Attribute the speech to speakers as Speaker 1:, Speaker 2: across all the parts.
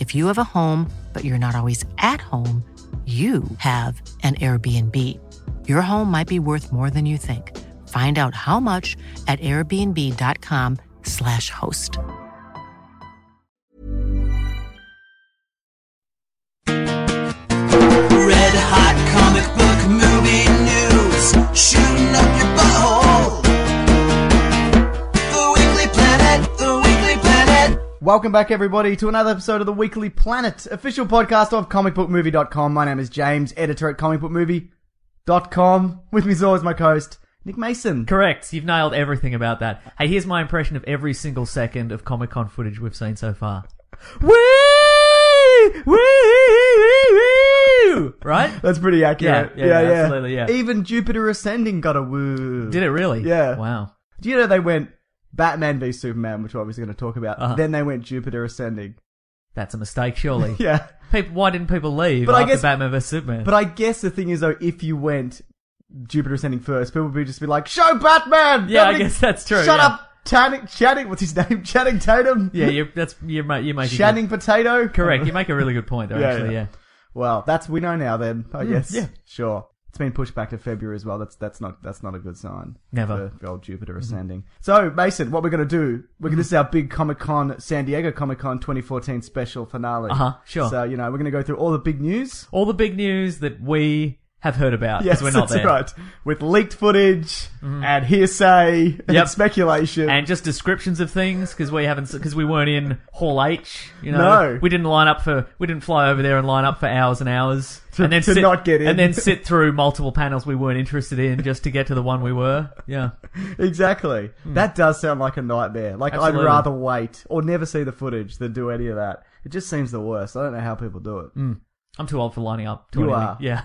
Speaker 1: If you have a home, but you're not always at home, you have an Airbnb. Your home might be worth more than you think. Find out how much at airbnb.com/slash host.
Speaker 2: Red hot comic book movie news, shooting up your butthole. The Weekly Planet, The Weekly Planet.
Speaker 3: Welcome back, everybody, to another episode of the Weekly Planet, official podcast of comicbookmovie.com. My name is James, editor at comicbookmovie.com. With me, as always, my co host, Nick Mason.
Speaker 4: Correct. You've nailed everything about that. Hey, here's my impression of every single second of Comic Con footage we've seen so far. Woo! Woo! Woo! Right?
Speaker 3: That's pretty accurate.
Speaker 4: Yeah, yeah, absolutely, yeah.
Speaker 3: Even Jupiter Ascending got a woo.
Speaker 4: Did it really?
Speaker 3: Yeah.
Speaker 4: Wow.
Speaker 3: Do you know they went Batman v Superman, which we're obviously going to talk about.
Speaker 4: Uh-huh.
Speaker 3: Then they went Jupiter Ascending.
Speaker 4: That's a mistake, surely.
Speaker 3: Yeah.
Speaker 4: People, why didn't people leave
Speaker 3: But I
Speaker 4: after
Speaker 3: guess-
Speaker 4: Batman vs Superman?
Speaker 3: But I guess the thing is, though, if you went Jupiter Ascending first, people would just be like, show Batman!
Speaker 4: Yeah, I
Speaker 3: Nobody-
Speaker 4: guess that's true,
Speaker 3: Shut
Speaker 4: yeah.
Speaker 3: up, Channing, Channing, what's his name? Channing Tatum?
Speaker 4: yeah, you that's you make you make a
Speaker 3: Channing Potato?
Speaker 4: good- correct. You make a really good point there.
Speaker 3: Yeah,
Speaker 4: actually,
Speaker 3: yeah.
Speaker 4: yeah.
Speaker 3: Well, that's we know now then, I guess.
Speaker 4: Mm, yeah.
Speaker 3: Sure. It's been pushed back to February as well. That's that's not that's not a good sign.
Speaker 4: Never. Mm-hmm.
Speaker 3: For old Jupiter ascending. So, Mason, what we're gonna do, we're gonna this is our big Comic Con San Diego Comic Con twenty fourteen special finale.
Speaker 4: Uh-huh, sure.
Speaker 3: So, you know, we're gonna go through all the big news.
Speaker 4: All the big news that we have heard about because
Speaker 3: Yes,
Speaker 4: we're not
Speaker 3: that's
Speaker 4: there. Mm-hmm.
Speaker 3: right. With leaked footage and hearsay and
Speaker 4: Yep.
Speaker 3: speculation.
Speaker 4: and just descriptions of things because we haven't because we weren't in Hall H. You know,
Speaker 3: No.
Speaker 4: we didn't line up for we didn't fly over there and line up for hours and hours
Speaker 3: To-
Speaker 4: and then
Speaker 3: to
Speaker 4: sit,
Speaker 3: not get in.
Speaker 4: and then sit through multiple panels we weren't interested in just to get to the one we were. Yeah,
Speaker 3: exactly. That does sound like a nightmare. Like I'd
Speaker 4: Hmm. Absolutely.
Speaker 3: rather wait or never see the footage than do any of that. It just seems the worst. I don't know how people do it.
Speaker 4: Hmm. I'm too old for lining up. To
Speaker 3: You
Speaker 4: anything.
Speaker 3: are.
Speaker 4: Yeah,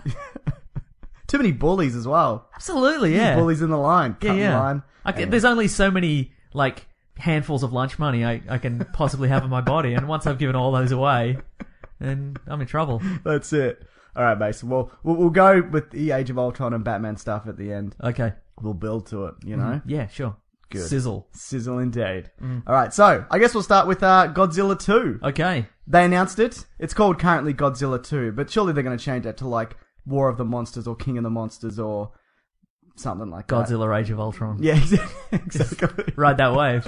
Speaker 3: Too many bullies as well.
Speaker 4: absolutely. Yeah,
Speaker 3: Bullies in the line.
Speaker 4: yeah,
Speaker 3: Cut
Speaker 4: yeah.
Speaker 3: the line.
Speaker 4: I can- there's only so many like handfuls of lunch money I, I can possibly have in my body, and once I've given all those away, then I'm in trouble.
Speaker 3: That's it. All right, Mason. Well, we'll, we'll go with the Age of Ultron and Batman stuff at the end.
Speaker 4: Okay.
Speaker 3: We'll build to it, you know?
Speaker 4: Mm-hmm. Yeah, Mm. sure.
Speaker 3: Good.
Speaker 4: Sizzle.
Speaker 3: Sizzle indeed. All right, so I guess we'll start with uh, Godzilla 2.
Speaker 4: Okay.
Speaker 3: They announced it. It's called currently Godzilla 2, but surely they're going to change that to like War of the Monsters or King of the Monsters or something like that.
Speaker 4: Godzilla Age of Ultron.
Speaker 3: Yeah, exactly.
Speaker 4: Ride that wave.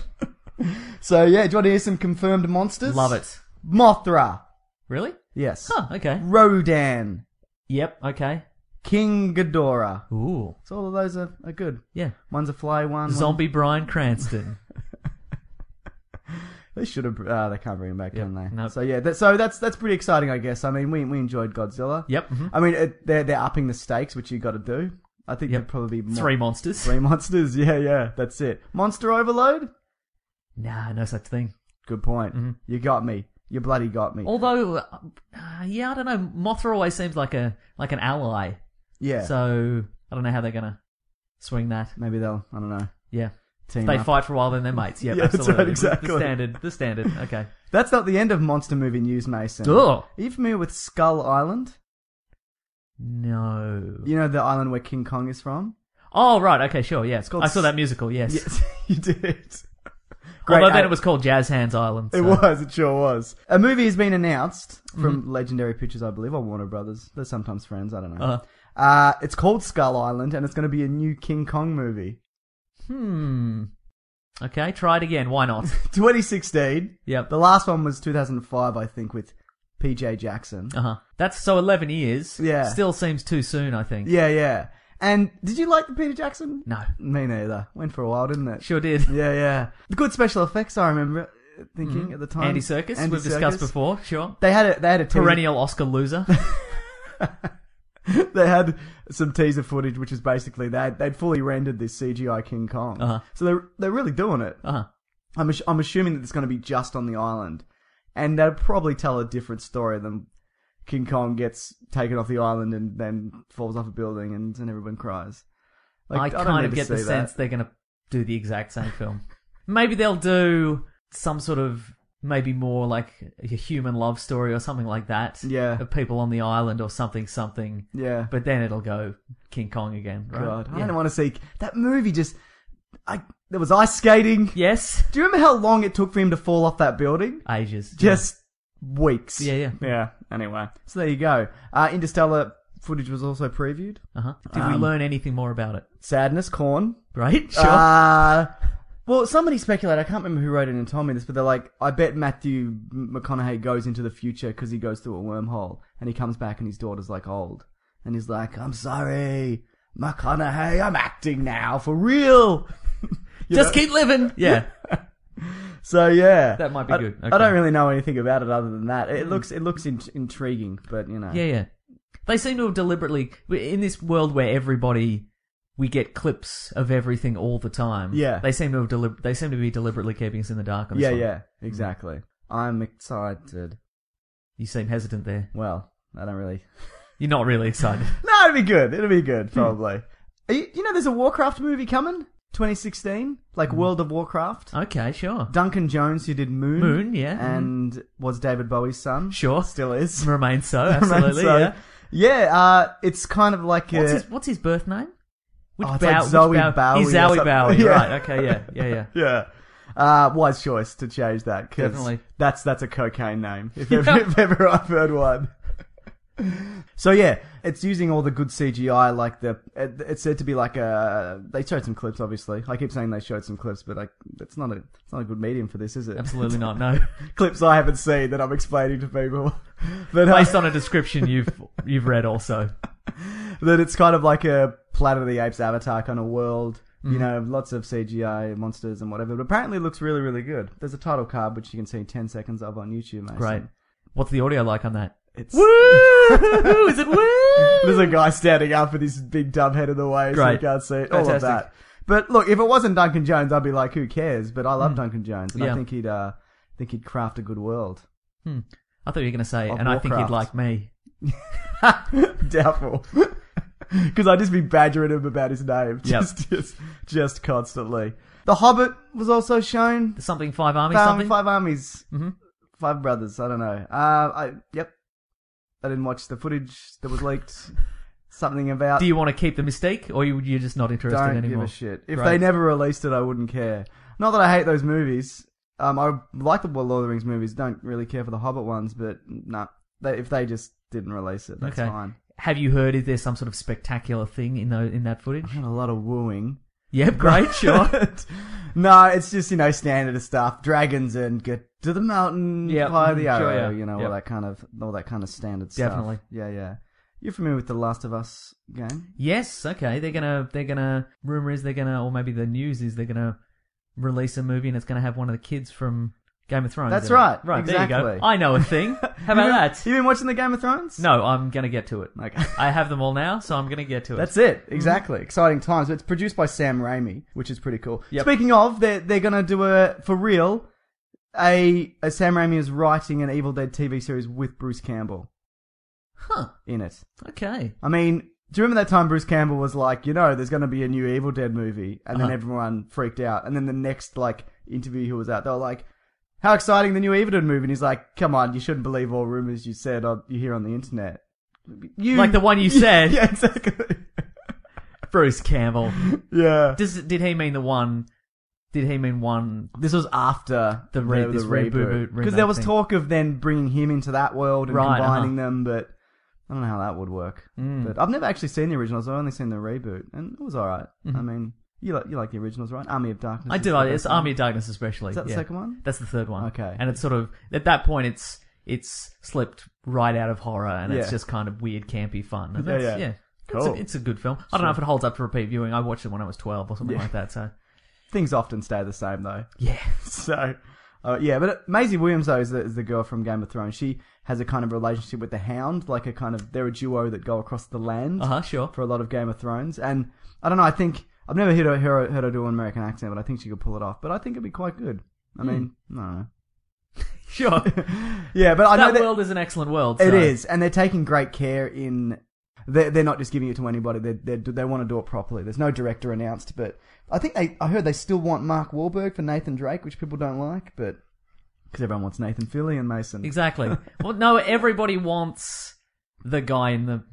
Speaker 3: So, yeah, do you want to hear some confirmed monsters?
Speaker 4: Love it.
Speaker 3: Mothra.
Speaker 4: Really?
Speaker 3: Yes.
Speaker 4: Huh, okay.
Speaker 3: Rodan.
Speaker 4: Yep, okay.
Speaker 3: King Ghidorah.
Speaker 4: Ooh.
Speaker 3: So all of those are, are good.
Speaker 4: Yeah.
Speaker 3: One's a fly one. one-
Speaker 4: Zombie Brian Cranston.
Speaker 3: They should have. Uh, they can't bring him back,
Speaker 4: Yep,
Speaker 3: can they?
Speaker 4: nope.
Speaker 3: So yeah. That, so that's that's pretty exciting, I guess. I mean, we we enjoyed Godzilla.
Speaker 4: Yep, mhm.
Speaker 3: I mean, it, they're they're upping the stakes, which you got to do. I think
Speaker 4: Yep.
Speaker 3: there'd probably be more,
Speaker 4: Three monsters.
Speaker 3: three monsters. Yeah, yeah. That's it. Monster overload.
Speaker 4: Nah, no such thing.
Speaker 3: Good point.
Speaker 4: Mm-hmm.
Speaker 3: You got me. You bloody got me.
Speaker 4: Although, uh, yeah, I don't know. Mothra always seems like a like an ally.
Speaker 3: yeah.
Speaker 4: So I don't know how they're gonna swing that.
Speaker 3: Maybe they'll. I don't know.
Speaker 4: Yeah,
Speaker 3: Team
Speaker 4: they
Speaker 3: up.
Speaker 4: fight for a while, then they're mates. Yep,
Speaker 3: Yeah, that's right,
Speaker 4: absolutely.
Speaker 3: exactly.
Speaker 4: The standard. The standard. Okay.
Speaker 3: That's not the end of monster movie news, Mason.
Speaker 4: Ugh.
Speaker 3: Are you familiar with Skull Island?
Speaker 4: No.
Speaker 3: You know the island where King Kong is from.
Speaker 4: Oh right. Okay. Sure. Yeah.
Speaker 3: It's called
Speaker 4: I saw that
Speaker 3: s-
Speaker 4: musical. Yes.
Speaker 3: Yes, you did.
Speaker 4: Although then
Speaker 3: act-
Speaker 4: it was called Jazz Hands Island.
Speaker 3: It
Speaker 4: so-
Speaker 3: was, it sure was. A movie has been announced from
Speaker 4: Mm-hmm.
Speaker 3: Legendary Pictures, I believe, or Warner Brothers. They're sometimes friends, I don't know.
Speaker 4: Uh,
Speaker 3: Uh, it's called Skull Island, and it's going to be a new King Kong movie.
Speaker 4: hmm. Okay. Try it again. Why not?
Speaker 3: 2016.
Speaker 4: Yep.
Speaker 3: The last one was 2005, I think, with PJ Jackson.
Speaker 4: Uh huh. That's so eleven years.
Speaker 3: Yeah.
Speaker 4: Still seems too soon. I think.
Speaker 3: Yeah, yeah. And did you like the Peter Jackson?
Speaker 4: No.
Speaker 3: Me neither. Went for a while, didn't it?
Speaker 4: Sure did.
Speaker 3: Yeah, yeah. The good special effects I remember uh, thinking at the time.
Speaker 4: Mm-hmm. Andy Circus.
Speaker 3: Andy
Speaker 4: we've
Speaker 3: Serkis.
Speaker 4: discussed before. Sure.
Speaker 3: They had a they had a teaser,
Speaker 4: Perennial Oscar loser.
Speaker 3: They had some teaser footage, which is basically they had, they'd fully rendered this CGI King Kong.
Speaker 4: Uh-huh.
Speaker 3: So they're they're really doing it.
Speaker 4: uh huh.
Speaker 3: I'm ass- I'm assuming that it's going to be just on the island, and that'll probably tell a different story than King Kong gets taken off the island and then falls off a building and, and everyone cries. Like,
Speaker 4: I,
Speaker 3: don't
Speaker 4: kind
Speaker 3: need
Speaker 4: of
Speaker 3: to
Speaker 4: get the
Speaker 3: see that.
Speaker 4: sense they're going to do the exact same film. Maybe they'll do some sort of maybe more like a human love story or something like that.
Speaker 3: Yeah.
Speaker 4: of people on the island or something, something.
Speaker 3: Yeah,
Speaker 4: But then it'll go King Kong again, right?
Speaker 3: God, I
Speaker 4: Yeah.
Speaker 3: don't want to see that movie. Just I there was ice skating.
Speaker 4: Yes,
Speaker 3: Do you remember how long it took for him to fall off that building?
Speaker 4: ages.
Speaker 3: Just weeks.
Speaker 4: Yeah, yeah.
Speaker 3: yeah. Anyway, so there you go. Uh, Interstellar footage was also previewed.
Speaker 4: Uh huh. Did we
Speaker 3: Um,
Speaker 4: learn anything more about it?
Speaker 3: Sadness, corn.
Speaker 4: Right. Sure.
Speaker 3: Uh, well, somebody speculated. I can't remember who wrote it and told me this, but they're like, I bet Matthew McConaughey goes into the future because he goes through a wormhole and he comes back and his daughter's like old. And he's like, I'm sorry, McConaughey, I'm acting now for real. You
Speaker 4: Just
Speaker 3: know?
Speaker 4: keep living. Yeah.
Speaker 3: So yeah,
Speaker 4: That might be
Speaker 3: I-
Speaker 4: good.
Speaker 3: I
Speaker 4: Okay. Hmm.
Speaker 3: don't really know anything about it other than that. It looks it looks in- intriguing, but you know,
Speaker 4: Yeah, yeah. They seem to have deliberately in this world where everybody we get clips of everything all the time.
Speaker 3: Yeah.
Speaker 4: they seem to have deli- they seem to be deliberately keeping us in the dark. On this
Speaker 3: yeah,
Speaker 4: one.
Speaker 3: yeah, exactly. I'm excited.
Speaker 4: You seem hesitant there.
Speaker 3: Well, I don't really.
Speaker 4: You're not really excited.
Speaker 3: No, it'll be good. It'll be good,
Speaker 4: Hmm.
Speaker 3: probably. Are you, you know, there's a Warcraft movie coming, 2016, like
Speaker 4: Hmm.
Speaker 3: World of Warcraft.
Speaker 4: okay, sure.
Speaker 3: Duncan Jones, who did Moon,
Speaker 4: Uh. Moon, yeah. Hmm.
Speaker 3: and was David Bowie's son,
Speaker 4: Sure.
Speaker 3: still is.
Speaker 4: Remains so. Absolutely.
Speaker 3: So,
Speaker 4: yeah.
Speaker 3: yeah. Uh, it's kind of like
Speaker 4: What's
Speaker 3: a,
Speaker 4: his What's his birth name? Which
Speaker 3: Oh, it's like Zoe Bowie
Speaker 4: He's
Speaker 3: or
Speaker 4: Zoe
Speaker 3: something.
Speaker 4: Bowie.
Speaker 3: Yeah.
Speaker 4: Right. Okay. Yeah. Yeah. Yeah.
Speaker 3: yeah. Uh, wise choice to change that 'cause
Speaker 4: Definitely.
Speaker 3: that's that's a cocaine name if ever, if ever I've heard one. so yeah, it's using all the good CGI, like the it- it's said to be like a they showed some clips. Obviously, I keep saying they showed some clips, but like it's not a it's not a good medium for this, is it?
Speaker 4: Absolutely not. No.
Speaker 3: clips I haven't seen that I'm explaining to people. But uh,
Speaker 4: Based on a description you've you've read also.
Speaker 3: that it's kind of like a Planet of the Apes Avatar kind of world.
Speaker 4: Mm-hmm.
Speaker 3: You know, lots of CGI monsters and whatever. But apparently, it looks really, really good. There's a title card which you can see ten seconds of on YouTube. Mason.
Speaker 4: Great. What's the audio like on that?
Speaker 3: It's
Speaker 4: Woo! Is it woo?
Speaker 3: there's a guy standing up with his big dumb head in the way, so you
Speaker 4: Great.
Speaker 3: can't see it. All of
Speaker 4: Fantastic.
Speaker 3: that. But look, if it wasn't Duncan Jones, I'd be like, who cares? But I love Duncan Jones, and I
Speaker 4: Mm. Yeah.
Speaker 3: think he'd, uh, think he'd craft a good world.
Speaker 4: I thought you were going to say,
Speaker 3: Of
Speaker 4: and I think he'd
Speaker 3: Warcraft.
Speaker 4: like me.
Speaker 3: Doubtful. Because I'd just be badgering him about his name,
Speaker 4: Yep.
Speaker 3: just, just, just constantly. The Hobbit was also shown.
Speaker 4: Something Five Army
Speaker 3: Five-
Speaker 4: something.
Speaker 3: Um, Five armies,
Speaker 4: Mhm.
Speaker 3: five brothers. I don't know. Uh, I yep. I didn't watch the footage that was leaked. Something about
Speaker 4: Do you want to keep the mistake, or you, you're just not interested
Speaker 3: don't
Speaker 4: anymore?
Speaker 3: give a shit. If
Speaker 4: Right.
Speaker 3: they never released it, I wouldn't care. Not that I hate those movies. Um, I like the Lord of the Rings movies. Don't really care for the Hobbit ones, but nah. They, if they just didn't release it, that's
Speaker 4: Okay.
Speaker 3: fine.
Speaker 4: Have you heard? Is there some sort of spectacular thing in tho- in that footage?
Speaker 3: Had a lot of wooing.
Speaker 4: Yep, great, sure.
Speaker 3: no, it's just you know standard stuff. Dragons and get to the mountain,
Speaker 4: Yep,
Speaker 3: fly the
Speaker 4: mhm,
Speaker 3: arrow.
Speaker 4: sure, yeah,
Speaker 3: You know
Speaker 4: yep.
Speaker 3: all that kind of all that kind of standard
Speaker 4: Definitely.
Speaker 3: stuff. Definitely. Yeah, yeah. You're familiar with the Last of Us game?
Speaker 4: yes, okay. They're gonna they're gonna rumor is they're gonna or maybe the news is they're gonna release a movie and it's gonna have one of the kids from Game of Thrones.
Speaker 3: That's
Speaker 4: in it.
Speaker 3: right,
Speaker 4: Right, there you
Speaker 3: exactly.
Speaker 4: go. I know a thing. How
Speaker 3: you
Speaker 4: about
Speaker 3: been,
Speaker 4: that?
Speaker 3: You been watching the Game of Thrones?
Speaker 4: No, I'm gonna get to it.
Speaker 3: Okay.
Speaker 4: I have them all now, so I'm gonna get to it.
Speaker 3: That's it, exactly. Exciting times. It's produced by Sam Raimi, which is pretty cool.
Speaker 4: Yep.
Speaker 3: Speaking of, they're they're gonna do a for real. A, a Sam Raimi is writing an Evil Dead TV series with Bruce Campbell
Speaker 4: huh.
Speaker 3: in it.
Speaker 4: Okay.
Speaker 3: I mean, do you remember that time Bruce Campbell was like, you know, there's going to be a new Evil Dead movie, and then
Speaker 4: Uh-huh.
Speaker 3: everyone freaked out, and then the next like interview he was at, they were like, how exciting the new Evil Dead movie, and he's like, come on, you shouldn't believe all rumors you said on, you hear on the internet. You
Speaker 4: Like the one you said.
Speaker 3: yeah, exactly.
Speaker 4: Bruce Campbell.
Speaker 3: yeah,
Speaker 4: Does did he mean the one? Did he mean one?
Speaker 3: this was after
Speaker 4: The re- this reboot-
Speaker 3: because there
Speaker 4: remake
Speaker 3: was
Speaker 4: thing.
Speaker 3: talk of then bringing him into that world and
Speaker 4: Right, uh-huh. Hmm.
Speaker 3: combining them, but. I don't know how that would work, but I've never actually seen the originals. I've only seen the reboot, and it was all right. I mean, you like you like the originals, right? Army of Darkness.
Speaker 4: Mm-hmm. I
Speaker 3: is
Speaker 4: do
Speaker 3: the
Speaker 4: like
Speaker 3: best
Speaker 4: it's
Speaker 3: one.
Speaker 4: Army of Darkness, especially.
Speaker 3: Is that the
Speaker 4: yeah.
Speaker 3: second one?
Speaker 4: That's the third one.
Speaker 3: Okay.
Speaker 4: And it's sort of at that point, it's it's slipped right out of horror and it's
Speaker 3: Yeah.
Speaker 4: just kind of weird, campy fun. And
Speaker 3: Yeah,
Speaker 4: that's, yeah,
Speaker 3: yeah.
Speaker 4: It's, a,
Speaker 3: Cool.
Speaker 4: it's a good film. I don't know if it holds up for repeat viewing. I watched it when I was 12 or something
Speaker 3: Yeah.
Speaker 4: like that. So,
Speaker 3: Things often stay the same though.
Speaker 4: yeah.
Speaker 3: So, uh, yeah, but Maisie Williams though is the, is the girl from Game of Thrones. She has a kind of relationship with the Hound, like a kind of they're a duo that go across the land
Speaker 4: Uh huh, sure.
Speaker 3: for a lot of Game of Thrones. And I don't know, I think I've never heard her, heard her, heard her do an American accent, but I think she could pull it off. But I think it'd be quite good. I
Speaker 4: Hmm.
Speaker 3: mean, I don't know.
Speaker 4: Sure.
Speaker 3: Yeah, but I know
Speaker 4: that
Speaker 3: that
Speaker 4: world is an excellent world.
Speaker 3: it
Speaker 4: so-
Speaker 3: is, and they're taking great care in. They're, they're not just giving it to anybody. They they they want to do it properly. There's no director announced, but I think they. I heard they still want Mark Wahlberg for Nathan Drake, which people don't like, but because everyone wants Nathan Fillion and Mason.
Speaker 4: Exactly. well, no, everybody wants the guy in the.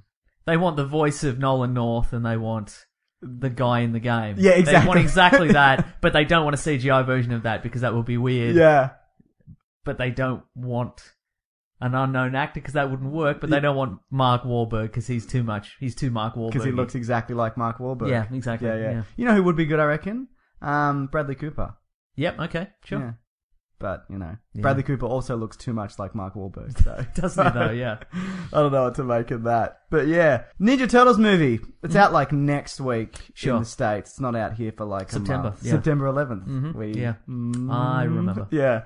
Speaker 4: They want the voice of Nolan North, and they want the guy in the game.
Speaker 3: Yeah,
Speaker 4: They want
Speaker 3: exactly.
Speaker 4: exactly that, but they don't want a CGI version of that because that would be weird.
Speaker 3: Yeah,
Speaker 4: But they don't want an unknown actor because that wouldn't work. But they don't want Mark Wahlberg because he's too much. He's too Mark Wahlberg.
Speaker 3: because he looks exactly like Mark Wahlberg.
Speaker 4: Yeah, exactly,
Speaker 3: Yeah, yeah.
Speaker 4: yeah.
Speaker 3: You know who would be good, I reckon? Um, Bradley Cooper.
Speaker 4: Yep. Okay. Sure.
Speaker 3: Yeah. But you know,
Speaker 4: Yeah.
Speaker 3: Bradley Cooper also looks too much like Mark Wahlberg. So
Speaker 4: Doesn't he though? Yeah.
Speaker 3: I don't know what to make of that. But yeah, Ninja Turtles movie. It's out like next week
Speaker 4: Mm-hmm. Sure.
Speaker 3: in the states. It's not out here for like a
Speaker 4: September,
Speaker 3: month.
Speaker 4: yeah.
Speaker 3: September 11th.
Speaker 4: Mhm,
Speaker 3: We,
Speaker 4: yeah.
Speaker 3: Mm,
Speaker 4: I remember.
Speaker 3: Yeah.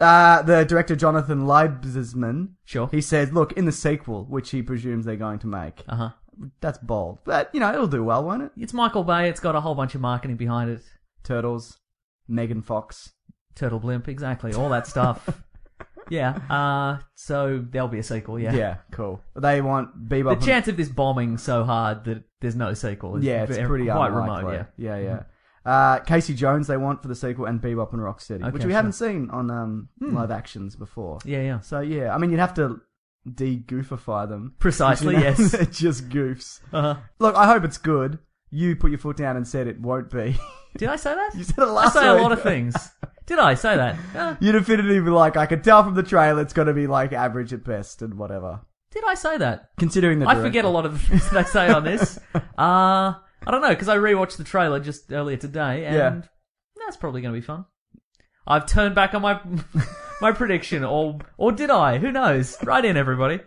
Speaker 3: Uh, the director Jonathan Leibzman.
Speaker 4: Sure.
Speaker 3: He says, "Look, in the sequel, which he presumes they're going to make,
Speaker 4: Uh huh.
Speaker 3: that's bold, but you know it'll do well, won't it?
Speaker 4: It's Michael Bay. It's got a whole bunch of marketing behind it.
Speaker 3: Turtles, Megan Fox.
Speaker 4: Turtle Blimp, exactly. All that stuff. yeah. Uh, so there'll be a sequel, yeah.
Speaker 3: cool. They want
Speaker 4: The
Speaker 3: Bebop. and-
Speaker 4: chance of this bombing so hard that there's no sequel is
Speaker 3: Yeah, it's
Speaker 4: ve-
Speaker 3: pretty
Speaker 4: quite
Speaker 3: unlikely.
Speaker 4: remote,
Speaker 3: yeah,
Speaker 4: yeah.
Speaker 3: yeah. Uh, Casey Jones they want for the sequel and Bebop and Rocksteady,
Speaker 4: Okay,
Speaker 3: which we
Speaker 4: sure. Hmm.
Speaker 3: haven't seen on um, live actions before.
Speaker 4: Yeah, yeah.
Speaker 3: So yeah, I mean you'd have to de-goofify them.
Speaker 4: Precisely,
Speaker 3: You know,
Speaker 4: yes.
Speaker 3: they're just goofs.
Speaker 4: Uh-huh.
Speaker 3: Look, I hope it's good. You put your foot down and said it won't be.
Speaker 4: Did I say that?
Speaker 3: you said it last
Speaker 4: I say a
Speaker 3: week.
Speaker 4: lot of things. Did I say that? Uh,
Speaker 3: You'd definitively be like, I could tell from the trailer it's going to be like average at best and whatever.
Speaker 4: did I say that?
Speaker 3: Considering the
Speaker 4: I forget
Speaker 3: director.
Speaker 4: a lot of the things that I say on this. Uh, I don't know, because I rewatched the trailer just earlier today, and
Speaker 3: Yeah.
Speaker 4: that's probably going to be fun. I've turned back on my my prediction, or or did I? Who knows? Right in, everybody.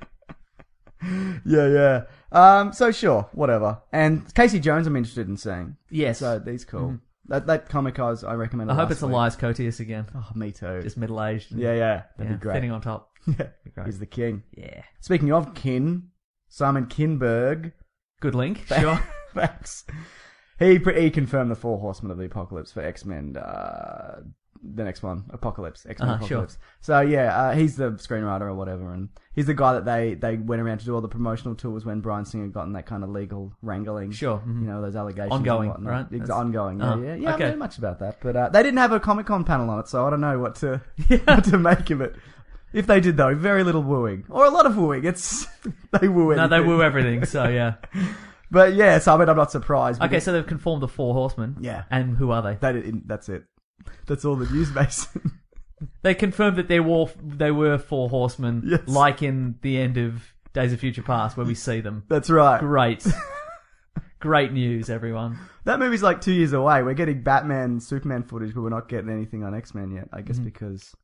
Speaker 3: Yeah, yeah. Um, so sure, whatever. And Casey Jones, I'm interested in seeing.
Speaker 4: Yes.
Speaker 3: So these cool. That that comic I, was, I recommend.
Speaker 4: Mm-hmm. I hope it's Elias Cotius again.
Speaker 3: Oh, me too.
Speaker 4: Just middle aged.
Speaker 3: yeah, yeah. That'd be
Speaker 4: yeah
Speaker 3: great.
Speaker 4: Thinning on top.
Speaker 3: yeah. He's the king.
Speaker 4: Yeah.
Speaker 3: Speaking of kin, Simon Kinberg.
Speaker 4: Good link. Sure.
Speaker 3: Thanks. He pre- he confirmed the four horsemen of the apocalypse for X Men. Uh, the next one, Apocalypse, X Men
Speaker 4: Uh-huh, sure.
Speaker 3: Apocalypse. So yeah, uh, he's the screenwriter or whatever, and he's the guy that they they went around to do all the promotional tours when Brian Singer got in that kind of legal wrangling.
Speaker 4: Sure, mhm.
Speaker 3: you know those allegations,
Speaker 4: Ongoing,
Speaker 3: and whatnot.
Speaker 4: right?
Speaker 3: Ex-
Speaker 4: That's-
Speaker 3: ongoing.
Speaker 4: uh,
Speaker 3: yeah, yeah, yeah. I
Speaker 4: okay.
Speaker 3: don't know much about that, but uh, they didn't have a Comic Con panel on it, so I don't know what to what to make of it. If they did though, very little wooing or a lot of wooing. It's they woo.
Speaker 4: no, they
Speaker 3: anything.
Speaker 4: woo everything. So yeah.
Speaker 3: But yeah, so I mean, I'm not surprised.
Speaker 4: Okay,
Speaker 3: because
Speaker 4: so they've conformed the four horsemen.
Speaker 3: Yeah.
Speaker 4: And who are they?
Speaker 3: that it, that's it. That's all the news, Mason.
Speaker 4: They confirmed that they were they were four horsemen,
Speaker 3: Yes.
Speaker 4: like in the end of Days of Future Past, where we see them.
Speaker 3: that's right.
Speaker 4: Great. Great news, everyone.
Speaker 3: That movie's like two years away. We're getting Batman, Superman footage, but we're not getting anything on X Men yet. I
Speaker 4: Mm-hmm.
Speaker 3: guess because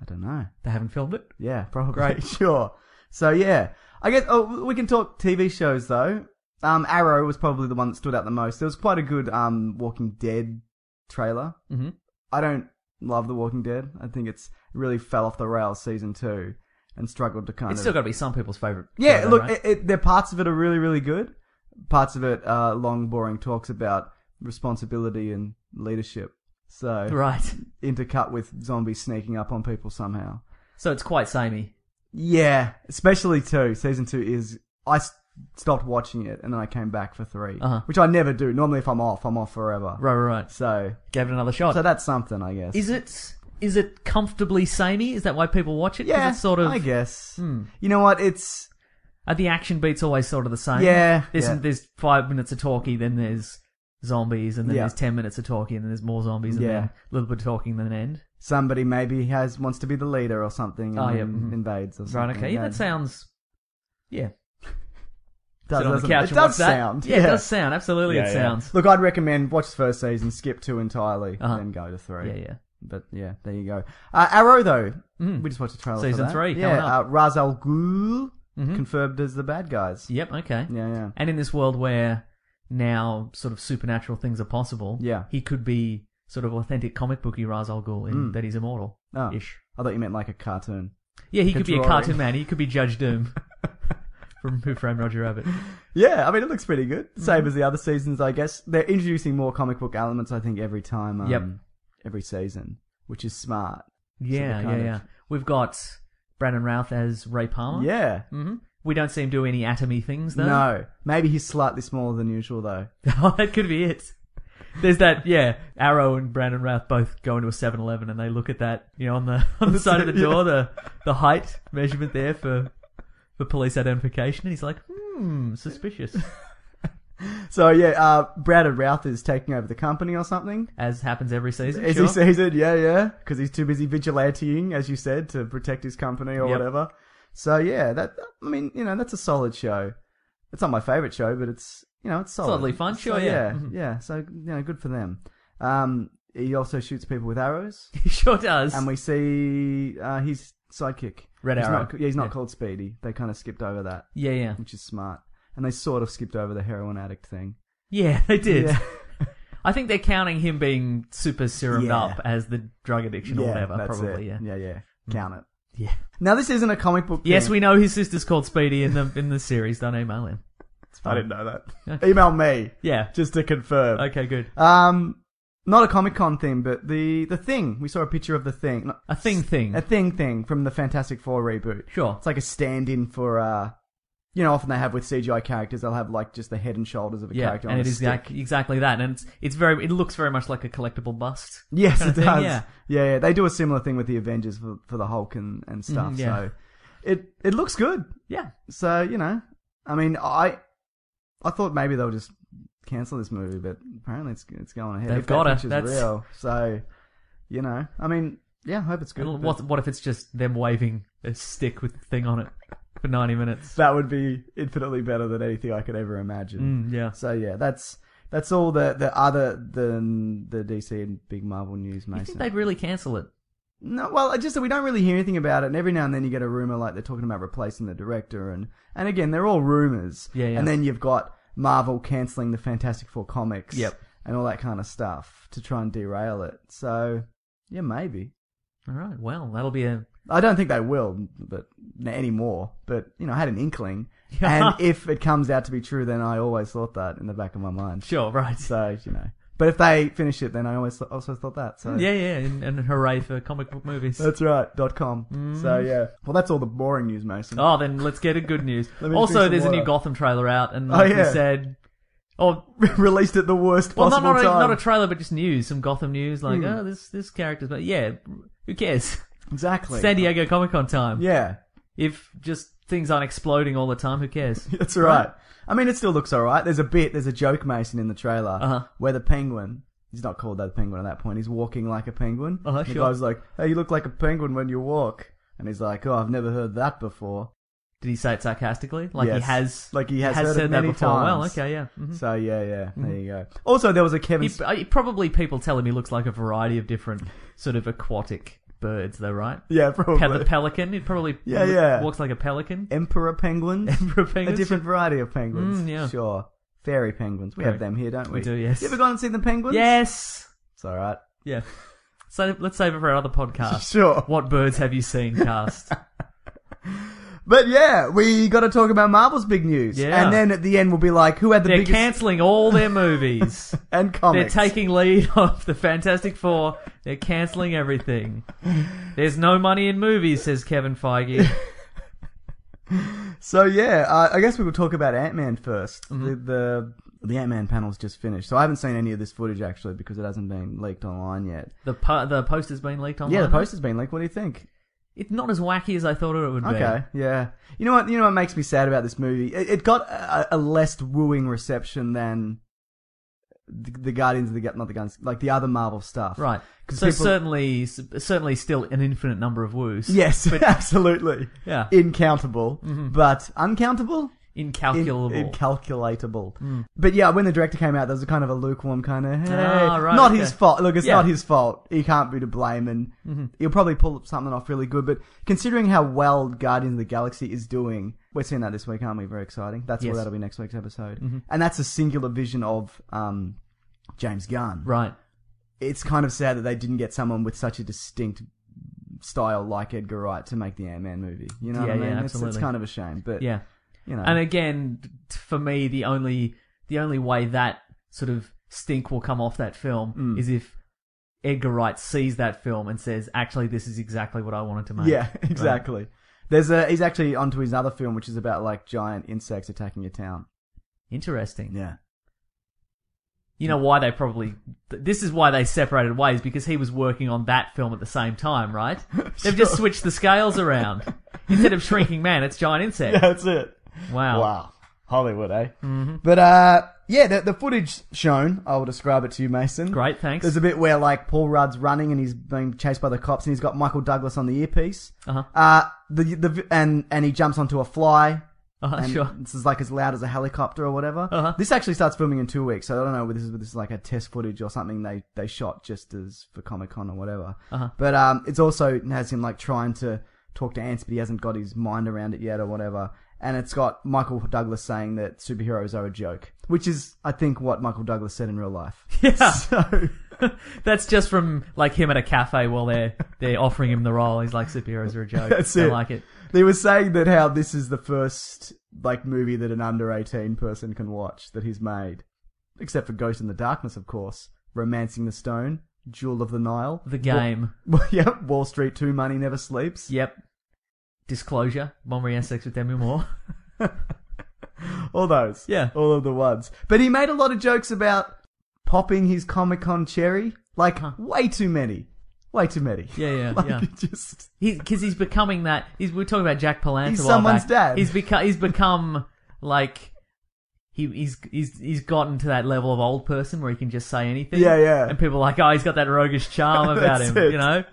Speaker 3: I don't know.
Speaker 4: They haven't filmed it.
Speaker 3: Yeah, probably.
Speaker 4: Great.
Speaker 3: sure. So yeah, I guess. Oh, we can talk TV shows though. Um, Arrow was probably the one that stood out the most. There was quite a good um Walking Dead trailer.
Speaker 4: Mm-hmm.
Speaker 3: I don't love The Walking Dead. I think it's really fell off the rails season two and struggled to kind
Speaker 4: It's
Speaker 3: of.
Speaker 4: still got to be some people's favorite.
Speaker 3: Yeah,
Speaker 4: show, though,
Speaker 3: look,
Speaker 4: right?
Speaker 3: it, it, there parts of it are really, really good. Parts of it are long, boring talks about responsibility and leadership. So
Speaker 4: right.
Speaker 3: intercut with zombies sneaking up on people somehow.
Speaker 4: So it's quite samey.
Speaker 3: Yeah, especially two. Season two is I s- stopped watching it and then I came back for 3
Speaker 4: Uh-huh.
Speaker 3: which I never do. Normally, if I'm off, I'm off forever.
Speaker 4: Right, right, right.
Speaker 3: So,
Speaker 4: Gave it another shot.
Speaker 3: so that's something, I guess.
Speaker 4: Is it is it comfortably samey? Is that why people watch it? 'Cause
Speaker 3: yeah,
Speaker 4: it's sort of. Hmm.
Speaker 3: I guess. You know what? It's
Speaker 4: Are the action beats always sort of the same?
Speaker 3: Yeah,
Speaker 4: There's
Speaker 3: yeah.
Speaker 4: there's five minutes of talkie, then there's zombies, and then
Speaker 3: Yeah.
Speaker 4: there's ten minutes of talkie, and then there's more zombies, and
Speaker 3: Yeah.
Speaker 4: then a little bit of talking, then an end.
Speaker 3: somebody maybe has wants to be the leader or something and
Speaker 4: Oh, yeah,
Speaker 3: then
Speaker 4: mhm.
Speaker 3: invades or something.
Speaker 4: Right? Okay. Yeah, that sounds. Yeah.
Speaker 3: Does,
Speaker 4: Sit on the
Speaker 3: doesn't it?
Speaker 4: couch
Speaker 3: It
Speaker 4: and
Speaker 3: does
Speaker 4: watch that.
Speaker 3: sound.
Speaker 4: Yeah, it does sound. Absolutely, it sounds.
Speaker 3: Look, I'd recommend watch the first season, skip two entirely,
Speaker 4: Uh-huh.
Speaker 3: then go to
Speaker 4: Yeah,
Speaker 3: three.
Speaker 4: yeah.
Speaker 3: But yeah, there you go. Uh, Arrow though, we just watched a trailer. for
Speaker 4: Season
Speaker 3: that.
Speaker 4: three, coming
Speaker 3: Yeah, uh,
Speaker 4: up. Mm-hmm.
Speaker 3: Ra's al Ghul confirmed as the bad guys. Yeah,
Speaker 4: Yep. Okay.
Speaker 3: Mm-hmm. yeah, yeah.
Speaker 4: And in this world where now sort of supernatural things are possible,
Speaker 3: Yeah.
Speaker 4: he could be sort of authentic comic booky Ra's al Ghul in
Speaker 3: Mm.
Speaker 4: that he's immortal ish.
Speaker 3: Oh. I thought you meant like a cartoon.
Speaker 4: Yeah, he could be a
Speaker 3: Control.
Speaker 4: cartoon man. He could be Judge Doom from Who Framed Roger Rabbit.
Speaker 3: Yeah, I mean it looks pretty good.
Speaker 4: Mm-hmm.
Speaker 3: Same as the other seasons, I guess. They're introducing more comic book elements, I think, every time. Um,
Speaker 4: Yep.
Speaker 3: Every season, which is smart.
Speaker 4: Yeah,
Speaker 3: kind
Speaker 4: yeah,
Speaker 3: of-
Speaker 4: yeah. We've got Brandon Routh as Ray Palmer.
Speaker 3: Yeah.
Speaker 4: hmm We don't see him do any atomy things though.
Speaker 3: No, maybe he's slightly smaller than usual though.
Speaker 4: Oh, that could be it. There's that, yeah. Arrow and Brandon Routh both go into a 7-Eleven and they look at that, you know, on the on the side of the door, the the height measurement there for for police identification, and he's like, hmm, suspicious,
Speaker 3: So yeah, uh, Brad and Routh is taking over the company or something.
Speaker 4: as happens every season.
Speaker 3: As
Speaker 4: sure.
Speaker 3: he sees it, yeah, yeah, because he's too busy vigilanteing, as you said, to protect his company or
Speaker 4: Yep.
Speaker 3: whatever. So yeah, that I mean, you know, that's a solid show. It's not my favorite show, but it's you know, it's solid.
Speaker 4: Solidly fun,
Speaker 3: So,
Speaker 4: sure,
Speaker 3: yeah,
Speaker 4: yeah. Mhm.
Speaker 3: yeah. So you know, good for them. Um, he also shoots people with arrows,
Speaker 4: he sure does.
Speaker 3: and we see uh, his sidekick,
Speaker 4: Red
Speaker 3: He's
Speaker 4: Arrow.
Speaker 3: not- yeah, he's not
Speaker 4: Yeah.
Speaker 3: called Speedy. They kind of skipped over that.
Speaker 4: yeah, yeah,
Speaker 3: which is smart. And they sort of skipped over the heroin addict thing.
Speaker 4: yeah. They did.
Speaker 3: Yeah.
Speaker 4: I think they're counting him being super serumed
Speaker 3: Yeah.
Speaker 4: up as the drug addiction or whatever.
Speaker 3: that's
Speaker 4: probably,
Speaker 3: it.
Speaker 4: yeah.
Speaker 3: yeah, yeah. Count it.
Speaker 4: Yeah.
Speaker 3: Now this isn't a comic book.
Speaker 4: Yes,
Speaker 3: thing.
Speaker 4: we know his sister's called Speedy in the in the series. Don't email him.
Speaker 3: I didn't know that. Email me
Speaker 4: Yeah.
Speaker 3: just to confirm.
Speaker 4: Okay, good.
Speaker 3: Um, not a Comic Con thing, but the the thing. We saw a picture of the thing. Not-
Speaker 4: A thing thing.
Speaker 3: A thing thing from the Fantastic Four reboot.
Speaker 4: Sure.
Speaker 3: It's like a stand-in for uh, you know, often they have with CGI characters, they'll have like just the head and shoulders of a character.
Speaker 4: and
Speaker 3: on
Speaker 4: it
Speaker 3: a
Speaker 4: is
Speaker 3: stick.
Speaker 4: like exactly that, and it's it's very it looks very much like a collectible bust.
Speaker 3: Yes,
Speaker 4: kind
Speaker 3: it
Speaker 4: of thing,
Speaker 3: does.
Speaker 4: yeah.
Speaker 3: yeah. yeah, They do a similar thing with the Avengers for, for the Hulk and, and stuff.
Speaker 4: Mhm, yeah.
Speaker 3: So it it looks good.
Speaker 4: Yeah,
Speaker 3: So you know, I mean, I I thought maybe they'll just cancel this movie, but apparently it's it's going ahead.
Speaker 4: They've
Speaker 3: If that
Speaker 4: gotta,
Speaker 3: picture's
Speaker 4: that's-
Speaker 3: real. So you know, I mean, yeah, I hope it's good.
Speaker 4: And
Speaker 3: but
Speaker 4: what what if it's just them waving a stick with the thing on it for ninety minutes?
Speaker 3: That would be infinitely better than anything I could ever imagine.
Speaker 4: Mm, yeah,
Speaker 3: So yeah, that's that's all the the other than the DC and big Marvel news.
Speaker 4: you
Speaker 3: Mason.
Speaker 4: think they'd really cancel it?
Speaker 3: No, well, I just we don't really hear anything about it, and every now and then you get a rumor like they're talking about replacing the director, and and again they're all rumors.
Speaker 4: Yeah, yeah.
Speaker 3: And then you've got Marvel canceling the Fantastic Four comics,
Speaker 4: Yep.
Speaker 3: and all that kind of stuff to try and derail it. So yeah, maybe
Speaker 4: All right, well that'll be a
Speaker 3: I don't think they will, but n- anymore. But you know, I had an inkling, and if it comes out to be true, then I always thought that in the back of my mind.
Speaker 4: sure, right?
Speaker 3: So you know, but if they finish it, then I always also thought that. So
Speaker 4: Yeah, yeah, and, and hooray for comic book movies.
Speaker 3: That's right, dot com. So yeah. Well, that's all the boring news, Mason.
Speaker 4: Mm. Oh, then let's get a good news.
Speaker 3: Let me drink
Speaker 4: also,
Speaker 3: some
Speaker 4: there's a new
Speaker 3: water.
Speaker 4: Gotham trailer out, and
Speaker 3: Oh,
Speaker 4: like we
Speaker 3: yeah.
Speaker 4: said, oh,
Speaker 3: Released at the worst
Speaker 4: well, not
Speaker 3: possible
Speaker 4: not a,
Speaker 3: time. Hmm.
Speaker 4: not a trailer, but just news, some Gotham news, like oh, this this character's, but yeah, who cares?
Speaker 3: exactly.
Speaker 4: San Diego Comic Con time.
Speaker 3: Yeah,
Speaker 4: If just things aren't exploding all the time, who cares?
Speaker 3: that's right. I mean, it still looks all right. There's a bit, there's a joke, Mason, in the trailer
Speaker 4: Uh-huh.
Speaker 3: where the penguin. He's not called that penguin at that point. He's walking like a penguin.
Speaker 4: Uh-huh,
Speaker 3: And the
Speaker 4: sure.
Speaker 3: guy's like, "Hey, you look like a penguin when you walk," and he's like, "Oh, I've never heard that before."
Speaker 4: Did he say it sarcastically? Like he
Speaker 3: Yes.
Speaker 4: has,
Speaker 3: Like he has heard it
Speaker 4: said that
Speaker 3: many
Speaker 4: before. Well,
Speaker 3: times.
Speaker 4: okay, yeah. Mhm.
Speaker 3: So yeah, yeah, there you go. Also, there was a Kevin.
Speaker 4: He,
Speaker 3: Sp-
Speaker 4: uh, probably people tell him he looks like a variety of different sort of aquatic birds, though, right?
Speaker 3: yeah, probably
Speaker 4: Pe- the pelican. It probably
Speaker 3: Yeah, yeah.
Speaker 4: walks like a pelican.
Speaker 3: emperor penguins.
Speaker 4: Emperor
Speaker 3: a
Speaker 4: penguins.
Speaker 3: different variety of penguins.
Speaker 4: Mm, yeah.
Speaker 3: Sure. Fairy penguins. We
Speaker 4: Right.
Speaker 3: have them here, don't we?
Speaker 4: We do, yes.
Speaker 3: You ever gone and seen the penguins?
Speaker 4: Yes.
Speaker 3: It's alright.
Speaker 4: Yeah. So let's save it for another podcast.
Speaker 3: Sure.
Speaker 4: What birds have you seen cast?
Speaker 3: But yeah, we got to talk about Marvel's big news.
Speaker 4: Yeah.
Speaker 3: And then at the end, we'll be like, who had the
Speaker 4: They're
Speaker 3: biggest.
Speaker 4: cancelling all their movies.
Speaker 3: and comics.
Speaker 4: They're taking lead off the Fantastic Four. They're cancelling everything. There's no money in movies, says Kevin Feige.
Speaker 3: So yeah, uh, I guess we will talk about Ant Man 1st
Speaker 4: Mm-hmm.
Speaker 3: The the, the Ant Man panel's just finished, so I haven't seen any of this footage actually because it hasn't been leaked online yet.
Speaker 4: The po- the poster's been leaked online.
Speaker 3: Yeah, the poster's been leaked. What do you think?
Speaker 4: It's not as wacky as I thought it would be.
Speaker 3: Okay, yeah. You know what? You know what makes me sad about this movie? It, it got a, a less wooing reception than the, the Guardians of the Ga- not the Guns, like the other Marvel stuff.
Speaker 4: Right.
Speaker 3: 'Cause
Speaker 4: So
Speaker 3: people-
Speaker 4: certainly, certainly, still an infinite number of woos.
Speaker 3: Yes, absolutely.
Speaker 4: Yeah. Mm-hmm.
Speaker 3: Incountable, but uncountable.
Speaker 4: incalculable. Hmm.
Speaker 3: In- incalculatable. But yeah, when the director came out, there was a kind of a lukewarm kind of, hey,
Speaker 4: Ah, right,
Speaker 3: not
Speaker 4: okay.
Speaker 3: his fault. Look, it's
Speaker 4: Yeah. Mm-hmm.
Speaker 3: not his fault. He can't be to blame, and he'll probably pull something off really good. But considering how well Guardians of the Galaxy is doing, we're seeing that this week, aren't we? Very exciting. That's
Speaker 4: Yes. Mm-hmm.
Speaker 3: where that'll be next week's episode, and that's a singular vision of um, James Gunn.
Speaker 4: right.
Speaker 3: It's kind of sad that they didn't get someone with such a distinct style like Edgar Wright to make the Ant Man movie. You know what
Speaker 4: Yeah,
Speaker 3: I
Speaker 4: yeah,
Speaker 3: mean? It's- it's,
Speaker 4: absolutely.
Speaker 3: kind of a shame, but
Speaker 4: Yeah.
Speaker 3: you know,
Speaker 4: And again, t- for me, the only the only way that sort of stink will come off that film
Speaker 3: Mm.
Speaker 4: is if Edgar Wright sees that film and says, "Actually, this is exactly what I wanted to make."
Speaker 3: Yeah,
Speaker 4: Right.
Speaker 3: exactly. There's a he's actually onto his other film, which is about like giant insects attacking your town.
Speaker 4: Interesting.
Speaker 3: Yeah,
Speaker 4: You know why they probably th- this is why they separated ways because he was working on that film at the same time, right? They've just switched the scales around. Instead of shrinking man, it's giant insect.
Speaker 3: that's it.
Speaker 4: Wow. Mm-hmm.
Speaker 3: Wow, Hollywood, eh? But uh, yeah, the, the footage shown, I will describe it to you, Mason.
Speaker 4: Great, thanks.
Speaker 3: There's a bit where like Paul Rudd's running and he's being chased by the cops, and he's got Michael Douglas on the earpiece.
Speaker 4: Uh-huh.
Speaker 3: Uh the the and and he jumps onto a fly.
Speaker 4: Uh,
Speaker 3: and
Speaker 4: sure.
Speaker 3: This is like as loud as a helicopter or whether
Speaker 4: Uh-huh.
Speaker 3: This actually starts filming in two weeks, so I don't know whether this is, this is like a test footage or something they, they shot just as for Comic Con or whatever.
Speaker 4: Uh-huh.
Speaker 3: But um, it's also it has him like trying to talk to ants, but he hasn't got his mind around it yet or whatever. And it's got Michael Douglas saying that superheroes are a joke, which is I think what Michael Douglas said in real life.
Speaker 4: Yeah.
Speaker 3: So
Speaker 4: That's just from like him at a cafe while they're they're offering him the role. He's like superheroes are a joke.
Speaker 3: That's
Speaker 4: Don't
Speaker 3: it.
Speaker 4: like it.
Speaker 3: they were saying that how this is the first like movie that an under 18 person can watch that he's made except for ghost in the darkness of course romancing the stone jewel of the nile
Speaker 4: The game.
Speaker 3: Wa- yep wall street 2 money never sleeps
Speaker 4: Yep. Disclosure. Montreal sex with Demi Moore.
Speaker 3: all those
Speaker 4: Yeah.
Speaker 3: all of the ones but he made a lot of jokes about popping his comic-con cherry like way too many way too many
Speaker 4: Yeah, yeah,
Speaker 3: like,
Speaker 4: yeah.
Speaker 3: it just
Speaker 4: Because he's becoming that. He's, we were talking about Jack Palance.
Speaker 3: He's
Speaker 4: a while
Speaker 3: someone's
Speaker 4: back.
Speaker 3: dad.
Speaker 4: He's become. He's become like. He, he's he's he's gotten to that level of old person where he can just say anything.
Speaker 3: Yeah, yeah.
Speaker 4: And people are like, oh, he's got that roguish charm about
Speaker 3: That's
Speaker 4: him.
Speaker 3: it.
Speaker 4: You know.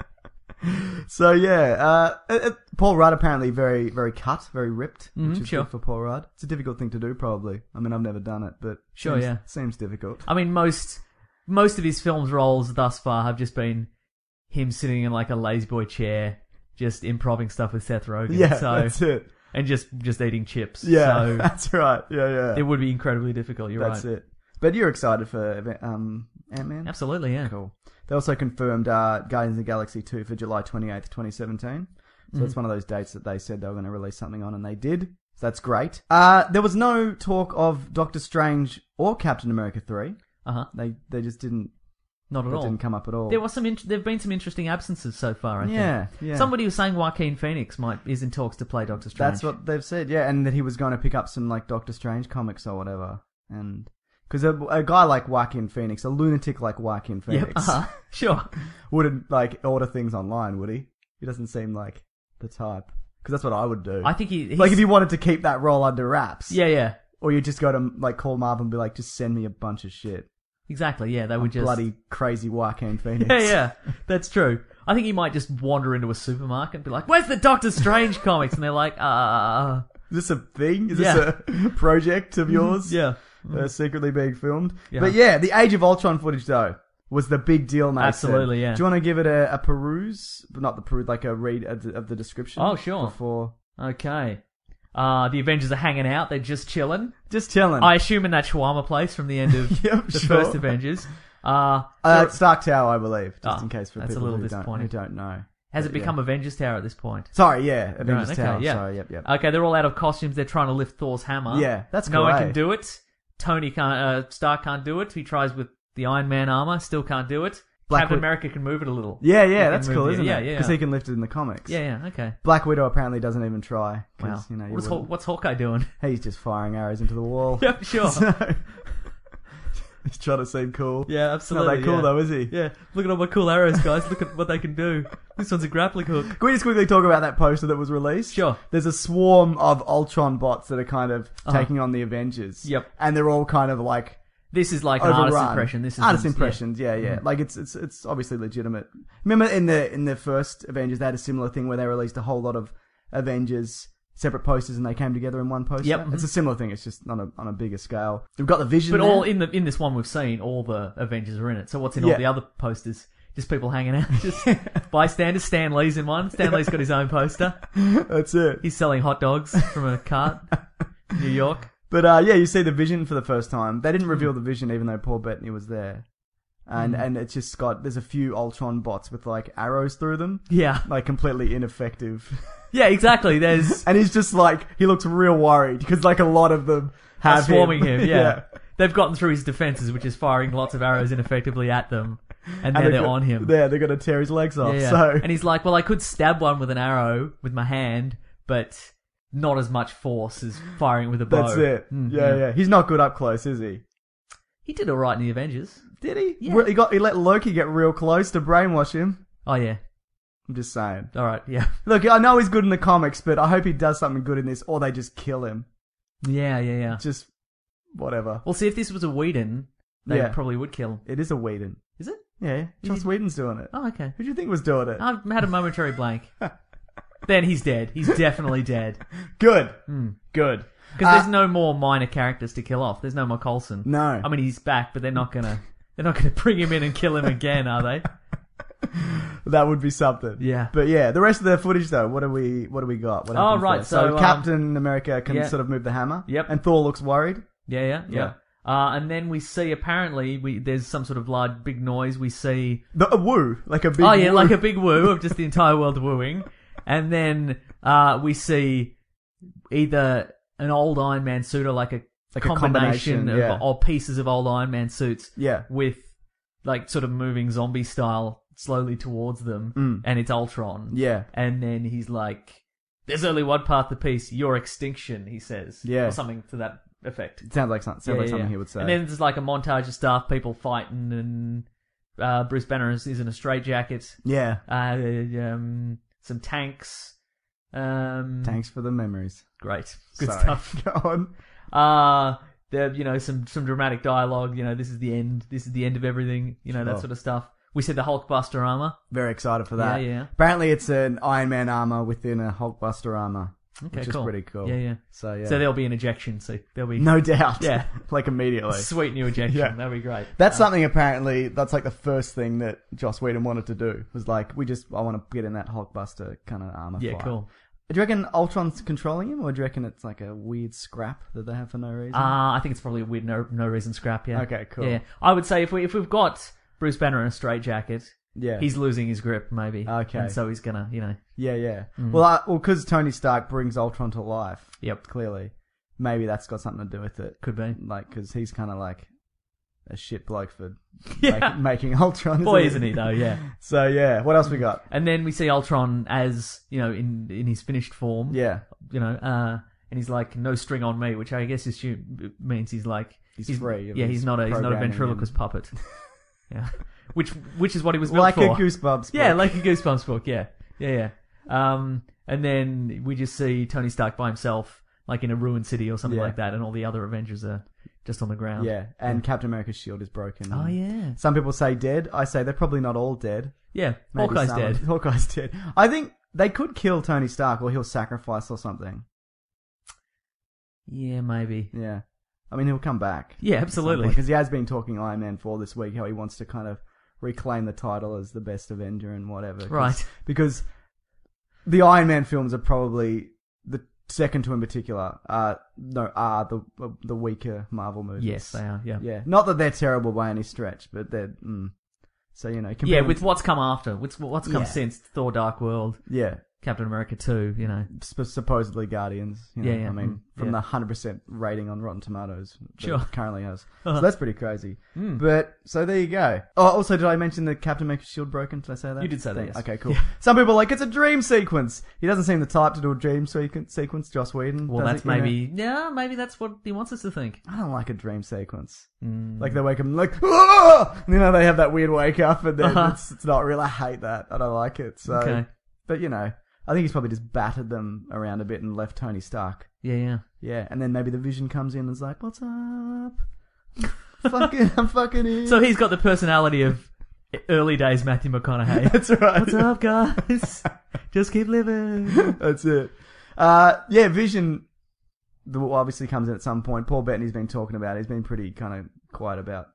Speaker 3: So yeah, uh, uh, uh, Paul Rudd apparently very very cut, very ripped, which
Speaker 4: Mhm,
Speaker 3: is
Speaker 4: sure.
Speaker 3: good for Paul Rudd. It's a difficult thing to do, probably. I mean, I've never done it, but
Speaker 4: Sure,
Speaker 3: seems,
Speaker 4: yeah.
Speaker 3: seems difficult.
Speaker 4: I mean, most most of his films roles thus far have just been him sitting in like a lazy boy chair, just improving stuff with Seth Rogen.
Speaker 3: Yeah,
Speaker 4: so
Speaker 3: that's it.
Speaker 4: and just just eating chips.
Speaker 3: Yeah,
Speaker 4: so
Speaker 3: that's right. Yeah, yeah,
Speaker 4: it would be incredibly difficult. You're
Speaker 3: that's
Speaker 4: right.
Speaker 3: it. But you're excited for um, Ant Man?
Speaker 4: Absolutely, yeah.
Speaker 3: Cool. They also confirmed uh, Guardians of the Galaxy two for July twenty eighth, twenty seventeen. So
Speaker 4: Mm-hmm.
Speaker 3: it's one of those dates that they said they were going to release something on, and they did. So that's great. Uh, there was no talk of Doctor Strange or Captain America three.
Speaker 4: Uh huh.
Speaker 3: They they just didn't.
Speaker 4: Not at
Speaker 3: It
Speaker 4: all.
Speaker 3: didn't come up at all.
Speaker 4: There was some. Int- there've been some interesting absences so far. I
Speaker 3: Yeah,
Speaker 4: think.
Speaker 3: yeah.
Speaker 4: Somebody was saying Joaquin Phoenix might is in talks to play Doctor Strange.
Speaker 3: That's what they've said, yeah, and that he was going to pick up some like Doctor Strange comics or whatever, and because a, a guy like Joaquin Phoenix, a lunatic like Joaquin
Speaker 4: Yep.
Speaker 3: Phoenix,
Speaker 4: Uh-huh. Sure.
Speaker 3: wouldn't like order things online, would he? He doesn't seem like the type, because that's what I would do.
Speaker 4: I think he. He's,
Speaker 3: like if you wanted to keep that role under wraps,
Speaker 4: Yeah. Yeah.
Speaker 3: or you just go to like call Marvel and be like, just send me a bunch of shit,
Speaker 4: Exactly. Yeah. They would just.
Speaker 3: bloody crazy Joaquin Phoenix.
Speaker 4: Yeah. Yeah. That's true. I think he might just wander into a supermarket and be like, "Where's the Doctor Strange comics?" And they're like, "Uh,
Speaker 3: Is this a thing? Is
Speaker 4: Yeah.
Speaker 3: this a project of yours?
Speaker 4: yeah."
Speaker 3: uh, secretly being filmed.
Speaker 4: Hmm. Yeah.
Speaker 3: But yeah, the Age of Ultron footage though was the big deal, mate.
Speaker 4: Absolutely, yeah.
Speaker 3: Do you want to give it a, a peruse, but not the peruse, like a read of the, of the description?
Speaker 4: Oh, sure.
Speaker 3: Before
Speaker 4: Okay. Uh, the Avengers are hanging out. They're just chilling.
Speaker 3: just telling.
Speaker 4: I assume in that shawarma place from the end of
Speaker 3: Yep,
Speaker 4: the
Speaker 3: Um, sure.
Speaker 4: first Avengers. Uh,
Speaker 3: uh, Stark Tower, I believe, just
Speaker 4: Ah,
Speaker 3: in case for
Speaker 4: that's a
Speaker 3: people
Speaker 4: little
Speaker 3: who, don't, who
Speaker 4: disappointing.
Speaker 3: don't know.
Speaker 4: has
Speaker 3: But,
Speaker 4: it become
Speaker 3: yeah.
Speaker 4: Avengers Tower at this point?
Speaker 3: Sorry, yeah, Avengers
Speaker 4: Right,
Speaker 3: Tower.
Speaker 4: okay, yeah. Uh,
Speaker 3: Sorry, yep, yep.
Speaker 4: Okay, they're all out of costumes. They're trying to lift Thor's hammer.
Speaker 3: Yeah, that's
Speaker 4: no one
Speaker 3: great.
Speaker 4: can do it. Tony can't. Uh, Stark can't do it. He tries with the Iron Man armor. Still can't do it.
Speaker 3: Black
Speaker 4: Captain
Speaker 3: Wi-
Speaker 4: America can move it a little.
Speaker 3: yeah,
Speaker 4: He
Speaker 3: yeah,
Speaker 4: can
Speaker 3: that's
Speaker 4: move
Speaker 3: cool,
Speaker 4: the-
Speaker 3: isn't
Speaker 4: yeah,
Speaker 3: it?
Speaker 4: Yeah,
Speaker 3: Because
Speaker 4: yeah.
Speaker 3: he can lift it in the comics.
Speaker 4: yeah, yeah. Okay.
Speaker 3: Black Widow apparently doesn't even try. 'cause,
Speaker 4: Wow.
Speaker 3: You know, you
Speaker 4: what's, Haw-
Speaker 3: wouldn't-
Speaker 4: what's Hawkeye doing?
Speaker 3: he's just firing arrows into the wall.
Speaker 4: yep, sure.
Speaker 3: So- he's trying to seem cool.
Speaker 4: yeah,
Speaker 3: He's not
Speaker 4: absolutely.
Speaker 3: that cool
Speaker 4: yeah.
Speaker 3: though, is he?
Speaker 4: Yeah, look at all my cool arrows, guys. Look at what they can do. This one's a grappling hook.
Speaker 3: Can we just quickly talk about that poster that was released?
Speaker 4: Sure. Uh-huh.
Speaker 3: There's a swarm of Ultron bots that are kind of taking on the Avengers.
Speaker 4: Yep.
Speaker 3: And they're all kind of like
Speaker 4: This is like an
Speaker 3: overrun.
Speaker 4: artist impression. This is Mm-hmm.
Speaker 3: artist impressions. Yeah, yeah. Like it's it's it's obviously legitimate. Remember in the in the first Avengers, they had a similar thing where they released a whole lot of Avengers separate posters and they came together in one poster.
Speaker 4: Yep, mhm.
Speaker 3: It's a similar thing. It's just on a on a bigger scale. We've got the vision,
Speaker 4: But
Speaker 3: there.
Speaker 4: all in the in this one we've seen, all the Avengers are in it. So what's in all
Speaker 3: Yeah.
Speaker 4: the other posters? Just people hanging out, just bystanders. Stan Lee's in one. Stan Lee's got his own poster.
Speaker 3: that's it.
Speaker 4: He's selling hot dogs from a cart. New York.
Speaker 3: But uh, yeah, you see the vision for the first time. They didn't reveal
Speaker 4: Hmm.
Speaker 3: the vision, even though Paul Bettany was there. And and it's just got there's a few Ultron bots with like arrows through them,
Speaker 4: Yeah,
Speaker 3: like completely ineffective.
Speaker 4: yeah, exactly. There's
Speaker 3: and he's just like he looks real worried because like a lot of them have
Speaker 4: swarming him. Yeah. they've gotten through his defenses, which is firing lots of arrows ineffectively at them, and now
Speaker 3: And
Speaker 4: they're,
Speaker 3: go-
Speaker 4: on him.
Speaker 3: Yeah, they're gonna tear his legs off.
Speaker 4: Yeah, yeah.
Speaker 3: So
Speaker 4: and he's like, "Well, I could stab one with an arrow with my hand, but not as much force as firing with a bow."
Speaker 3: that's it.
Speaker 4: Mm,
Speaker 3: yeah, yeah. He's not good up close, is he?
Speaker 4: He did all right in the Avengers.
Speaker 3: Did he?
Speaker 4: Yeah.
Speaker 3: Well, He got he let Loki get real close to brainwash him.
Speaker 4: Oh yeah.
Speaker 3: I'm just saying.
Speaker 4: All right. Yeah.
Speaker 3: Look, I know he's good in the comics, but I hope he does something good in this, or they just kill him.
Speaker 4: Yeah. Yeah. Yeah.
Speaker 3: Just whatever.
Speaker 4: Well, see, if this was a Whedon, they
Speaker 3: Yeah.
Speaker 4: probably would kill him.
Speaker 3: It is a Whedon.
Speaker 4: Is it?
Speaker 3: Yeah, Joss Whedon's doing it.
Speaker 4: Oh, okay.
Speaker 3: Who do you think was doing it?
Speaker 4: I've had a momentary blank. then he's dead. He's definitely dead.
Speaker 3: Good. Good.
Speaker 4: Because Hmm. there's
Speaker 3: Uh,
Speaker 4: no more minor characters to kill off. There's no more Colson.
Speaker 3: No.
Speaker 4: I mean, he's back, but they're not gonna. They're not gonna bring him in and kill him again, are they?
Speaker 3: That would be something.
Speaker 4: Yeah.
Speaker 3: But yeah, the rest of the footage though, what do we what do we got? What
Speaker 4: Oh,
Speaker 3: happens
Speaker 4: right,
Speaker 3: there?
Speaker 4: so,
Speaker 3: So,
Speaker 4: um,
Speaker 3: Captain America can
Speaker 4: yeah.
Speaker 3: sort of move the hammer.
Speaker 4: Yep.
Speaker 3: And Thor looks worried.
Speaker 4: Yeah, yeah, yeah. Uh, and then we see apparently we there's some sort of large big noise. We see
Speaker 3: The a woo, like a big
Speaker 4: oh yeah,
Speaker 3: woo.
Speaker 4: like a big woo of just the entire world wooing, and then uh, we see either an old Iron Man suit or like a
Speaker 3: Like a
Speaker 4: combination,
Speaker 3: combination,
Speaker 4: of
Speaker 3: yeah.
Speaker 4: of pieces of old Iron Man suits
Speaker 3: Yeah.
Speaker 4: with like sort of moving zombie style slowly towards them,
Speaker 3: Mm.
Speaker 4: and it's Ultron.
Speaker 3: Yeah.
Speaker 4: and then he's like, "There's only one path to peace: your extinction," he says.
Speaker 3: Yeah.
Speaker 4: or something to that effect.
Speaker 3: It sounds like something sounds
Speaker 4: Yeah,
Speaker 3: like
Speaker 4: yeah,
Speaker 3: something
Speaker 4: yeah.
Speaker 3: he would say.
Speaker 4: And then there's like a montage of stuff, people fighting, and uh, Bruce Banner is, is in a straitjacket.
Speaker 3: yeah.
Speaker 4: Uh, um, some tanks. Um,
Speaker 3: Thanks for the memories.
Speaker 4: Great, good
Speaker 3: Sorry.
Speaker 4: stuff.
Speaker 3: Go on.
Speaker 4: Uh there, you know, some some dramatic dialogue. You know, this is the end. This is the end of everything. You know, that
Speaker 3: Sure.
Speaker 4: sort of stuff. We said the Hulkbuster armor.
Speaker 3: Very excited for that.
Speaker 4: Yeah, yeah.
Speaker 3: Apparently it's an Iron Man armor within a Hulkbuster armor.
Speaker 4: Okay,
Speaker 3: which
Speaker 4: cool.
Speaker 3: is pretty cool.
Speaker 4: Yeah, yeah.
Speaker 3: So yeah.
Speaker 4: So there'll be an ejection. So there'll be
Speaker 3: no doubt.
Speaker 4: Yeah.
Speaker 3: like immediately.
Speaker 4: sweet new ejection.
Speaker 3: Yeah.
Speaker 4: That'd be great.
Speaker 3: That's something apparently that's like the first thing that Joss Whedon wanted to do was like we just I want to get in that Hulkbuster kind of armor.
Speaker 4: yeah,
Speaker 3: fight.
Speaker 4: cool.
Speaker 3: Do you reckon Ultron's controlling him, or do you reckon it's like a weird scrap that they have for no reason?
Speaker 4: Uh, I think it's probably a weird no no reason scrap. Yeah.
Speaker 3: Okay, cool.
Speaker 4: Yeah, I would say if we if we've got Bruce Banner in a straitjacket,
Speaker 3: yeah,
Speaker 4: he's losing his grip maybe.
Speaker 3: Okay.
Speaker 4: and so he's gonna you know
Speaker 3: yeah, yeah.
Speaker 4: mm.
Speaker 3: Well, I, well, because Tony Stark brings Ultron to life.
Speaker 4: Yep.
Speaker 3: clearly, maybe that's got something to do with it.
Speaker 4: could be.
Speaker 3: Like, because he's kind of like a shit bloke for
Speaker 4: Yeah.
Speaker 3: make- making Ultron.
Speaker 4: Boy, isn't he though? Yeah.
Speaker 3: So yeah, what else we got?
Speaker 4: And then we see Ultron as you know in in his finished form.
Speaker 3: Yeah,
Speaker 4: You know, uh, and he's like no string on me, which I guess is means he's like
Speaker 3: He's free of
Speaker 4: Yeah,
Speaker 3: his
Speaker 4: he's not a he's not a
Speaker 3: programming
Speaker 4: ventriloquist
Speaker 3: and-
Speaker 4: puppet. yeah. Which which is what he was built
Speaker 3: like
Speaker 4: for.
Speaker 3: a goosebumps.
Speaker 4: Yeah,
Speaker 3: book.
Speaker 4: like a Goosebumps book. Yeah, yeah, yeah. Um, and then we just see Tony Stark by himself, like in a ruined city or something
Speaker 3: Yeah.
Speaker 4: like that, and all the other Avengers are just on the ground.
Speaker 3: yeah. Mm-hmm. And Captain America's shield is broken.
Speaker 4: Oh yeah.
Speaker 3: Some people say dead. I say they're probably not all dead.
Speaker 4: Yeah.
Speaker 3: Maybe
Speaker 4: Hawkeye's
Speaker 3: some-
Speaker 4: dead.
Speaker 3: Hawkeye's dead. I think they could kill Tony Stark, or he'll sacrifice or something.
Speaker 4: Yeah, maybe.
Speaker 3: Yeah, I mean he'll come back.
Speaker 4: Yeah, absolutely.
Speaker 3: Because he has been talking Iron Man four this week, how he wants to kind of reclaim the title as the best Avenger and whatever. 'Cause-
Speaker 4: Right.
Speaker 3: Because the Iron Man films are probably the second two in particular. Uh, no, are the the weaker Marvel movies.
Speaker 4: Yes, they are. Yeah. Yeah.
Speaker 3: Yeah, not that they're terrible by any stretch, but they're. Mm. So you know, compared
Speaker 4: with what's come after, what's what's come
Speaker 3: Yeah.
Speaker 4: since Thor: Dark World,
Speaker 3: yeah,
Speaker 4: Captain America Two, you know,
Speaker 3: sp- supposedly Guardians. You know,
Speaker 4: Yeah, yeah,
Speaker 3: I mean,
Speaker 4: mm,
Speaker 3: from
Speaker 4: yeah.
Speaker 3: the hundred percent rating on Rotten Tomatoes that
Speaker 4: Sure. Hmm.
Speaker 3: it currently has. So that's pretty crazy. But so there you go. Oh, also, did I mention the Captain America shield broken? Did I say that?
Speaker 4: You did say that,
Speaker 3: Thank-
Speaker 4: yes.
Speaker 3: Okay, cool. Some people are like it's a dream sequence. He doesn't seem the type to do a dream sequen- sequence. Joss Whedon.
Speaker 4: well,
Speaker 3: does
Speaker 4: that's
Speaker 3: it, you know?
Speaker 4: maybe yeah, maybe that's what he wants us to think.
Speaker 3: I don't like a dream sequence.
Speaker 4: Mm.
Speaker 3: Like they wake up and like, "Ah!" And, you know, they have that weird wake up, and then it's, it's not real. I hate that. I don't like it. So,
Speaker 4: Uh-huh. Okay.
Speaker 3: but you know, I think he's probably just battered them around a bit and left Tony Stark.
Speaker 4: Yeah, yeah.
Speaker 3: Yeah, and then maybe the vision comes in and is like, "What's up? fucking, I'm fucking in."
Speaker 4: So he's got the personality of early days Matthew McConaughey.
Speaker 3: that's right.
Speaker 4: What's up, guys? Just keep living.
Speaker 3: That's it. Uh, yeah, Vision the, obviously comes in at some point. Paul Bettany's been talking about it. He's been pretty kind of quiet about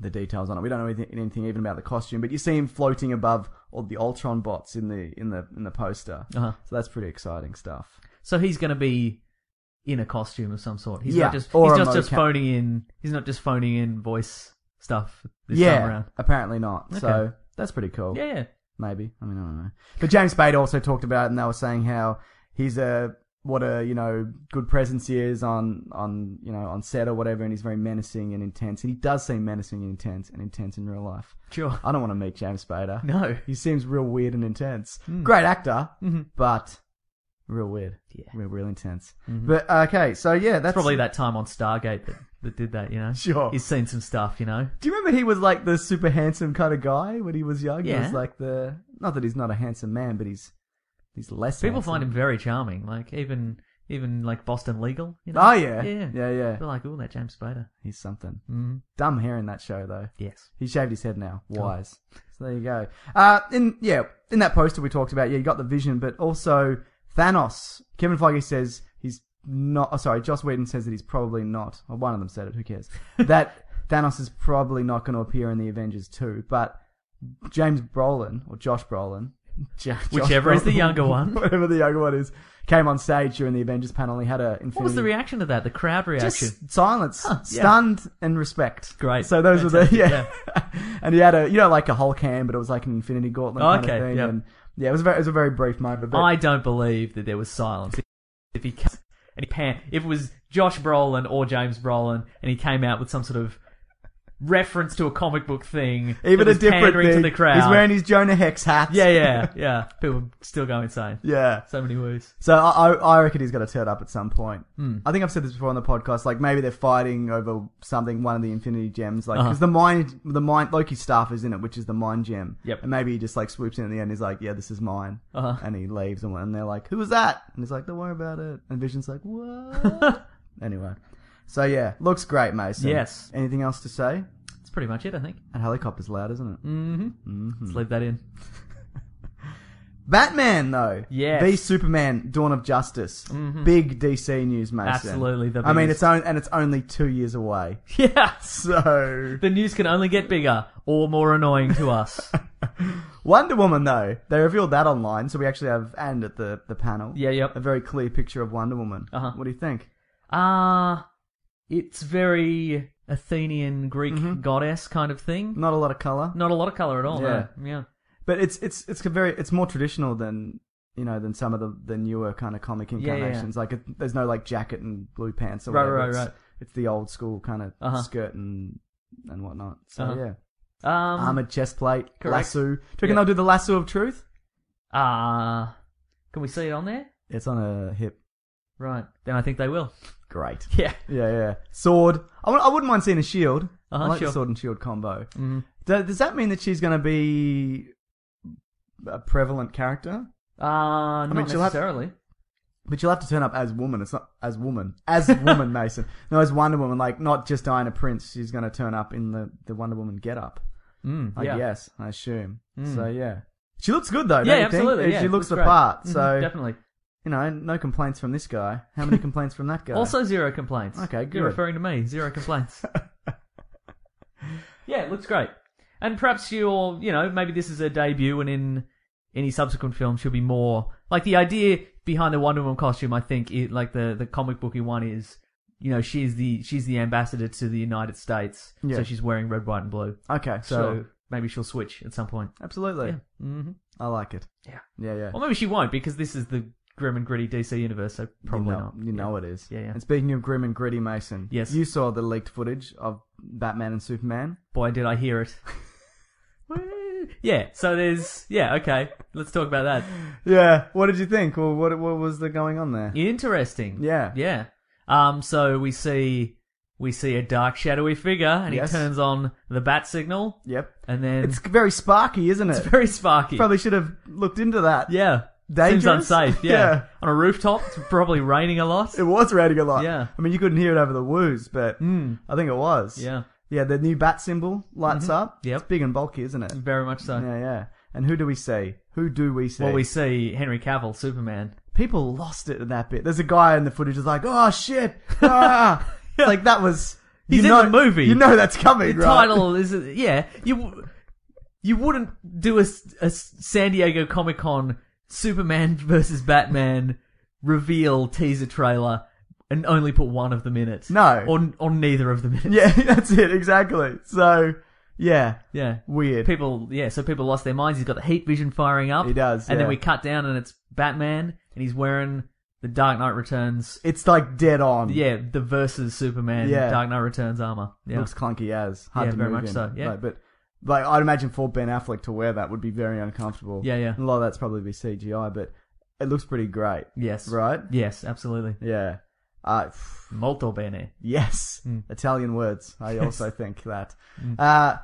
Speaker 3: the details on it. We don't know anything, anything even about the costume, but you see him floating above all the Ultron bots in the in the in the poster.
Speaker 4: Uh-huh.
Speaker 3: So that's pretty exciting stuff.
Speaker 4: So he's going to be in a costume of some sort. He's
Speaker 3: Yeah,
Speaker 4: not just
Speaker 3: or
Speaker 4: he's
Speaker 3: a
Speaker 4: not just
Speaker 3: mocap.
Speaker 4: phoning in. He's not just phoning in voice stuff this time
Speaker 3: yeah,
Speaker 4: around.
Speaker 3: apparently not. So
Speaker 4: Okay.
Speaker 3: that's pretty cool.
Speaker 4: Yeah, yeah.
Speaker 3: Maybe. I mean, I don't know. But James Spade also talked about it, and they were saying how he's a what a you know good presence he is on on you know on set or whatever, and he's very menacing and intense, and he does seem menacing and intense and intense in real life.
Speaker 4: Sure.
Speaker 3: I don't want to meet James Spader.
Speaker 4: No. Hmm.
Speaker 3: He seems real weird and intense. Great actor,
Speaker 4: Mhm.
Speaker 3: but real weird.
Speaker 4: Yeah.
Speaker 3: Real, real intense. But okay, so yeah, that's
Speaker 4: It's probably that time on Stargate that, that did that, you know?
Speaker 3: Sure.
Speaker 4: He's seen some stuff, you know?
Speaker 3: Do you remember he was like the super handsome kind of guy when he was young? He was
Speaker 4: Yeah.
Speaker 3: like the not that he's not a handsome man, but he's he's less.
Speaker 4: People
Speaker 3: handsome.
Speaker 4: find him very charming. Like, even even like Boston Legal, you know?
Speaker 3: Oh yeah,
Speaker 4: Yeah.
Speaker 3: yeah, yeah. Mm-hmm.
Speaker 4: They're like, ooh, that James Spader.
Speaker 3: He's something.
Speaker 4: Mm.
Speaker 3: Dumb hair in that show though.
Speaker 4: Yes.
Speaker 3: He shaved his head now. Wise. So there you go. Uh, in yeah, in that poster we talked about, yeah, you got the vision, but also Thanos. Kevin Feige says he's not. Oh, sorry, Joss Whedon says that he's probably not. Well, one of them said it. Who cares? that Thanos is probably not going to appear in the Avengers two, but James Brolin or Josh Brolin. Ja- Josh
Speaker 4: Whichever is the younger one.
Speaker 3: whatever the younger one is, came on stage during the Avengers panel. He had a. Infinity
Speaker 4: What was the reaction to that? The crowd reaction?
Speaker 3: just silence,
Speaker 4: Huh, yeah.
Speaker 3: stunned, and respect.
Speaker 4: Great.
Speaker 3: So those
Speaker 4: Fantastic,
Speaker 3: were the yeah. and he had a you know like a Hulk hand, but it was like an Infinity Gauntlet
Speaker 4: Oh,
Speaker 3: kind
Speaker 4: okay,
Speaker 3: of thing.
Speaker 4: yeah.
Speaker 3: And yeah, it was a very, it was a very brief moment. But
Speaker 4: I don't believe that there was silence. If he ca- and he pan, if it was Josh Brolin or James Brolin, and he came out with some sort of reference to a comic book thing, that
Speaker 3: even a
Speaker 4: was
Speaker 3: different
Speaker 4: pandering
Speaker 3: thing.
Speaker 4: to the crowd.
Speaker 3: He's wearing his Jonah Hex hat.
Speaker 4: yeah, yeah, yeah. People still go insane.
Speaker 3: yeah.
Speaker 4: So many woos.
Speaker 3: So I, I I reckon he's going to turn up at some point.
Speaker 4: Hmm.
Speaker 3: I think I've said this before on the podcast. Like maybe they're fighting over something, one of the Infinity Gems,
Speaker 4: Uh-huh.
Speaker 3: like because the mind, the mind, Loki's staff is in it, which is the mind gem.
Speaker 4: Yep.
Speaker 3: And maybe he just like swoops in at the end. He's like, "Yeah, this is mine,"
Speaker 4: Uh-huh.
Speaker 3: and he leaves. And, and they're like, "Who was that?" And he's like, "Don't worry about it." And Vision's like, "What?" anyway, so yeah, looks great, Mason.
Speaker 4: Yes.
Speaker 3: Anything else to say?
Speaker 4: That's pretty much it, I think.
Speaker 3: That helicopter's loud, isn't it?
Speaker 4: Let's leave that in.
Speaker 3: Batman, though.
Speaker 4: Yes. Mm-hmm.
Speaker 3: The Superman, Dawn of Justice. Big DC news, Mason.
Speaker 4: Absolutely the
Speaker 3: I mean,
Speaker 4: biggest.
Speaker 3: it's on, and it's only two years away.
Speaker 4: Yes.
Speaker 3: So.
Speaker 4: The news can only get bigger or more annoying to us.
Speaker 3: Wonder Woman, though. They revealed that online, so we actually have, and at the, the panel.
Speaker 4: Yeah, yep.
Speaker 3: A very clear picture of Wonder Woman.
Speaker 4: Uh-huh.
Speaker 3: What do you think?
Speaker 4: Ah, it's very Athenian Greek
Speaker 3: Mm-hmm.
Speaker 4: goddess kind of thing.
Speaker 3: Not a lot of color.
Speaker 4: Not a lot of color at all.
Speaker 3: Yeah.
Speaker 4: Yeah, yeah.
Speaker 3: But it's, it's, it's a very, it's more traditional than, you know, than some of the, the newer kind of comic
Speaker 4: yeah, yeah.
Speaker 3: incarnations. Like, it, there's no, like, jacket and blue pants or
Speaker 4: Right,
Speaker 3: whatever.
Speaker 4: right,
Speaker 3: it's,
Speaker 4: right.
Speaker 3: It's the old school kind of
Speaker 4: Uh-huh.
Speaker 3: skirt and, and whatnot. So,
Speaker 4: Uh-huh.
Speaker 3: yeah.
Speaker 4: Um,
Speaker 3: armored chest plate,
Speaker 4: correct.
Speaker 3: lasso. Do you reckon
Speaker 4: Yeah.
Speaker 3: they'll do the lasso of truth?
Speaker 4: Ah, can we see it on there?
Speaker 3: It's on a hip.
Speaker 4: Right. Then I think they will.
Speaker 3: Great.
Speaker 4: Yeah.
Speaker 3: Yeah, yeah. Sword. I w- I wouldn't mind seeing a shield. I
Speaker 4: Uh-huh,
Speaker 3: like
Speaker 4: sure.
Speaker 3: the sword and shield combo.
Speaker 4: Mhm.
Speaker 3: Do- does that mean that she's going to be a prevalent character?
Speaker 4: Ah, not
Speaker 3: mean, she'll have-
Speaker 4: necessarily.
Speaker 3: But you'll have to turn up as woman. It's not as woman. As woman, Mason. No, as Wonder Woman. Like, not just Diana Prince. She's going to turn up in the, the Wonder Woman get up.
Speaker 4: Mm,
Speaker 3: I
Speaker 4: yeah. Hmm.
Speaker 3: guess. I assume. So, yeah. She looks good, though.
Speaker 4: Yeah,
Speaker 3: don't you think?
Speaker 4: absolutely. Yeah,
Speaker 3: She looks the
Speaker 4: great.
Speaker 3: part.
Speaker 4: Mhm,
Speaker 3: So,
Speaker 4: definitely.
Speaker 3: you know, no complaints from this guy. How many complaints from that guy?
Speaker 4: Also, zero complaints.
Speaker 3: Okay, good.
Speaker 4: You're referring to me. Zero complaints. yeah, it looks great. And perhaps you'll, you know, maybe this is a debut, and in any subsequent film, she'll be more like the idea behind the Wonder Woman costume. I think, it, like the the comic booky one is, you know, she's the she's the ambassador to the United States,
Speaker 3: Yeah.
Speaker 4: so she's wearing red, white, and blue.
Speaker 3: okay,
Speaker 4: So
Speaker 3: so
Speaker 4: maybe she'll switch at some point.
Speaker 3: absolutely,
Speaker 4: Mm-hmm.
Speaker 3: I like it.
Speaker 4: Yeah.
Speaker 3: yeah, yeah.
Speaker 4: Or maybe she won't because this is the grim and gritty DC universe, so probably
Speaker 3: you know,
Speaker 4: not.
Speaker 3: You know it is.
Speaker 4: Yeah, yeah.
Speaker 3: And speaking of grim and gritty, Mason.
Speaker 4: Yes.
Speaker 3: You saw the leaked footage of Batman and Superman.
Speaker 4: Boy, did I hear it. yeah, so there's. Yeah, okay. Let's talk about that.
Speaker 3: Yeah. What did you think? Well, what what was the going on there?
Speaker 4: Interesting.
Speaker 3: Yeah.
Speaker 4: Yeah. Um, so we see. We see a dark, shadowy figure, and
Speaker 3: Yes.
Speaker 4: he turns on the bat signal,
Speaker 3: Yep.
Speaker 4: and then
Speaker 3: It's very sparky, isn't it?
Speaker 4: it's very sparky.
Speaker 3: Probably should have looked into that.
Speaker 4: yeah,
Speaker 3: Dangerous?
Speaker 4: seems unsafe. Yeah.
Speaker 3: Yeah.
Speaker 4: on a rooftop, it's probably raining a lot.
Speaker 3: It was raining a lot.
Speaker 4: Yeah. Hmm.
Speaker 3: I mean, you couldn't hear it over the woos, but I think it was.
Speaker 4: Yeah, Mm-hmm.
Speaker 3: Yeah. The new bat symbol lights up.
Speaker 4: Yep.
Speaker 3: It's big and bulky, isn't it?
Speaker 4: very much so.
Speaker 3: Yeah, yeah. And who do we see? Who do we see?
Speaker 4: Well, we see Henry Cavill, Superman,
Speaker 3: people lost it in that bit. There's a guy in the footage is like, oh shit, ah. like that was. you
Speaker 4: He's in
Speaker 3: know,
Speaker 4: the movie.
Speaker 3: You know that's coming,
Speaker 4: the
Speaker 3: right?
Speaker 4: title is yeah. You w- you wouldn't do a, s- a s- San Diego Comic Con Superman versus Batman reveal teaser trailer and only put one of them in it.
Speaker 3: No.
Speaker 4: or or neither of them in it.
Speaker 3: Yeah, that's it exactly. So, yeah,
Speaker 4: yeah.
Speaker 3: weird.
Speaker 4: People, yeah. So people lost their minds. He's got the heat vision firing up.
Speaker 3: He does,
Speaker 4: And then
Speaker 3: yeah.
Speaker 4: we cut down, and it's Batman, and he's wearing the Dark Knight Returns.
Speaker 3: it's like dead on.
Speaker 4: Yeah, the versus Superman
Speaker 3: Yeah.
Speaker 4: Dark Knight Returns armor. Yeah.
Speaker 3: looks clunky as hard
Speaker 4: Yeah,
Speaker 3: to
Speaker 4: very
Speaker 3: move
Speaker 4: much
Speaker 3: in.
Speaker 4: so, yeah.
Speaker 3: Like, but like I'd imagine for Ben Affleck to wear that would be very uncomfortable.
Speaker 4: Yeah, yeah.
Speaker 3: A lot of that's probably be CGI, but it looks pretty great,
Speaker 4: yes.
Speaker 3: right?
Speaker 4: Yes, absolutely.
Speaker 3: Yeah. Uh, pff,
Speaker 4: Molto bene.
Speaker 3: yes,
Speaker 4: Hmm.
Speaker 3: Italian words. I also think that. Uh,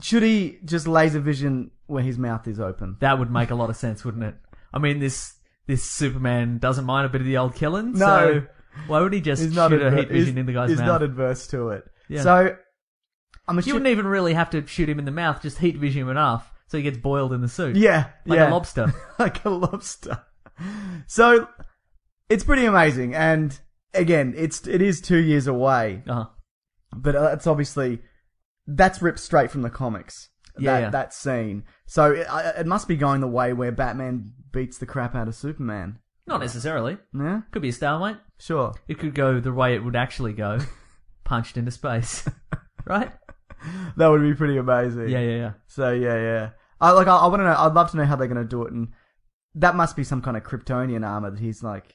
Speaker 3: should he just laser vision where his mouth is open?
Speaker 4: That would make a lot of sense, wouldn't it? I mean, this this Superman doesn't mind a bit of the old killing.
Speaker 3: No.
Speaker 4: So why would he just
Speaker 3: He's
Speaker 4: shoot
Speaker 3: not
Speaker 4: a
Speaker 3: adver-
Speaker 4: heat vision
Speaker 3: he's-
Speaker 4: in the guy's
Speaker 3: he's
Speaker 4: mouth?
Speaker 3: not adverse to it.
Speaker 4: Yeah.
Speaker 3: So I'm
Speaker 4: you
Speaker 3: assuming.
Speaker 4: wouldn't even really have to shoot him in the mouth; just heat vision him enough so he gets boiled in the suit.
Speaker 3: Yeah,
Speaker 4: like
Speaker 3: yeah.
Speaker 4: a lobster.
Speaker 3: like a lobster. So it's pretty amazing, and again, it's it is two years away,
Speaker 4: Uh-huh.
Speaker 3: but that's obviously that's ripped straight from the comics.
Speaker 4: Yeah,
Speaker 3: that,
Speaker 4: yeah.
Speaker 3: that scene. So it, I- it must be going the way where Batman beats the crap out of Superman.
Speaker 4: Not necessarily.
Speaker 3: Yeah,
Speaker 4: Could be a stalemate.
Speaker 3: sure.
Speaker 4: It could go the way it would actually go, punched into space. right?
Speaker 3: That would be pretty amazing.
Speaker 4: Yeah, yeah, yeah.
Speaker 3: So yeah, yeah. I like. I, I want to know. I'd love to know how they're going to do it, and that must be some kind of Kryptonian armor that he's like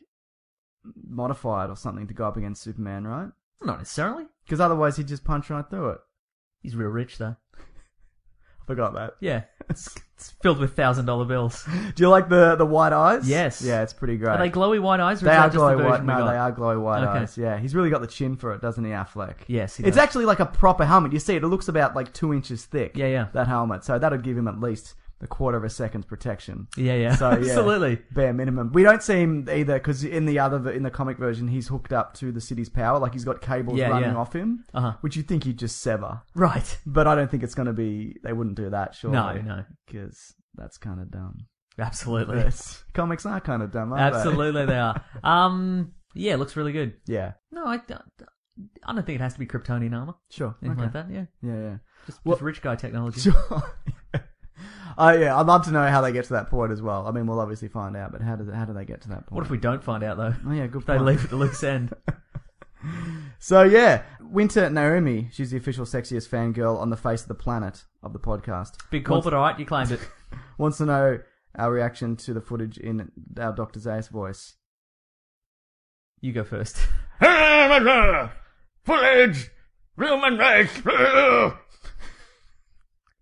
Speaker 3: modified or something to go up against Superman, right?
Speaker 4: Not necessarily.
Speaker 3: Because otherwise he'd just punch right through it.
Speaker 4: He's real rich though.
Speaker 3: I forgot that.
Speaker 4: Yeah, it's, it's filled with thousand dollar bills.
Speaker 3: Do you like the the white eyes?
Speaker 4: Yes.
Speaker 3: Yeah, it's pretty great.
Speaker 4: Are they glowy white eyes? Or
Speaker 3: They
Speaker 4: is
Speaker 3: are
Speaker 4: that just the
Speaker 3: glowy
Speaker 4: version
Speaker 3: white.
Speaker 4: we
Speaker 3: No,
Speaker 4: got?
Speaker 3: they are glowy white
Speaker 4: Okay.
Speaker 3: eyes. Yeah, he's really got the chin for it, doesn't he, Affleck?
Speaker 4: Yes, he
Speaker 3: it's
Speaker 4: does.
Speaker 3: actually like a proper helmet. You see it; it looks about like two inches thick.
Speaker 4: Yeah, yeah.
Speaker 3: That helmet, so that'll give him at least a quarter of a second's protection.
Speaker 4: Yeah, yeah.
Speaker 3: So, yeah.
Speaker 4: Absolutely.
Speaker 3: bare minimum. We don't see him either because in the other in the comic version, he's hooked up to the city's power, like he's got cables
Speaker 4: Yeah,
Speaker 3: running
Speaker 4: yeah.
Speaker 3: off him,
Speaker 4: Uh-huh.
Speaker 3: which you think he'd just sever.
Speaker 4: Right.
Speaker 3: But I don't think it's going to be. They wouldn't do that, surely.
Speaker 4: No, no.
Speaker 3: because that's kind of dumb.
Speaker 4: Absolutely.
Speaker 3: But comics are kind of dumb, aren't
Speaker 4: Absolutely, they are. Um, yeah, looks really good.
Speaker 3: they? Yeah,
Speaker 4: No, I, I don't think it has to be Kryptonian armor,
Speaker 3: sure.
Speaker 4: anything
Speaker 3: okay.
Speaker 4: like that. Yeah,
Speaker 3: Yeah, yeah.
Speaker 4: just,
Speaker 3: Well-
Speaker 4: just rich guy technology.
Speaker 3: Sure. Oh yeah, I'd love to know how they get to that point as well. I mean, we'll obviously find out, but how do how do they get to that point?
Speaker 4: What if we don't find out though?
Speaker 3: Oh yeah, good
Speaker 4: If they
Speaker 3: point.
Speaker 4: leave at the loose end.
Speaker 3: So yeah, Winter Naomi, she's the official sexiest fangirl on the face of the planet of the podcast.
Speaker 4: Big call, but all right, you claimed it.
Speaker 3: Wants to know our reaction to the footage in our Doctor Zayas voice.
Speaker 4: You go first.
Speaker 5: Footage! Human rights!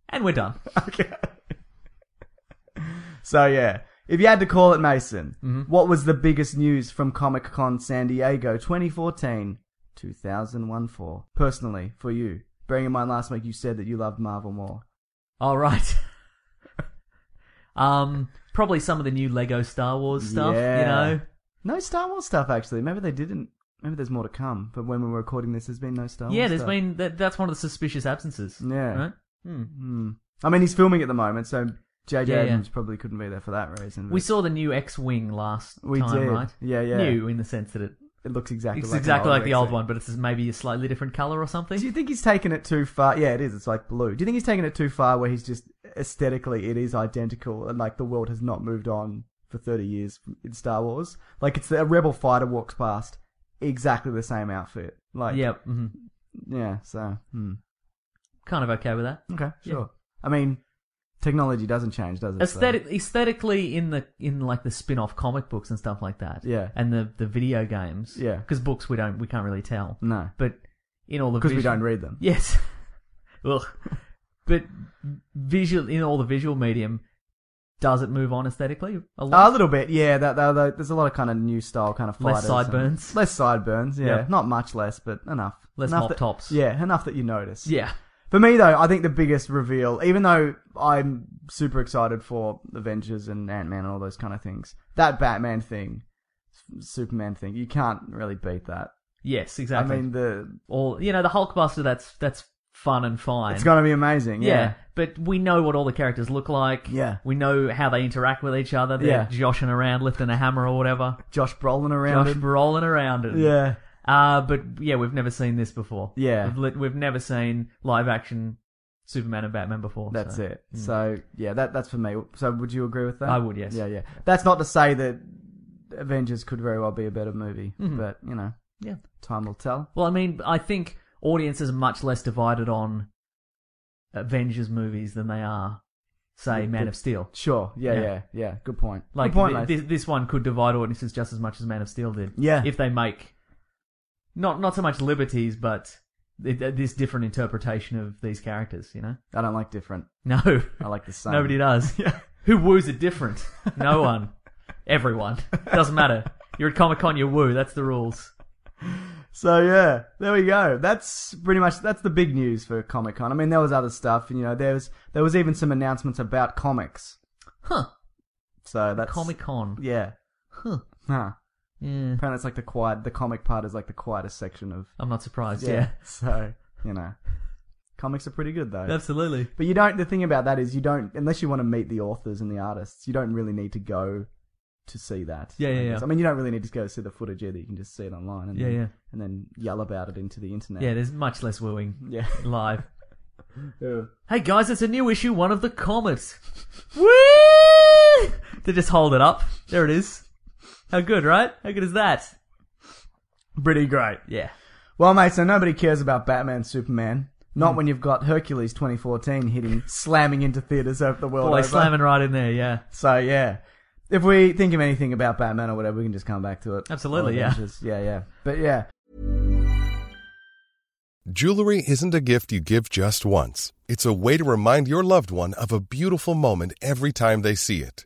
Speaker 4: And we're done.
Speaker 3: Okay. so yeah, if you had to call it Mason,
Speaker 4: Mm-hmm.
Speaker 3: what was the biggest news from Comic Con San Diego 2014, 2001 for personally for you? Bearing in mind last week you said that you loved Marvel more.
Speaker 4: All right. um, probably some of the new Lego Star Wars stuff.
Speaker 3: Yeah.
Speaker 4: You know,
Speaker 3: No Star Wars stuff actually. Maybe they didn't. Maybe there's more to come. But when we we're recording this, there's been no Star Wars.
Speaker 4: yeah. There's
Speaker 3: stuff.
Speaker 4: been that, that's one of the suspicious absences.
Speaker 3: Yeah.
Speaker 4: Right?
Speaker 3: Hmm. I mean, he's filming at the moment, so JJ
Speaker 4: Yeah, yeah.
Speaker 3: Adams probably couldn't be there for that reason.
Speaker 4: We
Speaker 3: but
Speaker 4: saw the new X-wing last
Speaker 3: Mm. We
Speaker 4: time,
Speaker 3: did.
Speaker 4: right?
Speaker 3: Yeah, yeah.
Speaker 4: New in the sense that it
Speaker 3: it looks exactly
Speaker 4: it's
Speaker 3: like an
Speaker 4: exactly like the old
Speaker 3: X-Wing.
Speaker 4: one, but it's maybe a slightly different color or something.
Speaker 3: Do you think he's taken it too far? Yeah, it is. It's like blue. Do you think he's taken it too far where he's just aesthetically it is identical and like the world has not moved on for 30 years in Star Wars? Like it's a rebel fighter walks past exactly the same outfit. Like
Speaker 4: yeah, mhm.
Speaker 3: yeah, so hmm.
Speaker 4: kind of okay with that.
Speaker 3: okay,
Speaker 4: Yeah.
Speaker 3: sure. I mean, technology doesn't change, does it? So-
Speaker 4: Aesthetic, aesthetically, in the in like the spin-off comic books and stuff like that.
Speaker 3: Yeah.
Speaker 4: and the the video games.
Speaker 3: Yeah.
Speaker 4: because books we don't we can't really tell.
Speaker 3: No.
Speaker 4: but in all the
Speaker 3: Because we
Speaker 4: visual-
Speaker 3: don't read them.
Speaker 4: Yes. Ugh. But visual in all the visual medium, does it move on aesthetically a
Speaker 3: A
Speaker 4: lot?
Speaker 3: little bit, yeah. That, that, that- there's a lot of kind of new style, kind of
Speaker 4: Less
Speaker 3: fighters and-
Speaker 4: sideburns.
Speaker 3: less sideburns, yeah.
Speaker 4: Yeah.
Speaker 3: Not much less, but enough.
Speaker 4: Less
Speaker 3: enough
Speaker 4: mop
Speaker 3: that-
Speaker 4: tops.
Speaker 3: Yeah, enough that you notice.
Speaker 4: yeah,
Speaker 3: For me though, I think the biggest reveal, even though I'm super excited for Avengers and Ant Man and all those kind of things, that Batman thing, Superman thing, you can't really beat that.
Speaker 4: yes, exactly.
Speaker 3: I mean the
Speaker 4: All you know, the Hulkbuster. That's that's fun and fine.
Speaker 3: It's gonna be amazing.
Speaker 4: yeah.
Speaker 3: Yeah.
Speaker 4: but we know what all the characters look like.
Speaker 3: Yeah.
Speaker 4: we know how they interact with each other. They're
Speaker 3: Yeah.
Speaker 4: joshing around, lifting a hammer or whatever.
Speaker 3: Josh Brolin around.
Speaker 4: Josh
Speaker 3: it.
Speaker 4: rolling around it.
Speaker 3: yeah.
Speaker 4: Uh, but yeah, we've never seen this before.
Speaker 3: Yeah.
Speaker 4: We've, lit- we've never seen live action Superman and Batman before.
Speaker 3: That's
Speaker 4: so.
Speaker 3: it. So yeah, that that's for me. So would you agree with that?
Speaker 4: Hmm. I would, yes.
Speaker 3: Yeah, yeah. That's not to say that Avengers could very well be a better movie,
Speaker 4: Mm-hmm.
Speaker 3: but you know,
Speaker 4: Yeah.
Speaker 3: time will tell.
Speaker 4: Well, I mean, I think audiences are much less divided on Avengers movies than they are, say, Man of Steel.
Speaker 3: Sure. Yeah,
Speaker 4: Yeah.
Speaker 3: yeah, yeah. Good point.
Speaker 4: Like
Speaker 3: Good point.
Speaker 4: thi-
Speaker 3: mate.
Speaker 4: this, this one could divide audiences just as much as Man of Steel did.
Speaker 3: Yeah.
Speaker 4: if they make not not so much liberties, but th- th- this different interpretation of these characters. You know,
Speaker 3: I don't like different.
Speaker 4: no,
Speaker 3: I like the same.
Speaker 4: nobody does. Who woos it different? No one. Everyone. Doesn't matter. You're at Comic Con, you woo. That's the rules.
Speaker 3: So yeah, there we go. That's pretty much that's the big news for Comic Con. I mean, there was other stuff, and you know, there was there was even some announcements about comics.
Speaker 4: Huh.
Speaker 3: So that's
Speaker 4: Comic Con.
Speaker 3: Yeah.
Speaker 4: Huh.
Speaker 3: Huh.
Speaker 4: Yeah.
Speaker 3: Apparently, it's like the quiet. The comic part is like the quietest section of
Speaker 4: I'm not surprised. Yeah.
Speaker 3: So, you know, comics are pretty good though.
Speaker 4: Absolutely.
Speaker 3: but you don't, the thing about that is you don't, unless you want to meet the authors and the artists, you don't really need to go to see that.
Speaker 4: Yeah, yeah,
Speaker 3: I
Speaker 4: yeah.
Speaker 3: guess. I mean, you don't really need to go see the footage either. You can just see it online and,
Speaker 4: Yeah,
Speaker 3: then,
Speaker 4: yeah.
Speaker 3: and then yell about it into the internet.
Speaker 4: Yeah, there's much less wooing
Speaker 3: Yeah.
Speaker 4: live.
Speaker 3: Yeah.
Speaker 4: Hey guys, it's a new issue, one of the comets. Woo! They just hold it up. There it is. How good, right? How good is that?
Speaker 3: Pretty great.
Speaker 4: Yeah.
Speaker 3: Well, mate, so nobody cares about Batman, Superman. Not
Speaker 4: Mm.
Speaker 3: when you've got Hercules 2014 hitting, slamming into theaters over the world.
Speaker 4: Boy,
Speaker 3: over.
Speaker 4: slamming right in there, yeah.
Speaker 3: So yeah, if we think of anything about Batman or whatever, we can just come back to it.
Speaker 4: Absolutely,
Speaker 3: Or
Speaker 4: yeah.
Speaker 3: Avengers. yeah, yeah. But yeah,
Speaker 6: Jewelry isn't a gift you give just once. It's a way to remind your loved one of a beautiful moment every time they see it.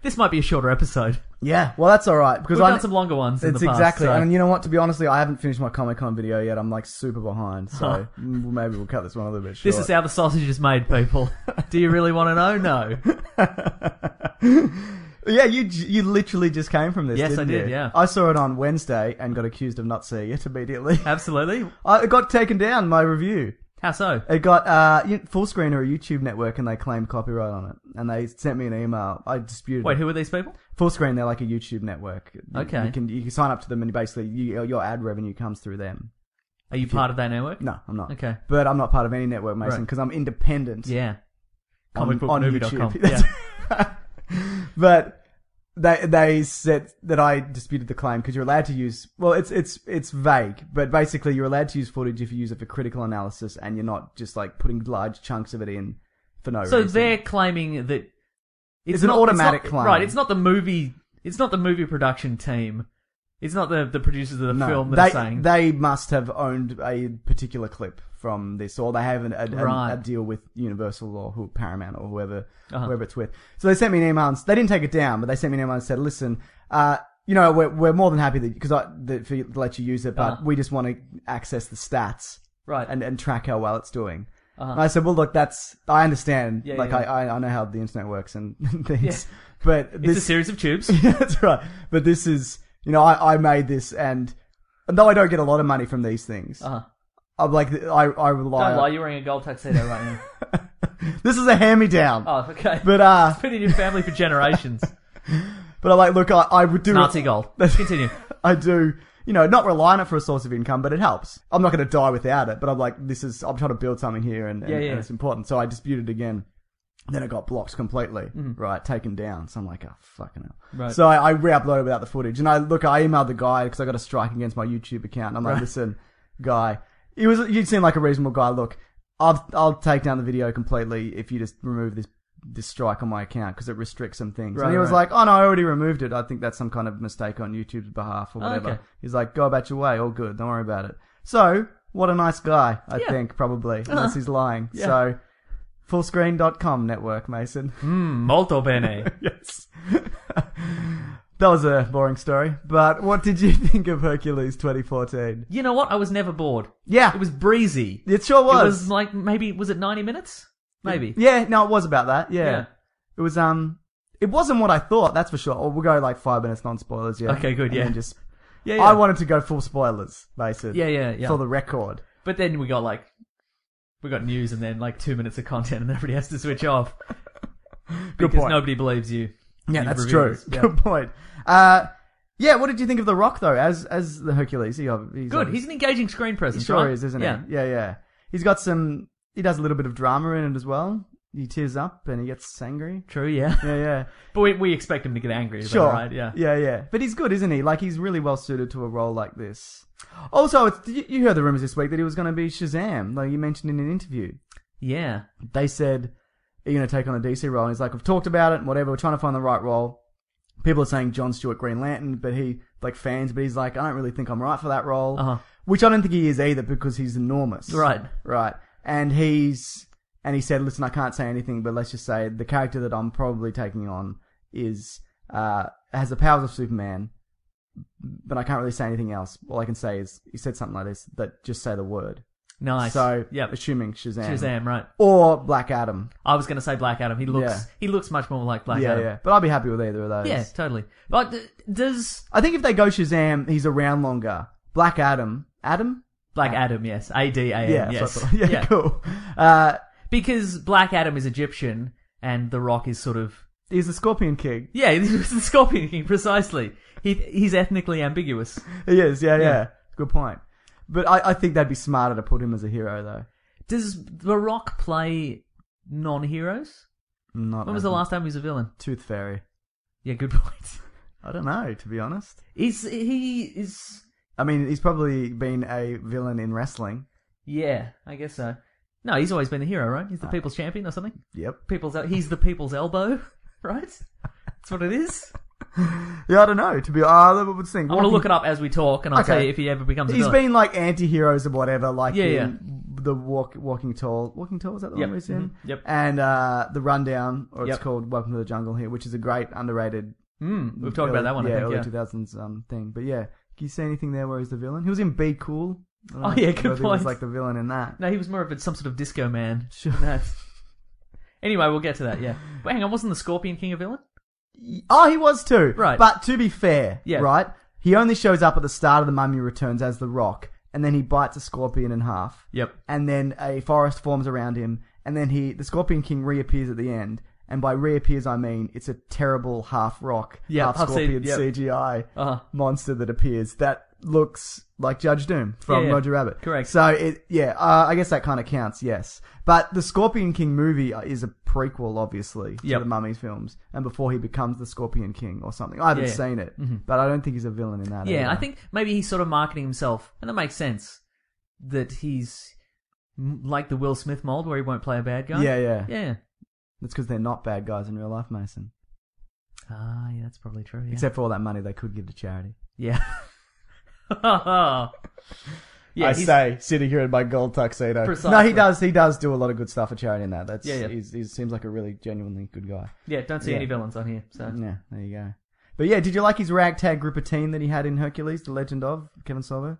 Speaker 4: This might be a shorter episode.
Speaker 3: yeah. Well, that's all right because
Speaker 4: We've
Speaker 3: I
Speaker 4: done some longer ones in
Speaker 3: It's
Speaker 4: the past.
Speaker 3: exactly,
Speaker 4: so-
Speaker 3: and you know what? To be honestly, I haven't finished my Comic Con video yet. I'm like super behind, so m- maybe we'll cut this one a little bit short.
Speaker 4: This is how the sausage is made, people. Do you really want to know? No.
Speaker 3: yeah, you j- you literally just came from this.
Speaker 4: Yes,
Speaker 3: didn't
Speaker 4: I did,
Speaker 3: you?
Speaker 4: yeah.
Speaker 3: I saw it on Wednesday and got accused of not seeing it immediately.
Speaker 4: Absolutely.
Speaker 3: I it got taken down. My review.
Speaker 4: How so?
Speaker 3: It got uh, you- full screen or a YouTube network, and they claimed copyright on it. And they sent me an email. I disputed.
Speaker 4: Wait,
Speaker 3: it.
Speaker 4: who are these people?
Speaker 3: Full screen, they're like a YouTube network. You-
Speaker 4: Okay.
Speaker 3: you can you can sign up to them, and basically you, your ad revenue comes through them.
Speaker 4: Are you part of that network?
Speaker 3: No, I'm not.
Speaker 4: Okay.
Speaker 3: but I'm not part of any network, Mason,
Speaker 4: Right.
Speaker 3: because I'm independent.
Speaker 4: Yeah.
Speaker 3: on,
Speaker 4: Comicbookmovie.com.
Speaker 3: on YouTube. But they they said that I disputed the claim because you're allowed to use well it's it's it's vague but basically you're allowed to use footage if you use it for critical analysis and you're not just like putting large chunks of it in for no
Speaker 4: So
Speaker 3: reason.
Speaker 4: they're claiming that
Speaker 3: It's an automatic
Speaker 4: it's not-
Speaker 3: claim.
Speaker 4: right? It's not the movie. It's not the movie production team. It's not the the producers of the
Speaker 3: No,
Speaker 4: film that
Speaker 3: they
Speaker 4: are saying
Speaker 3: they must have owned a particular clip from this or they have an, a, a-
Speaker 4: Right.
Speaker 3: a deal with Universal or who, Paramount or whoever
Speaker 4: Uh-huh.
Speaker 3: whoever it's with. So they sent me an email. And, s- they didn't take it down, but they sent me an email and said, "Listen, uh, you know, we're we're more than happy that because I that for you to let you use it, but
Speaker 4: Uh-huh.
Speaker 3: we just want to access the stats."
Speaker 4: right.
Speaker 3: and, and track how well it's doing.
Speaker 4: Uh-huh.
Speaker 3: And I said, well, look, that's I understand.
Speaker 4: Yeah,
Speaker 3: like
Speaker 4: yeah,
Speaker 3: I, I I know how the internet works and, and things, but
Speaker 4: it's a
Speaker 3: this
Speaker 4: series of tubes.
Speaker 3: yeah, that's right. But this is you know I, I made this and, and though I don't get a lot of money from these things,
Speaker 4: Uh-huh.
Speaker 3: I'm like I I rely.
Speaker 4: Don't lie,
Speaker 3: on,
Speaker 4: you're wearing a gold tuxedo right now.
Speaker 3: this is a hand me down.
Speaker 4: Oh, okay.
Speaker 3: But uh,
Speaker 4: it's been in your family for generations.
Speaker 3: but I'm like, look, I I would do
Speaker 4: Nazi gold. Continue.
Speaker 3: I do. You know, not rely on it for a source of income, but it helps. I'm not going to die without it, but I'm like, this is, I'm trying to build something here and, and,
Speaker 4: Yeah, yeah.
Speaker 3: and it's important. So I disputed again. Then it got blocked completely, right? Taken down. So I'm like, oh, fucking hell.
Speaker 4: Mm-hmm. Right.
Speaker 3: So I, I re-uploaded without the footage. And I, look, I emailed the guy because I got a strike against my YouTube account. And I'm like, listen, guy, he was, you seem like a reasonable guy. Look, I'll, I'll take down the video completely if you just remove this, this strike on my account because it restricts some things.
Speaker 4: Right,
Speaker 3: and he was
Speaker 4: right.
Speaker 3: like, oh no, I already removed it. I think that's some kind of mistake on YouTube's behalf or
Speaker 4: Oh,
Speaker 3: whatever.
Speaker 4: okay.
Speaker 3: He's like, go about your way, all good, don't worry about it. So, what a nice guy, I
Speaker 4: Yeah. Uh-huh.
Speaker 3: think, probably, unless he's lying.
Speaker 4: Yeah.
Speaker 3: So, fullscreen.com network, Mason.
Speaker 4: Mm, molto bene.
Speaker 3: yes. that was a boring story, but what did you think of Hercules 2014?
Speaker 4: You know what? I was never bored.
Speaker 3: Yeah.
Speaker 4: It was breezy.
Speaker 3: It sure
Speaker 4: It
Speaker 3: was.
Speaker 4: was like maybe was it ninety minutes? Maybe.
Speaker 3: Yeah, no, it was about that, yeah.
Speaker 4: Yeah.
Speaker 3: It was, um, it wasn't what I thought, that's for sure. Or we'll go like five minutes, non spoilers, yeah.
Speaker 4: Okay, good,
Speaker 3: And
Speaker 4: yeah.
Speaker 3: then just
Speaker 4: Yeah.
Speaker 3: I wanted to go full spoilers, Mason.
Speaker 4: Yeah, yeah, yeah.
Speaker 3: For the record.
Speaker 4: But then we got like we got news and then like two minutes of content and everybody has to switch off. because
Speaker 3: point.
Speaker 4: nobody believes you.
Speaker 3: Yeah,
Speaker 4: You've
Speaker 3: that's true.
Speaker 4: reviewed this. Yeah.
Speaker 3: Good point. Uh, yeah, what did you think of The Rock though? As as the Hercules, he, ob- he's
Speaker 4: Good.
Speaker 3: obvi-
Speaker 4: He's an engaging screen
Speaker 3: he
Speaker 4: presence.
Speaker 3: sure
Speaker 4: right?
Speaker 3: is, isn't
Speaker 4: yeah.
Speaker 3: he? Yeah, yeah. He's got some. He does a little bit of drama in it as well. He tears up and he gets angry.
Speaker 4: True. Yeah.
Speaker 3: Yeah, yeah.
Speaker 4: But we, we expect him to get angry. is that
Speaker 3: Sure.
Speaker 4: Right. Yeah.
Speaker 3: Yeah, yeah. But he's good, isn't he? Like he's really well suited to a role like this. Also, it's, you you heard the rumors this week that he was going to be Shazam. Like you mentioned in an interview.
Speaker 4: Yeah.
Speaker 3: they said, Are you going to take on the DC role? And he's like, We've talked about it, and whatever, we're trying to find the right role. People are saying John Stewart Green Lantern, but he, like fans, but he's like, I don't really think I'm right for that role.
Speaker 4: Uh-huh.
Speaker 3: Which I don't think he is either because he's enormous.
Speaker 4: Right.
Speaker 3: Right. And he's, and he said, Listen, I can't say anything, but let's just say the character that I'm probably taking on is, uh, has the powers of Superman, but I can't really say anything else. All I can say is, he said something like this, that just say the word.
Speaker 4: Nice.
Speaker 3: So,
Speaker 4: yep.
Speaker 3: assuming Shazam.
Speaker 4: Shazam. Right.
Speaker 3: Or Black Adam.
Speaker 4: I was going to say Black Adam. He looks
Speaker 3: Yeah.
Speaker 4: he looks much more like Black
Speaker 3: yeah,
Speaker 4: Adam.
Speaker 3: yeah. But I'll be happy with either of those.
Speaker 4: Yeah, totally. But d- does
Speaker 3: I think if they go Shazam, he's around longer. Black Adam. Adam?
Speaker 4: Black Adam? Yes, A D A M.
Speaker 3: Ah. Yeah, that's
Speaker 4: yes,
Speaker 3: what I thought. yeah, cool. Uh,
Speaker 4: Because Black Adam is Egyptian, and The Rock is sort of
Speaker 3: he's the Scorpion King.
Speaker 4: yeah, he was the Scorpion King precisely. He he's ethnically ambiguous.
Speaker 3: He is, yeah, yeah.
Speaker 4: Yeah.
Speaker 3: Good point. But I, I think they'd be smarter to put him as a hero, though.
Speaker 4: Does The Rock play non-heroes?
Speaker 3: Not
Speaker 4: When was the last time he was a villain?
Speaker 3: Tooth Fairy?
Speaker 4: Yeah, good point.
Speaker 3: I don't know, to be honest.
Speaker 4: Is he is
Speaker 3: I mean, he's probably been a villain in wrestling.
Speaker 4: yeah? I guess so. No, he's always been the hero, right?
Speaker 3: Ah.
Speaker 4: He's the people's champion or something.
Speaker 3: Yep.
Speaker 4: People's he's the people's elbow, right? That's what it is.
Speaker 3: Yeah, I don't know. To be, I would think.
Speaker 4: I want to look it up as we talk, and I'll
Speaker 3: Okay.
Speaker 4: tell you if he ever becomes. a
Speaker 3: He's
Speaker 4: villain.
Speaker 3: been like anti-heroes or whatever, like
Speaker 4: Yeah,
Speaker 3: in
Speaker 4: yeah.
Speaker 3: the walk, Walking Tall. Walking Tall, is that the
Speaker 4: Yep,
Speaker 3: one he's in?
Speaker 4: mhm, yep.
Speaker 3: And uh, The Rundown, or it's
Speaker 4: Yep.
Speaker 3: called Welcome to the Jungle here, which is a great underrated...
Speaker 4: Mm, we've talked
Speaker 3: early-
Speaker 4: about that one,
Speaker 3: yeah,
Speaker 4: I think.
Speaker 3: early
Speaker 4: Yeah.
Speaker 3: 2000s um, thing. But yeah, can you see anything there where he's the villain? He was in Be Cool. I don't
Speaker 4: Oh,
Speaker 3: know
Speaker 4: yeah, good
Speaker 3: whether He was
Speaker 4: point.
Speaker 3: like the villain in that.
Speaker 4: No, he was more of a, some sort of disco man.
Speaker 3: Sure.
Speaker 4: No. Anyway, we'll get to that, yeah. But hang on, wasn't the Scorpion King a villain?
Speaker 3: Oh, he was too.
Speaker 4: Right.
Speaker 3: But to be fair,
Speaker 4: Yeah.
Speaker 3: right, he only shows up at the start of The Mummy Returns as The Rock, and then he bites a scorpion in half.
Speaker 4: Yep.
Speaker 3: and then a forest forms around him, and then he, the Scorpion King reappears at the end. And by reappears, I mean it's a terrible half rock,
Speaker 4: Yeah,
Speaker 3: half
Speaker 4: I've
Speaker 3: scorpion
Speaker 4: seen- yeah.
Speaker 3: CGI
Speaker 4: Uh-huh.
Speaker 3: monster that appears. That looks like Judge Doom from
Speaker 4: Yeah, yeah.
Speaker 3: Roger Rabbit.
Speaker 4: Correct.
Speaker 3: So it, yeah, uh, I guess that kind of counts. Yes, but the Scorpion King movie uh, is a prequel, obviously, to
Speaker 4: Yep.
Speaker 3: the Mummies films, and before he becomes the Scorpion King or something. I haven't
Speaker 4: Yeah. Mm-hmm.
Speaker 3: seen it, but I don't think he's a villain in that.
Speaker 4: Yeah,
Speaker 3: either.
Speaker 4: I think maybe he's sort of marketing himself, and that makes sense. That he's m- like the Will Smith mold, where he won't play a bad guy.
Speaker 3: Yeah, yeah.
Speaker 4: yeah.
Speaker 3: that's because they're not bad guys in real life, Mason.
Speaker 4: Ah, yeah, that's probably true. Yeah.
Speaker 3: Except for all that money they could give to charity.
Speaker 4: yeah. yeah,
Speaker 3: I
Speaker 4: he's-
Speaker 3: say sitting here in my gold tuxedo.
Speaker 4: Precisely.
Speaker 3: No, he does. He does do a lot of good stuff for charity in that. That's
Speaker 4: Yeah, yeah.
Speaker 3: He's, he seems like a really genuinely good guy.
Speaker 4: Yeah, don't see
Speaker 3: Yeah.
Speaker 4: any villains on here. So
Speaker 3: Yeah, there you go. But yeah, did you like his ragtag group of teen that he had in Hercules, The Legend of Kevin Sorbo?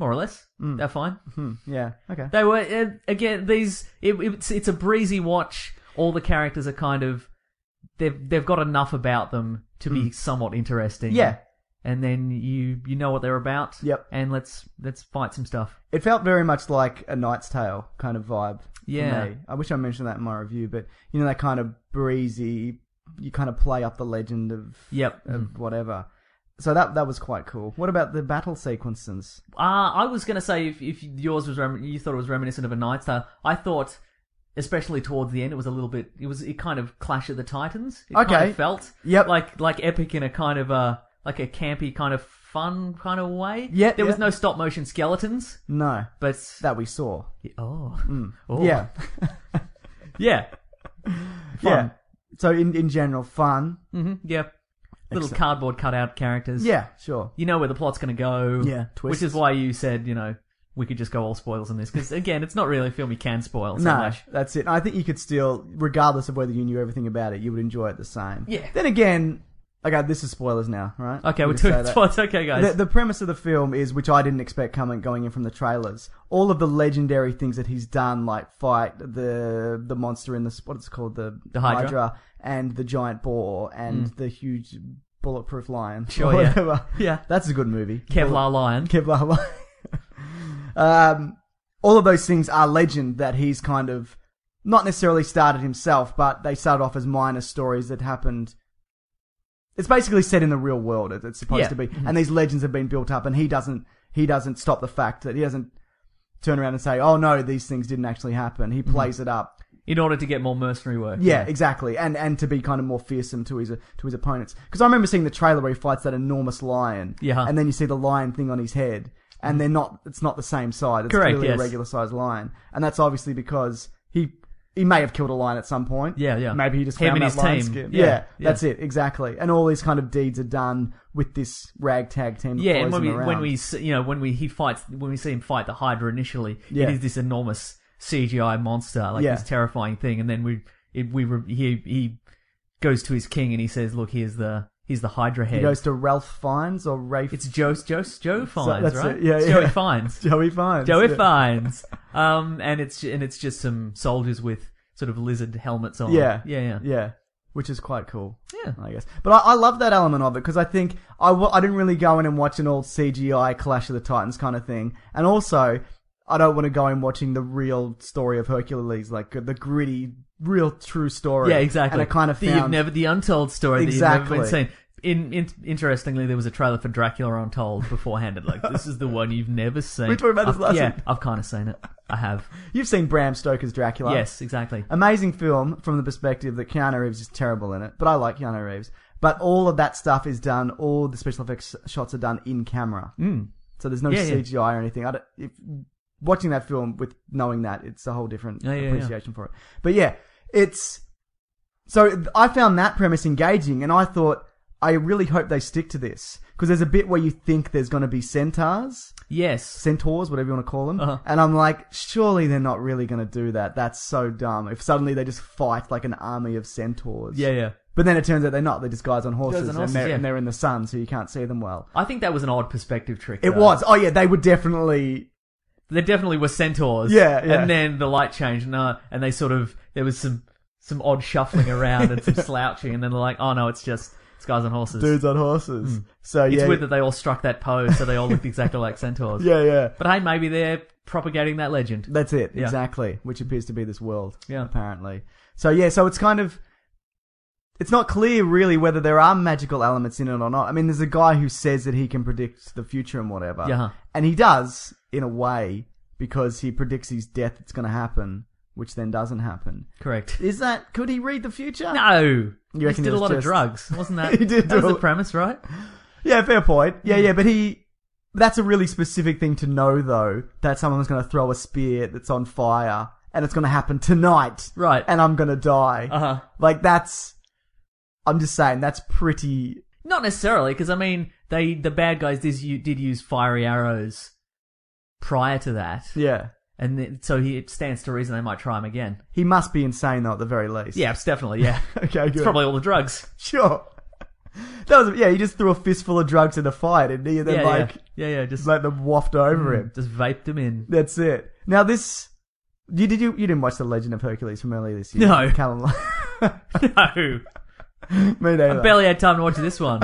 Speaker 4: more or less, they're fine.
Speaker 3: Hmm. Yeah. Okay.
Speaker 4: They were uh, again these. It, it's it's a breezy watch. All the characters are kind of they've they've got enough about them to be somewhat interesting.
Speaker 3: Hmm. Yeah.
Speaker 4: and then you you know what they're about.
Speaker 3: Yep.
Speaker 4: and let's let's fight some stuff.
Speaker 3: It felt very much like a Knight's Tale kind of vibe. for
Speaker 4: Yeah.
Speaker 3: me. I wish I mentioned that in my review, but you know that kind of breezy. You kind of play up the legend of
Speaker 4: Yep. Mm-hmm.
Speaker 3: of whatever. So that that was quite cool. What about the battle sequences?
Speaker 4: Uh, I was going to say if, if yours was rem- you thought it was reminiscent of a Night's Tale. I thought, especially towards the end, it was a little bit. It was it kind of Clash of the Titans. It kind
Speaker 3: Okay.
Speaker 4: of felt
Speaker 3: Yep.
Speaker 4: like like epic in a kind of a like a campy kind of fun kind of way.
Speaker 3: Yeah,
Speaker 4: there was
Speaker 3: yeah.
Speaker 4: no stop motion skeletons,
Speaker 3: No,
Speaker 4: but
Speaker 3: that we saw.
Speaker 4: oh, oh
Speaker 3: Yeah,
Speaker 4: yeah
Speaker 3: yeah. So in in general, fun.
Speaker 4: hmm yeah little cardboard cutout characters.
Speaker 3: Yeah, sure.
Speaker 4: you know where the plot's going to go.
Speaker 3: Yeah,
Speaker 4: which is
Speaker 3: twists.
Speaker 4: why you said you know we could just go all spoils on this because again, it's not really a film you can spoil so
Speaker 3: No,
Speaker 4: much.
Speaker 3: that's it. And I think you could still, regardless of whether you knew everything about it, you would enjoy it the same.
Speaker 4: Yeah.
Speaker 3: Then again, okay, this is spoilers now, right?
Speaker 4: Okay,
Speaker 3: We
Speaker 4: we're
Speaker 3: can say
Speaker 4: doing
Speaker 3: that.
Speaker 4: spots. Okay,
Speaker 3: The,
Speaker 4: guys.
Speaker 3: the premise of the film is, which I didn't expect coming going in from the trailers, all of the legendary things that he's done, like fight the the monster in the what it's called the,
Speaker 4: The Hydra. Mm.
Speaker 3: and the giant boar and the huge bulletproof lion.
Speaker 4: Sure,
Speaker 3: or
Speaker 4: yeah.
Speaker 3: whatever.
Speaker 4: Yeah.
Speaker 3: that's a good movie.
Speaker 4: Kevlar Lion.
Speaker 3: Kevlar Lion. um, all of those things are legend that he's kind of not necessarily started himself, but they started off as minor stories that happened. It's basically set in the real world. it- It's supposed
Speaker 4: Yeah.
Speaker 3: to be, and these legends have been built up, and he doesn't. He doesn't stop the fact that he doesn't turn around and say, "Oh no, these things didn't actually happen." He plays it up.
Speaker 4: in order to get more mercenary work.
Speaker 3: Yeah, exactly, and and to be kind of more fearsome to his to his opponents. Because I remember seeing the trailer where he fights that enormous lion,
Speaker 4: Yeah.
Speaker 3: and then you see the lion thing on his head, and they're not. It's not the same size. It's
Speaker 4: Correct,
Speaker 3: clearly
Speaker 4: yes.
Speaker 3: a regular sized lion, and that's obviously because he he may have killed a lion at some point.
Speaker 4: Yeah, yeah.
Speaker 3: Maybe he just
Speaker 4: Him
Speaker 3: found
Speaker 4: and
Speaker 3: that
Speaker 4: his
Speaker 3: lion
Speaker 4: team.
Speaker 3: skin.
Speaker 4: Yeah,
Speaker 3: Yeah,
Speaker 4: yeah.
Speaker 3: that's it exactly. And all these kind of deeds are done with this ragtag team. that
Speaker 4: Yeah, and
Speaker 3: follows
Speaker 4: when we
Speaker 3: him
Speaker 4: when
Speaker 3: around.
Speaker 4: we see- you know when we he fights when we see him fight the Hydra initially,
Speaker 3: Yeah.
Speaker 4: it is this enormous CGI monster, like
Speaker 3: Yeah.
Speaker 4: this terrifying thing, and then we it, we re- he he goes to his king and he says, "Look, here's the here's the Hydra head."
Speaker 3: he goes to Ralph Fiennes or Rafe.
Speaker 4: it's Joe Joe Joe Fines,
Speaker 3: that's
Speaker 4: right?
Speaker 3: it, yeah,
Speaker 4: It's Joey
Speaker 3: yeah.
Speaker 4: Fines.
Speaker 3: Joey Fiennes.
Speaker 4: Joey
Speaker 3: yeah.
Speaker 4: Fines. Um, and it's and it's just some soldiers with sort of lizard helmets on.
Speaker 3: Yeah.
Speaker 4: yeah, yeah.
Speaker 3: Yeah. Which is quite cool.
Speaker 4: Yeah.
Speaker 3: I guess. But I, I love that element of it because I think I, w- I didn't really go in and watch an old CGI Clash of the Titans kind of thing. And also, I don't want to go in watching the real story of Hercules, like the gritty, real true story.
Speaker 4: Yeah, exactly.
Speaker 3: And I kind of
Speaker 4: The-
Speaker 3: found.
Speaker 4: you've never the untold story that you've never
Speaker 3: Exactly.
Speaker 4: been seen. In, in interestingly, there was a trailer for Dracula Untold beforehand. and, Like this is the one you've never seen.
Speaker 3: We talked about this
Speaker 4: I've-
Speaker 3: last
Speaker 4: Yeah,
Speaker 3: week.
Speaker 4: I've kind of seen it. I have.
Speaker 3: You've seen Bram Stoker's Dracula.
Speaker 4: Yes, exactly.
Speaker 3: Amazing film from the perspective that Keanu Reeves is terrible in it, but I like Keanu Reeves. But all of that stuff is done, all the special effects shots are done in camera. Mm. So there's no
Speaker 4: Yeah, yeah.
Speaker 3: CGI or anything. I don't, if, watching that film with knowing that, it's a whole different
Speaker 4: Yeah, yeah, yeah.
Speaker 3: appreciation for it. But yeah, it's. So I found that premise engaging, and I thought, I really hope they stick to this. Because there's a bit where you think there's going to be centaurs
Speaker 4: Yes,
Speaker 3: centaurs, whatever you want to call them.
Speaker 4: Uh-huh.
Speaker 3: And I'm like, surely they're not really going to do that. That's so dumb. If suddenly they just fight like an army of centaurs.
Speaker 4: yeah, yeah.
Speaker 3: But then it turns out they're not. They're just guys on horses,
Speaker 4: on
Speaker 3: and,
Speaker 4: horses,
Speaker 3: they're,
Speaker 4: yeah.
Speaker 3: and they're in the sun, so you can't see them well.
Speaker 4: I think that was an odd perspective trick.
Speaker 3: It
Speaker 4: though.
Speaker 3: was. Oh yeah, they would definitely.
Speaker 4: There definitely were centaurs.
Speaker 3: Yeah, yeah.
Speaker 4: And then the light changed, and, uh, and they sort of there was some some odd shuffling around and some slouching, and then they're like, oh no, it's just it's guys on horses.
Speaker 3: Dudes on horses. So
Speaker 4: Hmm. it's
Speaker 3: yeah,
Speaker 4: weird that they all struck that pose, so they all looked exactly like centaurs.
Speaker 3: yeah, yeah.
Speaker 4: But hey, maybe they're propagating that legend.
Speaker 3: That's it,
Speaker 4: Yeah.
Speaker 3: exactly. Which appears to be this world,
Speaker 4: Yeah.
Speaker 3: apparently. So yeah, so it's kind of it's not clear really whether there are magical elements in it or not. I mean, there's a guy who says that he can predict the future and whatever,
Speaker 4: Yeah.
Speaker 3: and he does in a way because he predicts his death that's going to happen, which then doesn't happen.
Speaker 4: Correct.
Speaker 3: Is that could he read the future?
Speaker 4: No, you
Speaker 3: reckon
Speaker 4: just
Speaker 3: it
Speaker 4: did a
Speaker 3: was
Speaker 4: lot of
Speaker 3: just-
Speaker 4: drugs, wasn't that?
Speaker 3: He did
Speaker 4: That was
Speaker 3: do
Speaker 4: the
Speaker 3: it.
Speaker 4: premise, right?
Speaker 3: Yeah, fair point. Yeah,
Speaker 4: Mm.
Speaker 3: yeah, but he. That's a really specific thing to know, though, that someone's going to throw a spear that's on fire and it's going to happen tonight.
Speaker 4: Right.
Speaker 3: And I'm going to die.
Speaker 4: Uh-huh.
Speaker 3: Like, that's. I'm just saying, that's pretty.
Speaker 4: Not necessarily, because I mean, they the bad guys did, u- did use fiery arrows prior to that,
Speaker 3: Yeah.
Speaker 4: and th- so he, it stands to reason they might try him again.
Speaker 3: He must be insane, though, at the very least.
Speaker 4: Yeah, it's definitely. Yeah,
Speaker 3: Okay,
Speaker 4: it's
Speaker 3: good.
Speaker 4: probably all the drugs.
Speaker 3: Sure. That was. Yeah, he just threw a fistful of drugs in the fire, didn't he? And then,
Speaker 4: yeah, Mm.
Speaker 3: like,
Speaker 4: yeah, yeah, yeah, just
Speaker 3: let them waft over him.
Speaker 4: just vaped him in.
Speaker 3: That's it. Now, this. You, did you, you didn't watch The Legend of Hercules from earlier this year?
Speaker 4: No.
Speaker 3: Callum,
Speaker 4: no,
Speaker 3: me neither.
Speaker 4: I barely had time to watch this one.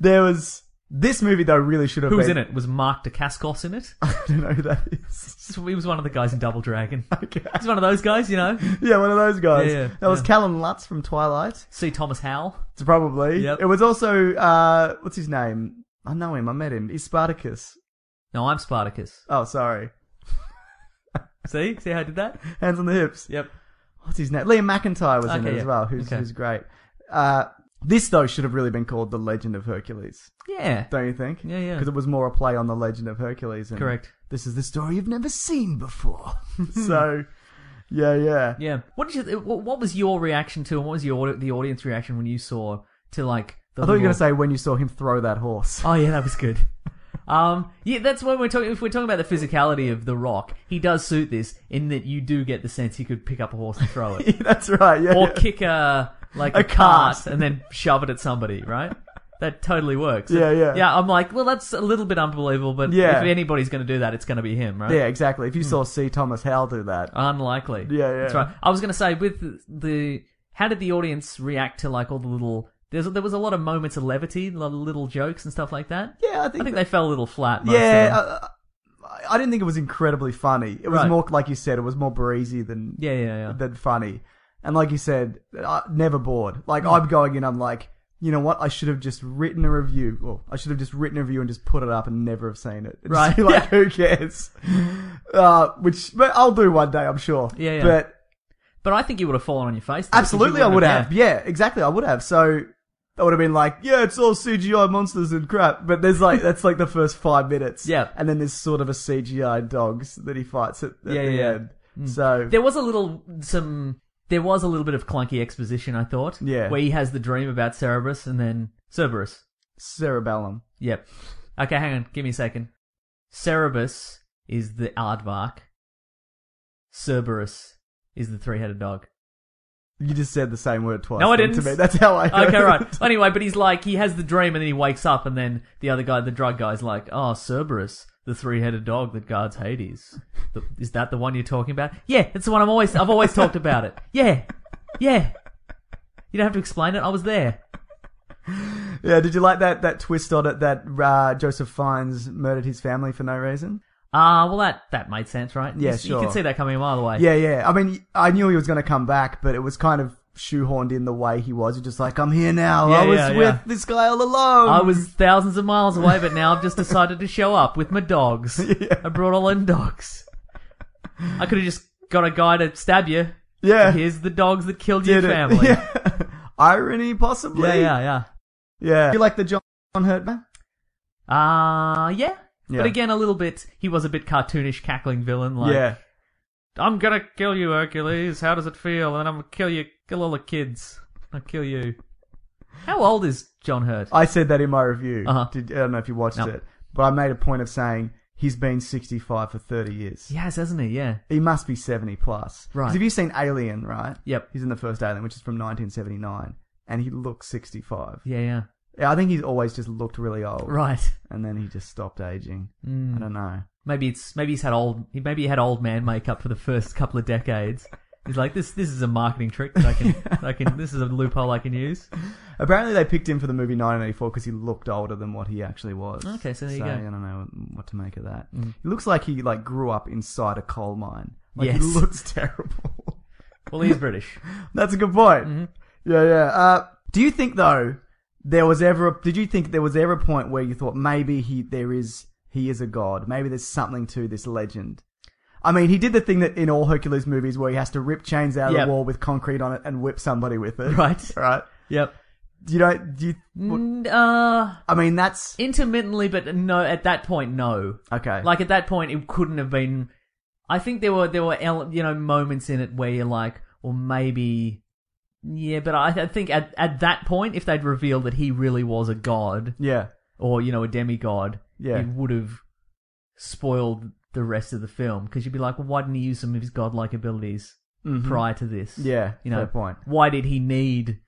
Speaker 3: There was this movie though really should have
Speaker 4: Who was
Speaker 3: been
Speaker 4: in it? Was Mark DeCascos in it?
Speaker 3: I don't know who that is.
Speaker 4: He was one of the guys in Double Dragon. Okay. He's one of those guys, you know.
Speaker 3: Yeah, one of those guys.
Speaker 4: Yeah, yeah,
Speaker 3: that was
Speaker 4: yeah.
Speaker 3: Callum Lutz from Twilight.
Speaker 4: See Thomas Howell.
Speaker 3: It's probably.
Speaker 4: Yep.
Speaker 3: It was also uh what's his name? I know him, I met him. He's Spartacus.
Speaker 4: No, I'm Spartacus.
Speaker 3: Oh, sorry.
Speaker 4: See, see how I did that?
Speaker 3: Hands on the hips.
Speaker 4: Yep.
Speaker 3: What's his name? Liam McIntyre was in
Speaker 4: Okay,
Speaker 3: it
Speaker 4: yeah.
Speaker 3: as well, who's
Speaker 4: Okay.
Speaker 3: who's great. Uh this though should have really been called The Legend of Hercules,
Speaker 4: Yeah.
Speaker 3: don't you think?
Speaker 4: Yeah, yeah.
Speaker 3: Because it was more a play on The Legend of Hercules and
Speaker 4: Correct.
Speaker 3: This is the story you've never seen before. so yeah, yeah.
Speaker 4: Yeah. What did you? What what was your reaction to, and what was your the audience reaction when you saw to like? The
Speaker 3: I thought you were
Speaker 4: little-
Speaker 3: going to say when you saw him throw that horse.
Speaker 4: Oh yeah, that was good. Um, yeah, that's when we're talking. If we're talking about the physicality of The Rock, he does suit this in that you do get the sense he could pick up a horse and throw it,
Speaker 3: That's right. Yeah.
Speaker 4: or
Speaker 3: yeah.
Speaker 4: kick a like
Speaker 3: A
Speaker 4: a,
Speaker 3: cart.
Speaker 4: cart and then shove it at somebody. Right? That totally works.
Speaker 3: Yeah, yeah.
Speaker 4: Yeah, I'm like, well, that's a little bit unbelievable, but
Speaker 3: Yeah.
Speaker 4: if anybody's going to do that, it's going to be him, right?
Speaker 3: Yeah, exactly. If you saw C. Thomas Howell do that,
Speaker 4: Unlikely.
Speaker 3: Yeah, yeah.
Speaker 4: That's right. I was going to say with the how did the audience react to like all the little there's there was a lot of moments of levity, a lot of little jokes and stuff like that.
Speaker 3: yeah, I
Speaker 4: I
Speaker 3: think.
Speaker 4: think, they fell a little flat. most of
Speaker 3: yeah, uh,
Speaker 4: them.
Speaker 3: I, I- I didn't think it was incredibly funny. It was
Speaker 4: Right.
Speaker 3: more like you said. It was more breezy than
Speaker 4: yeah, yeah, yeah.
Speaker 3: than funny. And like you said, I, never bored. Like
Speaker 4: Hmm.
Speaker 3: I'm going in, I'm like, you know what? I should have just written a review. Well, I should have just written a review and just put it up and never have seen it. Just
Speaker 4: Right.
Speaker 3: be like who cares? Uh, which, but I'll do one day, I'm sure.
Speaker 4: Yeah, yeah.
Speaker 3: But
Speaker 4: but I think you would have fallen on your face. though, 'cause you
Speaker 3: Absolutely, I would
Speaker 4: wouldn't
Speaker 3: have. Yeah, exactly, I would have. So I would have been like, yeah, it's all CGI monsters and crap. But there's like that's like the first five minutes.
Speaker 4: Yeah.
Speaker 3: and then there's sort of a CGI dogs that he fights at, at
Speaker 4: Yeah,
Speaker 3: the
Speaker 4: yeah, yeah.
Speaker 3: end. So
Speaker 4: There was a little some there was a little bit of clunky exposition, I thought.
Speaker 3: Yeah.
Speaker 4: Where he has the dream about Cerberus and then Cerberus.
Speaker 3: cerebellum.
Speaker 4: Yep. Okay, hang on. Give me a second. Cerberus is the aardvark. Cerberus is the three-headed dog.
Speaker 3: You just said the same word twice.
Speaker 4: No, I
Speaker 3: then,
Speaker 4: didn't.
Speaker 3: To me, that's how I. Heard
Speaker 4: Okay, right.
Speaker 3: it.
Speaker 4: Anyway, but he's like, he has the dream and then he wakes up and then the other guy, the drug guy's like, oh, Cerberus, the three-headed dog that guards Hades. The, is that the one you're talking about? Yeah, it's the one I'm always, I've always talked about it. Yeah. Yeah. You don't have to explain it. I was there.
Speaker 3: Yeah. Did you like that that twist on it that uh, Joseph Fiennes murdered his family for no reason?
Speaker 4: Ah, well, that, that made sense, right?
Speaker 3: Yeah,
Speaker 4: you, You
Speaker 3: sure.
Speaker 4: can see that coming a mile away.
Speaker 3: Yeah, yeah. I mean, I knew he was going to come back, but it was kind of shoehorned in the way he was. You're just like, I'm here now.
Speaker 4: Yeah,
Speaker 3: I was
Speaker 4: yeah,
Speaker 3: with
Speaker 4: yeah.
Speaker 3: this guy all alone.
Speaker 4: I was thousands of miles away, but now I've just decided to show up with my dogs. I brought all in dogs. I could have just got a guy to stab you.
Speaker 3: Yeah.
Speaker 4: Here's the dogs that killed your
Speaker 3: Did it.
Speaker 4: family.
Speaker 3: Yeah. Irony, possibly.
Speaker 4: yeah, yeah. yeah.
Speaker 3: Yeah. You like the John Hurtman?
Speaker 4: Uh, yeah.
Speaker 3: Yeah.
Speaker 4: But again, a little bit. He was a bit cartoonish, cackling villain. Like,
Speaker 3: yeah.
Speaker 4: I'm gonna kill you, Hercules. How does it feel? And I'm gonna kill you, kill all the kids. I'll kill you. How old is John Hurt?
Speaker 3: I said that in my review.
Speaker 4: Uh-huh.
Speaker 3: Did, I don't know if you watched
Speaker 4: No.
Speaker 3: it, but I made a point of saying he's been 65 for 30 years.
Speaker 4: He has, hasn't he? Yeah.
Speaker 3: He must be 70 plus. 'Cause
Speaker 4: Right.
Speaker 3: Have you seen Alien, right?
Speaker 4: Yep.
Speaker 3: He's in the first Alien, which is from 1979, and he looks 65.
Speaker 4: Yeah, yeah.
Speaker 3: Yeah, I think he's always just looked really old.
Speaker 4: Right. Mm.
Speaker 3: And then he just stopped aging. I don't know.
Speaker 4: Maybe it's maybe he's had old he- maybe he had old man makeup for the first couple of decades. He's like this this is a marketing trick that I can that I can this is a loophole I can use.
Speaker 3: Apparently, they picked him for the movie 1984 because he looked older than what he actually was.
Speaker 4: Okay, so there you
Speaker 3: I
Speaker 4: go. Mm.
Speaker 3: don't know what to make of that. He looks like he like grew up inside a coal mine. Like, He
Speaker 4: Yes.
Speaker 3: looks terrible.
Speaker 4: Well, he's British.
Speaker 3: That's a good point.
Speaker 4: Mm-hmm.
Speaker 3: Yeah, yeah. Uh, do you think though there was ever? A, did you think there was ever a point where you thought maybe he there is he is a god? Maybe there's something to this legend. I mean, he did the thing that in all Hercules movies where he has to rip chains out of
Speaker 4: Yep.
Speaker 3: the wall with concrete on it and whip somebody with it.
Speaker 4: Right.
Speaker 3: Right.
Speaker 4: Yep.
Speaker 3: You don't. Do you,
Speaker 4: N- uh,
Speaker 3: I mean, that's
Speaker 4: intermittently, but no. At that point, no.
Speaker 3: okay.
Speaker 4: Like at that point, it couldn't have been. I think there were there were ele- you know moments in it where you're like, well maybe, yeah. But I, I think at at that point, if they'd revealed that he really was a god
Speaker 3: yeah.
Speaker 4: or you know a demigod,
Speaker 3: Yeah.
Speaker 4: it would have spoiled the rest of the film because you'd be like, well, why didn't he use some of his godlike abilities
Speaker 3: Mm-hmm.
Speaker 4: prior to this?
Speaker 3: Yeah,
Speaker 4: you know,
Speaker 3: fair point.
Speaker 4: why did he need?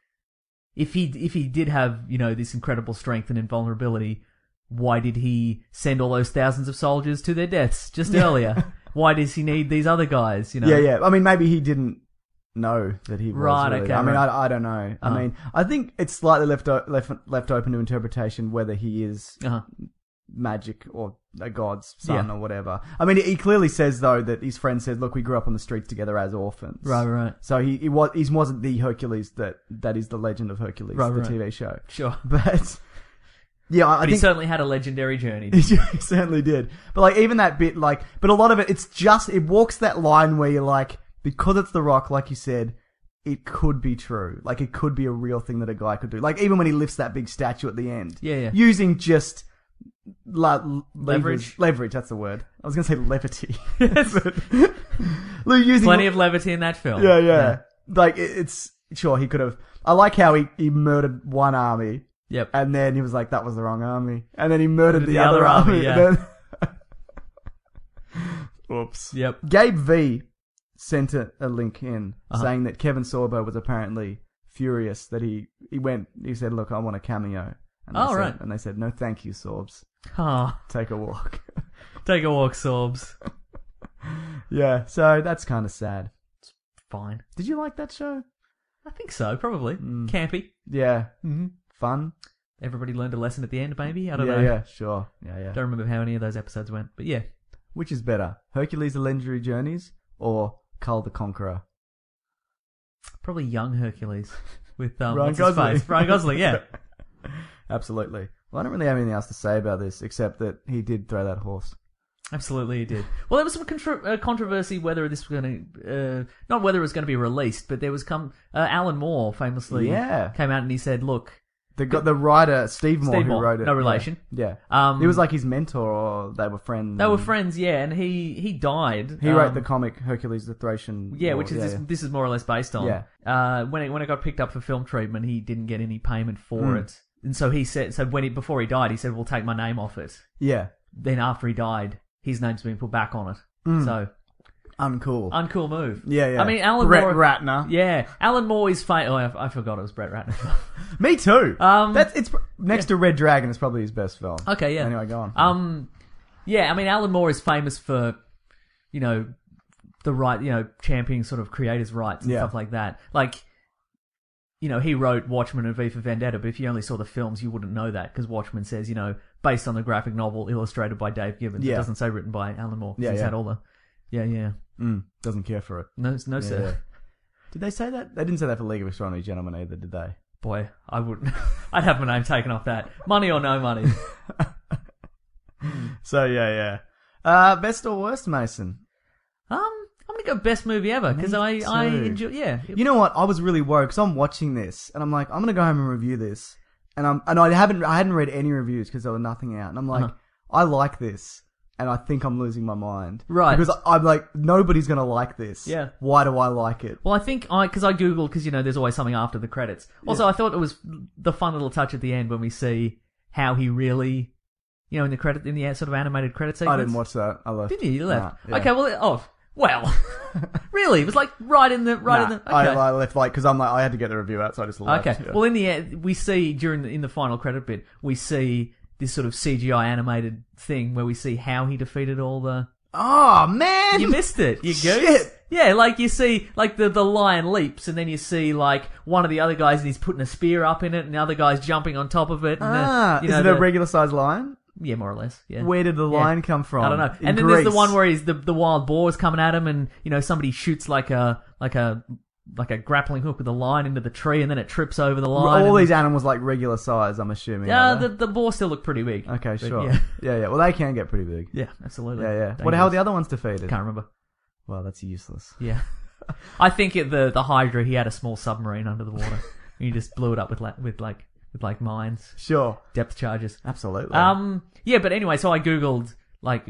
Speaker 4: If he if he did have you know this incredible strength and invulnerability, why did he send all those thousands of soldiers to their deaths just earlier? why does he need these other guys? You know,
Speaker 3: Yeah, yeah. I mean, maybe he didn't know that he was.
Speaker 4: Right,
Speaker 3: really.
Speaker 4: okay,
Speaker 3: I mean,
Speaker 4: right.
Speaker 3: I, I don't know.
Speaker 4: Uh-huh.
Speaker 3: I mean, I think it's slightly left o- left left open to interpretation whether he is
Speaker 4: Uh-huh.
Speaker 3: magic or a god's son
Speaker 4: Yeah.
Speaker 3: or whatever. I mean, he clearly says though that his friend says, "Look, we grew up on the streets together as orphans."
Speaker 4: Right, right.
Speaker 3: So he he, was, he wasn't the Hercules that that is the legend of Hercules,
Speaker 4: Right,
Speaker 3: the
Speaker 4: right.
Speaker 3: TV show.
Speaker 4: Sure.
Speaker 3: but yeah, I, I
Speaker 4: But he
Speaker 3: think
Speaker 4: certainly had a legendary journey.
Speaker 3: he certainly did. But like even that bit, like, but a lot of it, it's just it walks that line where you're like, because it's The Rock, like you said, it could be true. Like it could be a real thing that a guy could do. Like even when he lifts that big statue at the end,
Speaker 4: Yeah, yeah.
Speaker 3: using just. La-
Speaker 4: Leverage?
Speaker 3: leverage, leverage. That's the word. I was gonna say levity. But- Look, using
Speaker 4: Plenty of levity in that film.
Speaker 3: yeah, yeah. Like it, it's sure he could have. I like how he, he murdered one army
Speaker 4: Yep.
Speaker 3: and then he was like, "That was the wrong army," and then he murdered the,
Speaker 4: The
Speaker 3: other,
Speaker 4: other
Speaker 3: army.
Speaker 4: army, yeah.
Speaker 3: then... Oops.
Speaker 4: Yep.
Speaker 3: Gabe V sent a, a link in
Speaker 4: Uh-huh.
Speaker 3: saying that Kevin Sorbo was apparently furious that he he went. He said, "Look, I want a cameo." And they
Speaker 4: Oh,
Speaker 3: said-
Speaker 4: right.
Speaker 3: And they said, "No, thank you, Sorbs.
Speaker 4: Ah,
Speaker 3: Take a walk."
Speaker 4: take a walk, Sorbs.
Speaker 3: yeah. So that's kind of sad.
Speaker 4: Fine.
Speaker 3: Did you like that show?
Speaker 4: I think so, probably.
Speaker 3: Mm.
Speaker 4: Campy.
Speaker 3: Yeah.
Speaker 4: Mm-hmm.
Speaker 3: Fun.
Speaker 4: Everybody learned a lesson at the end, maybe? I don't
Speaker 3: yeah,
Speaker 4: know.
Speaker 3: Yeah. Sure. Yeah. Yeah.
Speaker 4: Don't remember how many of those episodes went, but yeah.
Speaker 3: Which is better, Hercules: The Legendary Journeys or Carl the Conqueror?
Speaker 4: Probably young Hercules with um,
Speaker 3: Ryan
Speaker 4: what's his
Speaker 3: Gosling.
Speaker 4: face? Ryan Gosling, yeah.
Speaker 3: Absolutely. Well, I don't really have anything else to say about this except that he did throw that horse.
Speaker 4: Absolutely, he did. Well, there was some contro- uh, controversy whether this was going to, uh, not whether it was going to be released, but there was come, uh, Alan Moore famously
Speaker 3: Yeah.
Speaker 4: came out and he said, look,
Speaker 3: The gu- the writer Steve Moore
Speaker 4: Steve
Speaker 3: who
Speaker 4: Moore,
Speaker 3: wrote it.
Speaker 4: no relation.
Speaker 3: Yeah.
Speaker 4: Um,
Speaker 3: he was like his mentor, or they were friends.
Speaker 4: they were
Speaker 3: and
Speaker 4: friends, yeah, and he, he died.
Speaker 3: Mm. He wrote
Speaker 4: um,
Speaker 3: the comic Hercules the Thracian.
Speaker 4: Yeah,
Speaker 3: War.
Speaker 4: which is this,
Speaker 3: yeah.
Speaker 4: this is more or less based on.
Speaker 3: Yeah.
Speaker 4: Uh, when it when it got picked up for film treatment, he didn't get any payment for
Speaker 3: Mm.
Speaker 4: it, and so he said so when he before he died, he said, "We'll take my name off it."
Speaker 3: Yeah.
Speaker 4: Then after he died, his name's been put back on it.
Speaker 3: Hmm.
Speaker 4: So
Speaker 3: uncool.
Speaker 4: uncool move.
Speaker 3: yeah, yeah.
Speaker 4: I mean, Alan
Speaker 3: Brett
Speaker 4: Moore.
Speaker 3: Ratner.
Speaker 4: Yeah, Alan Moore is fa- Oh, I, I forgot it was Brett Ratner.
Speaker 3: Me too.
Speaker 4: Um,
Speaker 3: That's it's pr- next to Red Dragon is probably his best film.
Speaker 4: Okay, yeah.
Speaker 3: Anyway, go on.
Speaker 4: Um, yeah, I mean, Alan Moore is famous for, you know, the right, you know, championing sort of creators' rights and
Speaker 3: Yeah.
Speaker 4: stuff like that. Like, you know, he wrote Watchmen and V for Vendetta, but if you only saw the films, you wouldn't know that because Watchmen says, you know, based on the graphic novel illustrated by Dave Gibbons. It
Speaker 3: Yeah.
Speaker 4: doesn't say written by Alan Moore. 'cause
Speaker 3: Yeah,
Speaker 4: he's
Speaker 3: yeah.
Speaker 4: had all the, yeah, yeah,
Speaker 3: Mm, doesn't care for it.
Speaker 4: no, no,
Speaker 3: Yeah,
Speaker 4: sir.
Speaker 3: yeah. Did they say that? They didn't say that for League of Extraordinary Gentlemen either, did they?
Speaker 4: Boy, I wouldn't. I'd have my name taken off that. Money or no money.
Speaker 3: So yeah, yeah. Uh, best or worst, Mason.
Speaker 4: um, I'm gonna go best movie ever because
Speaker 3: Me
Speaker 4: I, I
Speaker 3: too.
Speaker 4: enjoy. Yeah,
Speaker 3: You know what? I was really worried because I'm watching this and I'm like, I'm gonna go home and review this, and I'm and I haven't I hadn't read any reviews because there were nothing out, and I'm like,
Speaker 4: Uh-huh.
Speaker 3: I like this, and I think I'm losing my mind,
Speaker 4: Right.
Speaker 3: Because I'm like, nobody's gonna like this.
Speaker 4: Yeah.
Speaker 3: Why do I like it?
Speaker 4: Well, I think I because I googled because you know there's always something after the credits. Also, I thought it was the fun little touch at the end when we see how he really, you know, in the credit in the sort of animated credit
Speaker 3: I
Speaker 4: sequence.
Speaker 3: didn't watch that. I left.
Speaker 4: Didn't you? You left.
Speaker 3: Nah, yeah.
Speaker 4: Okay. Well, it- oh, well, really, it was like right in the right in
Speaker 3: Nah,
Speaker 4: the. Okay.
Speaker 3: I, I left like because I'm like I had to get the review out, so I just left.
Speaker 4: okay.
Speaker 3: yeah.
Speaker 4: Well, in the end, we see during the, in the final credit bit, we see this sort of CGI animated thing where we see how he defeated all the.
Speaker 3: oh man,
Speaker 4: You missed it. You goose.
Speaker 3: Shit.
Speaker 4: Yeah, like you see, like the the lion leaps, and then you see like one of the other guys, and he's putting a spear up in it, and the other guy's jumping on top of it. And
Speaker 3: Ah,
Speaker 4: the, you
Speaker 3: is
Speaker 4: know,
Speaker 3: it a
Speaker 4: the-
Speaker 3: regular sized lion?
Speaker 4: Yeah, more or less. Yeah.
Speaker 3: Where did the
Speaker 4: Yeah.
Speaker 3: lion come from?
Speaker 4: I don't know.
Speaker 3: In
Speaker 4: and then
Speaker 3: Greece.
Speaker 4: there's the one where he's the the wild boar's coming at him, and you know somebody shoots like a like a like a grappling hook with a line into the tree, and then it trips over the line.
Speaker 3: All
Speaker 4: and-
Speaker 3: these animals like regular size, I'm assuming.
Speaker 4: Yeah,
Speaker 3: are
Speaker 4: the,
Speaker 3: they?
Speaker 4: the boar still looked pretty big.
Speaker 3: okay,
Speaker 4: But
Speaker 3: sure.
Speaker 4: Yeah,
Speaker 3: Yeah. yeah, Well, they can get pretty big.
Speaker 4: yeah, absolutely.
Speaker 3: yeah, yeah. What? How are the
Speaker 4: Dangerous.
Speaker 3: other ones defeated?
Speaker 4: Can't remember.
Speaker 3: Well, that's useless.
Speaker 4: Yeah, I think it, the the Hydra he had a small submarine under the water. he just blew it up with la- with like with like mines,
Speaker 3: Sure.
Speaker 4: depth charges.
Speaker 3: Oh, Absolutely.
Speaker 4: Um, yeah, but anyway, so I googled like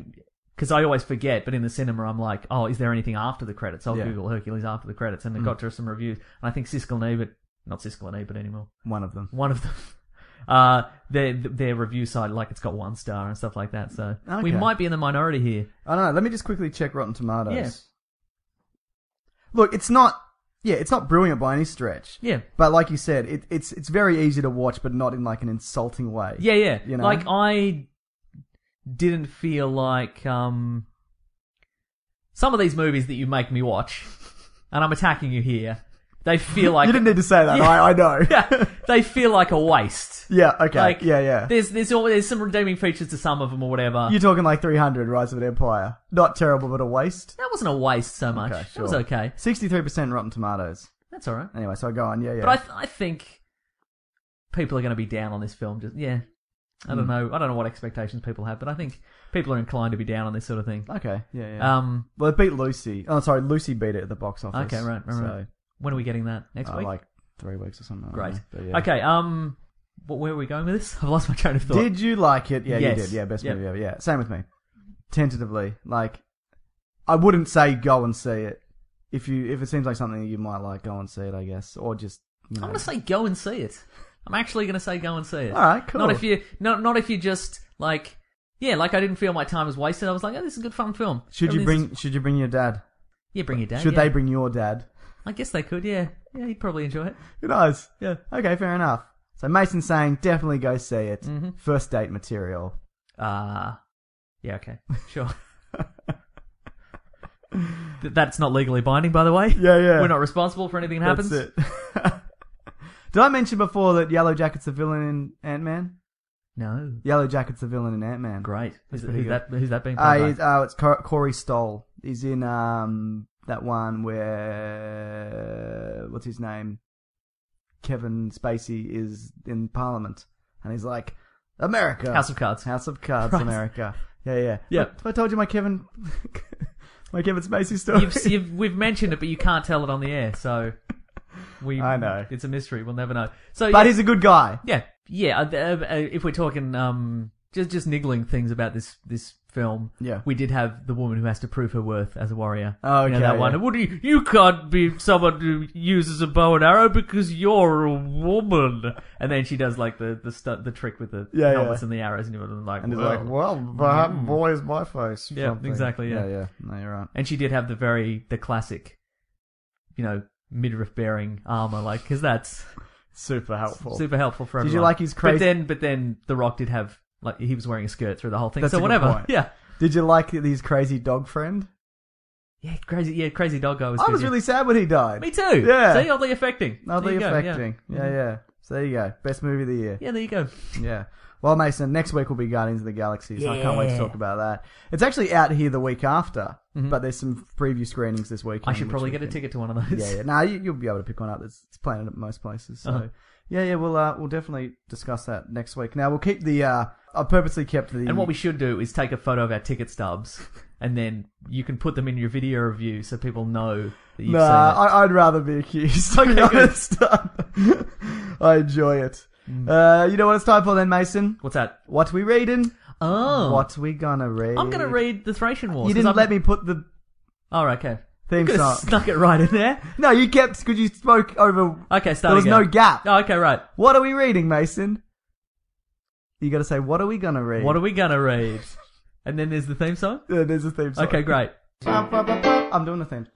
Speaker 4: because I always forget, but in the cinema I'm like, oh, is there anything after the credits? I'll
Speaker 3: Yeah. Mm.
Speaker 4: Google Hercules after the credits, and it got to some reviews. And I think Siskel and Ebert, not Siskel and Ebert anymore,
Speaker 3: one of them.
Speaker 4: one of them. Uh, their their review site like it's got one star and stuff like that. So
Speaker 3: Okay.
Speaker 4: we might be in the minority here.
Speaker 3: I don't know. Let me just quickly check Rotten Tomatoes.
Speaker 4: Yeah.
Speaker 3: Look, it's not. Yeah, it's not brilliant by any stretch.
Speaker 4: Yeah.
Speaker 3: But like you said, it, it's it's very easy to watch, but not in like an insulting way.
Speaker 4: Yeah, yeah.
Speaker 3: You know?
Speaker 4: Like I didn't feel like um some of these movies that you make me watch, and I'm attacking you here. They feel like
Speaker 3: you didn't need to say that.
Speaker 4: Yeah.
Speaker 3: I, I know.
Speaker 4: yeah, they feel like a waste.
Speaker 3: yeah. Okay.
Speaker 4: Like,
Speaker 3: yeah. Yeah.
Speaker 4: There's there's always there's some redeeming features to some of them or whatever.
Speaker 3: You're talking like 300 Rise of an Empire. Not terrible, but a waste.
Speaker 4: that wasn't a waste so much.
Speaker 3: Okay,
Speaker 4: That was
Speaker 3: sure.
Speaker 4: okay.
Speaker 3: 63% Rotten Tomatoes.
Speaker 4: That's all right.
Speaker 3: Anyway, so I go on. Yeah, yeah.
Speaker 4: But I th- I think people are going to be down on this film. Just yeah, I
Speaker 3: Hmm.
Speaker 4: don't know. I don't know what expectations people have, but I think people are inclined to be down on this sort of thing.
Speaker 3: okay. Yeah, yeah.
Speaker 4: Um,
Speaker 3: well, it beat Lucy. Oh, sorry. Lucy beat it at the box office.
Speaker 4: Okay, right, right, right. when are we getting that next
Speaker 3: So, uh,
Speaker 4: week?
Speaker 3: like three weeks or something. I don't
Speaker 4: Great.
Speaker 3: know, but yeah.
Speaker 4: Okay. Um, what, where are we going with this? I've lost my train of thought.
Speaker 3: Did you like it? Yeah,
Speaker 4: Yes.
Speaker 3: you did. Yeah, best
Speaker 4: Yep.
Speaker 3: movie ever. Yeah, same with me. Tentatively, like, I wouldn't say go and see it. If you if it seems like something you might like, go and see it. I guess, or just you know.
Speaker 4: I'm gonna say go and see it. I'm actually gonna say go and see it.
Speaker 3: All right, cool.
Speaker 4: Not if you not not if you just like yeah, like I didn't feel my time was wasted. I was like, oh, this is a good fun film.
Speaker 3: should you
Speaker 4: Everything's-
Speaker 3: bring should you bring your dad?
Speaker 4: yeah bring your dad?
Speaker 3: should
Speaker 4: yeah.
Speaker 3: they bring your dad?
Speaker 4: I guess they could. Yeah, yeah, he'd probably enjoy it.
Speaker 3: Who knows?
Speaker 4: Yeah.
Speaker 3: Okay, fair enough. So Mason's saying definitely go see it.
Speaker 4: Mm-hmm.
Speaker 3: First date material.
Speaker 4: Uh yeah, okay, sure. Th- That's not legally binding, by the way.
Speaker 3: Yeah, yeah.
Speaker 4: We're not responsible for anything that happens.
Speaker 3: That's it. Did I mention before that Yellow Jacket's the villain in Ant Man?
Speaker 4: No,
Speaker 3: Yellow Jacket's the villain in Ant Man.
Speaker 4: great. Is,
Speaker 3: pretty
Speaker 4: who's that? Who's that being
Speaker 3: Uh,
Speaker 4: played?
Speaker 3: he's,
Speaker 4: by?
Speaker 3: uh, it's Cor- Corey Stoll. He's in um that one where what's his name? Kevin Spacey is in Parliament, and he's like America,
Speaker 4: House of Cards.
Speaker 3: House of Cards,
Speaker 4: Right.
Speaker 3: America. Yeah, yeah,
Speaker 4: Yeah.
Speaker 3: Have I told you my Kevin, my Kevin Spacey story?
Speaker 4: you've, you've, we've mentioned it, but you can't tell it on the air, so we.
Speaker 3: I know.
Speaker 4: it's a mystery. We'll never know. So,
Speaker 3: but
Speaker 4: yeah,
Speaker 3: he's a good guy.
Speaker 4: yeah, yeah. uh, uh, uh, If we're talking um, just just niggling things about this this film,
Speaker 3: Yeah.
Speaker 4: we did have the woman who has to prove her worth as a warrior.
Speaker 3: Oh,
Speaker 4: you know,
Speaker 3: okay,
Speaker 4: that one.
Speaker 3: yeah.
Speaker 4: What do you, you can't be someone who uses a bow and arrow because you're a woman. And then she does like the the stu- the trick with the
Speaker 3: Yeah,
Speaker 4: helmets
Speaker 3: yeah.
Speaker 4: and the arrows, and you're like,
Speaker 3: And he's
Speaker 4: "Whoa."
Speaker 3: like, well, but boy is my face.
Speaker 4: mm. Yeah,
Speaker 3: something.
Speaker 4: exactly, yeah.
Speaker 3: yeah, No, you're right.
Speaker 4: And she did have the very the classic, you know, midriff bearing armor, like because that's
Speaker 3: Super helpful.
Speaker 4: super helpful for
Speaker 3: Did you
Speaker 4: everyone.
Speaker 3: like his crazy-
Speaker 4: But then, but then The Rock did have like he was wearing a skirt through the whole thing.
Speaker 3: That's
Speaker 4: so
Speaker 3: a good
Speaker 4: whatever.
Speaker 3: point.
Speaker 4: Yeah.
Speaker 3: Did you like his crazy dog friend?
Speaker 4: Yeah, crazy. Yeah, crazy dog guy was.
Speaker 3: I
Speaker 4: good,
Speaker 3: was
Speaker 4: yeah.
Speaker 3: really sad when he died.
Speaker 4: Me too.
Speaker 3: Yeah.
Speaker 4: See, oddly affecting. There
Speaker 3: Oddly
Speaker 4: you go, Mm-hmm.
Speaker 3: affecting. yeah. yeah, So there you go. Best movie of the year.
Speaker 4: Yeah. yeah, there you go.
Speaker 3: Yeah. Well, Mason, next week will be Guardians of the Galaxy, so I can't wait to
Speaker 4: Yeah. Mm-hmm.
Speaker 3: talk about that. It's actually out here the week after, but there's some preview screenings this weekend.
Speaker 4: I should
Speaker 3: which
Speaker 4: probably
Speaker 3: we
Speaker 4: get a
Speaker 3: can-
Speaker 4: ticket to one of those.
Speaker 3: Yeah, yeah. No, you, you'll be able to pick one up. It's, it's playing at most places. So,
Speaker 4: Uh-huh.
Speaker 3: yeah, yeah. We'll uh, we'll definitely discuss that next week. Now we'll keep the. Uh, I purposely kept the.
Speaker 4: And what we should do is take a photo of our ticket stubs, and then you can put them in your video review so people know that you've
Speaker 3: Nah,
Speaker 4: seen it.
Speaker 3: I, I'd rather be accused. To be honest. I enjoy it.
Speaker 4: Mm.
Speaker 3: Uh, you know what it's time for then, Mason?
Speaker 4: What's that?
Speaker 3: What we reading?
Speaker 4: Oh,
Speaker 3: What we gonna read?
Speaker 4: I'm gonna read the Thracian Wars.
Speaker 3: You
Speaker 4: 'cause
Speaker 3: didn't
Speaker 4: I'm-
Speaker 3: let me put the
Speaker 4: Oh, okay.
Speaker 3: theme
Speaker 4: Could
Speaker 3: song.
Speaker 4: have snuck it right in there.
Speaker 3: no, you kept because you spoke over.
Speaker 4: Okay, start
Speaker 3: There was
Speaker 4: again.
Speaker 3: no gap.
Speaker 4: Oh, okay, right.
Speaker 3: What are we reading, Mason? You got to say what are we gonna read?
Speaker 4: What are we gonna read? And then there's the theme song.
Speaker 3: Yeah, there's a theme song.
Speaker 4: Okay, great.
Speaker 3: I'm doing the theme.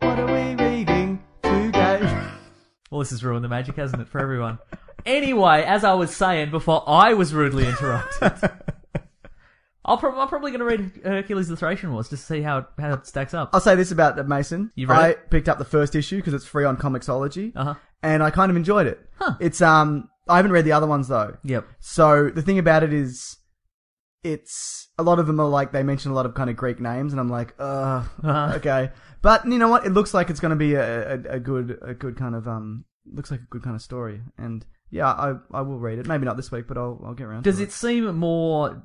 Speaker 3: What are we reading today?
Speaker 4: Well, this has ruined the magic, hasn't it, for everyone? Anyway, as I was saying before, I was rudely interrupted. I'll prob- I'm probably going to read Hercules the Thracian Wars just to see how it, how it stacks up.
Speaker 3: I'll say this about it, Mason.
Speaker 4: You read
Speaker 3: I
Speaker 4: it?
Speaker 3: picked up the first issue because it's free on Comixology,
Speaker 4: Uh-huh.
Speaker 3: and I kind of enjoyed it.
Speaker 4: Huh.
Speaker 3: It's um, I haven't read the other ones though.
Speaker 4: Yep.
Speaker 3: So the thing about it is, it's a lot of them are like they mention a lot of kind of Greek names, and I'm like, uh,
Speaker 4: Uh-huh.
Speaker 3: okay. But you know what? It looks like it's going to be a, a, a good a good kind of um looks like a good kind of story, and yeah, I I will read it. Maybe not this week, but I'll I'll get around.
Speaker 4: Does
Speaker 3: to
Speaker 4: it seem more?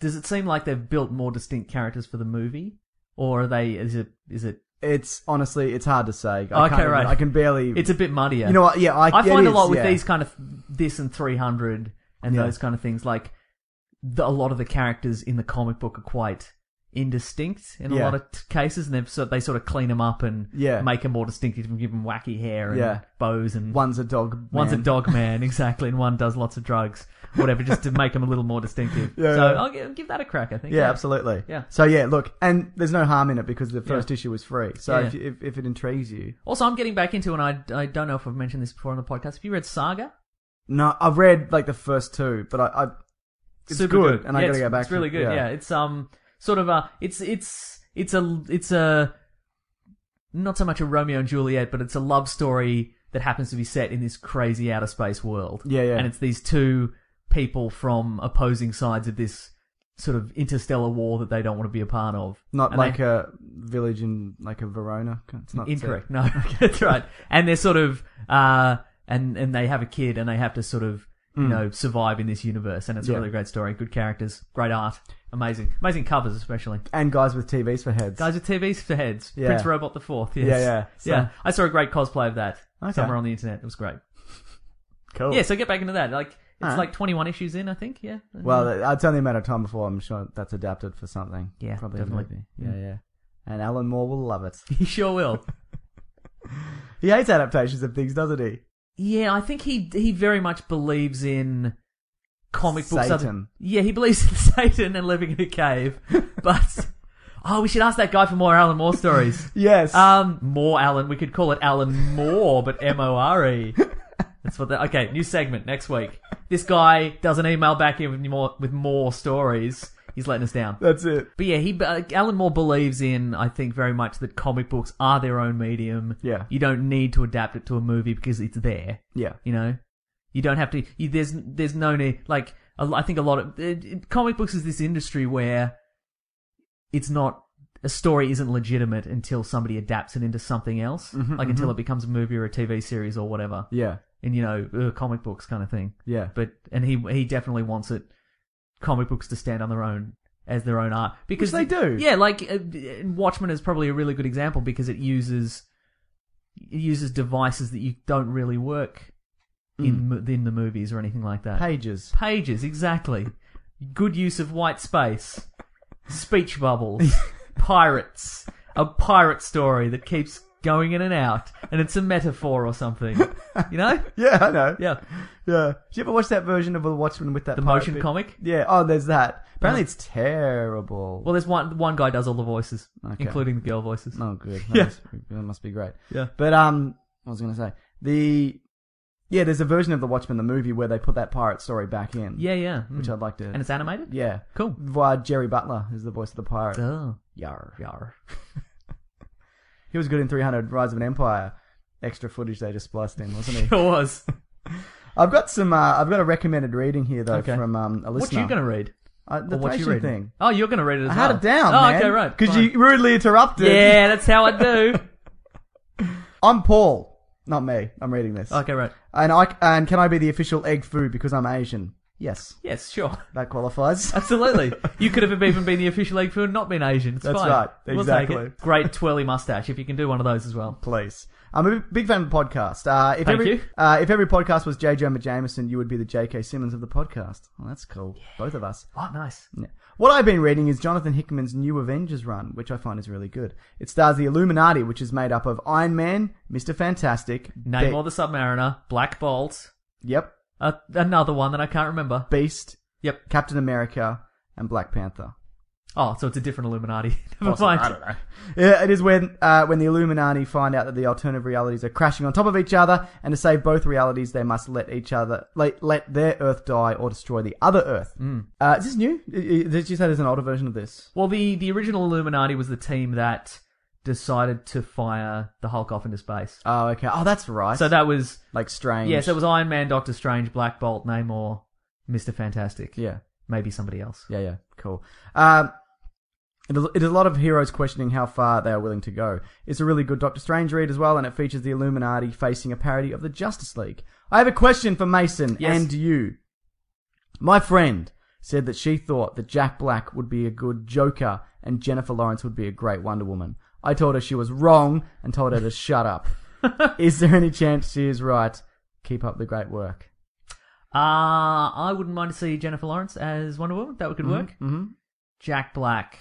Speaker 4: Does it seem like they've built more distinct characters for the movie, or are they? Is it? Is it?
Speaker 3: It's honestly, it's hard to say. I can't
Speaker 4: okay,
Speaker 3: even-
Speaker 4: right.
Speaker 3: I can barely.
Speaker 4: It's a bit muddier.
Speaker 3: You know what? Yeah, I,
Speaker 4: I
Speaker 3: it
Speaker 4: find a
Speaker 3: is,
Speaker 4: lot with
Speaker 3: yeah.
Speaker 4: these kind of this and 300 and
Speaker 3: Yeah.
Speaker 4: those kind of things. Like the, a lot of the characters in the comic book are quite indistinct in a
Speaker 3: Yeah.
Speaker 4: lot of t- cases, and they've, so they sort of clean them up and
Speaker 3: Yeah.
Speaker 4: make them more distinctive and give them wacky hair and
Speaker 3: Yeah.
Speaker 4: bows and
Speaker 3: One's a dog.
Speaker 4: one's
Speaker 3: man.
Speaker 4: a dog man exactly, and one does lots of drugs, whatever, just to make them a little more distinctive.
Speaker 3: Yeah,
Speaker 4: so
Speaker 3: yeah.
Speaker 4: I'll give, give that a crack. I think.
Speaker 3: Yeah, absolutely.
Speaker 4: Yeah.
Speaker 3: So yeah, look, and there's no harm in it because the first
Speaker 4: Yeah.
Speaker 3: issue was free. So
Speaker 4: Yeah.
Speaker 3: if, you- if if it intrigues you,
Speaker 4: Also, I'm getting back into, and I, I don't know if I've mentioned this before on the podcast. Have you read Saga?
Speaker 3: no, I've read like the first two, but I, I it's
Speaker 4: super
Speaker 3: good, and I
Speaker 4: Yeah,
Speaker 3: gotta
Speaker 4: it's-
Speaker 3: go back.
Speaker 4: It's really
Speaker 3: to,
Speaker 4: good. Yeah. it's um sort of a it's it's it's a it's a not so much a Romeo and Juliet, but it's a love story that happens to be set in this crazy outer space world.
Speaker 3: Yeah, yeah.
Speaker 4: And it's these two people from opposing sides of this sort of interstellar war that they don't want to be a part of.
Speaker 3: Not
Speaker 4: And they-
Speaker 3: like a village in like a Verona. It's not
Speaker 4: incorrect. No, that's right. And they're sort of uh, and and they have a kid, and they have to sort of you know survive in this universe. And it's a
Speaker 3: Hmm. Yeah.
Speaker 4: really great story, good characters, great art, amazing, amazing covers especially.
Speaker 3: And guys with TVs for heads.
Speaker 4: Guys with TVs for heads,
Speaker 3: Yeah.
Speaker 4: Prince Robot the Fourth. Yes.
Speaker 3: Yeah, yeah. So-
Speaker 4: yeah. I saw a great cosplay of that
Speaker 3: Okay.
Speaker 4: somewhere on the internet. It was great.
Speaker 3: cool.
Speaker 4: Yeah, so get back into that. Like it's
Speaker 3: Alright.
Speaker 4: like twenty one issues in, I think. Yeah.
Speaker 3: Well, it's only a matter of time before I'm sure that's adapted for something.
Speaker 4: Yeah,
Speaker 3: probably
Speaker 4: definitely. Mm.
Speaker 3: A movie. Yeah, yeah. And Alan Moore will love it.
Speaker 4: he sure will.
Speaker 3: He hates adaptations of things, doesn't he?
Speaker 4: Yeah, I think he he very much believes in comic books. other-
Speaker 3: Satan.
Speaker 4: Yeah, he believes in Satan and living in a cave. But oh, we should ask that guy for more Alan Moore stories.
Speaker 3: Yes.
Speaker 4: Um, more Alan. We could call it Alan Moore, but M O R E. That's what. That, okay, new segment next week. This guy does an email back in with more with more stories. He's letting us down.
Speaker 3: that's it.
Speaker 4: But yeah, he uh, Alan Moore believes in I think very much that comic books are their own medium.
Speaker 3: Yeah.
Speaker 4: you don't need to adapt it to a movie because it's there.
Speaker 3: Yeah.
Speaker 4: You know, you don't have to. You, there's there's no need. Like a l- I think a lot of it, it- comic books is this industry where it's not a story isn't legitimate until somebody adapts it into something else, like until it becomes a movie or a TV series or whatever.
Speaker 3: Yeah.
Speaker 4: And you know, uh, comic books kind of thing.
Speaker 3: Yeah.
Speaker 4: But and he he definitely wants it comic books to stand on their own as their own art because
Speaker 3: they do.
Speaker 4: Yeah, like uh, Watchmen is probably a really good example because it uses it uses devices that you don't really work in mo- in the movies or anything like that.
Speaker 3: Hmm. Pages.
Speaker 4: Pages, exactly. Good use of white space, speech bubbles, pirates, a pirate story that keeps going in and out, and it's a metaphor or something. You know?
Speaker 3: Yeah, I know.
Speaker 4: Yeah.
Speaker 3: Yeah. Did you ever watch that version of The Watchmen with that
Speaker 4: The
Speaker 3: pirate
Speaker 4: motion
Speaker 3: bit?
Speaker 4: comic?
Speaker 3: Yeah. Oh, there's that. Apparently,
Speaker 4: Yeah.
Speaker 3: it's terrible.
Speaker 4: Well, there's one one guy does all the voices,
Speaker 3: Okay.
Speaker 4: including the girl voices.
Speaker 3: oh, good. That,
Speaker 4: Yeah.
Speaker 3: must, that must be great.
Speaker 4: Yeah.
Speaker 3: But um, what was I going to say? The yeah, there's a version of The Watchmen, the movie, where they put that pirate story back in.
Speaker 4: Yeah, yeah.
Speaker 3: Which
Speaker 4: Mm.
Speaker 3: I'd like to.
Speaker 4: And it's animated?
Speaker 3: yeah.
Speaker 4: Cool.
Speaker 3: Via Jerry Butler, who's the voice of the pirate.
Speaker 4: Oh.
Speaker 3: Yar.
Speaker 4: Yar.
Speaker 3: He was good in 300 Rise of an Empire. Extra footage they just spliced in, wasn't he?
Speaker 4: It was.
Speaker 3: I've got some. Uh, I've got a recommended reading here though
Speaker 4: Okay.
Speaker 3: from um, a
Speaker 4: What
Speaker 3: listener.
Speaker 4: you going to read?
Speaker 3: uh, the
Speaker 4: Or what you
Speaker 3: Thracian
Speaker 4: reading?
Speaker 3: thing?
Speaker 4: Oh, you're going to read it as
Speaker 3: I had
Speaker 4: well.
Speaker 3: it down.
Speaker 4: Oh,
Speaker 3: man,
Speaker 4: okay, right.
Speaker 3: Because
Speaker 4: fine.
Speaker 3: you rudely interrupted.
Speaker 4: Yeah, that's how I do.
Speaker 3: I'm Paul, not me. I'm reading this.
Speaker 4: okay, right.
Speaker 3: And I and can I be the official egg foo because I'm Asian? Yes,
Speaker 4: Yes, sure.
Speaker 3: that qualifies.
Speaker 4: Absolutely. You could have even been the official egg food and not been Asian. It's
Speaker 3: That's
Speaker 4: fine.
Speaker 3: right.
Speaker 4: We'll take it.
Speaker 3: Exactly.
Speaker 4: Great twirly mustache if you can do one of those as well.
Speaker 3: Please. I'm a big fan of the podcast. Uh, if
Speaker 4: Thank
Speaker 3: every,
Speaker 4: you.
Speaker 3: Uh, if every podcast was J. Jonah Jameson, you would be the J.K. Simmons of the podcast. Well, that's cool. Both of us.
Speaker 4: Oh, nice.
Speaker 3: Yeah. What I've been reading is Jonathan Hickman's New Avengers run, which I find is really good. It stars the Illuminati, which is made up of Iron Man, Mr. Fantastic,
Speaker 4: Name
Speaker 3: Be-
Speaker 4: all the Submariner, Black Bolt,
Speaker 3: Yep,
Speaker 4: uh, another one that I can't remember.
Speaker 3: Beast,
Speaker 4: Yep.
Speaker 3: Captain America, and Black Panther.
Speaker 4: Oh, so it's a different Illuminati. Never
Speaker 3: Awesome.
Speaker 4: mind.
Speaker 3: I don't know. Yeah, it is when uh, when the Illuminati find out that the alternative realities are crashing on top of each other, and to save both realities, they must let each other let, let their Earth die or destroy the other Earth.
Speaker 4: Hmm.
Speaker 3: Uh, is this new? I- I- Did you say there's an older version of this?
Speaker 4: Well, the, the original Illuminati was the team that decided to fire the Hulk off into space.
Speaker 3: Oh, okay. Oh, that's right.
Speaker 4: So that was
Speaker 3: like strange.
Speaker 4: yeah. So it was Iron Man, Doctor Strange, Black Bolt, Namor, Mister Fantastic,
Speaker 3: Yeah,
Speaker 4: maybe somebody else.
Speaker 3: yeah, yeah. Cool. Um, it is, it is a lot of heroes questioning how far they are willing to go. It's a really good Doctor Strange read as well, and it features the Illuminati facing a parody of the Justice League. I have a question for Mason
Speaker 4: Yes.
Speaker 3: and you. My friend said that she thought that Jack Black would be a good Joker and Jennifer Lawrence would be a great Wonder Woman. I told her she was wrong and told her to shut up. is there any chance she is right? Keep up the great work.
Speaker 4: Uh, I wouldn't mind to see Jennifer Lawrence as Wonder Woman. That could work.
Speaker 3: Mm-hmm.
Speaker 4: Jack Black.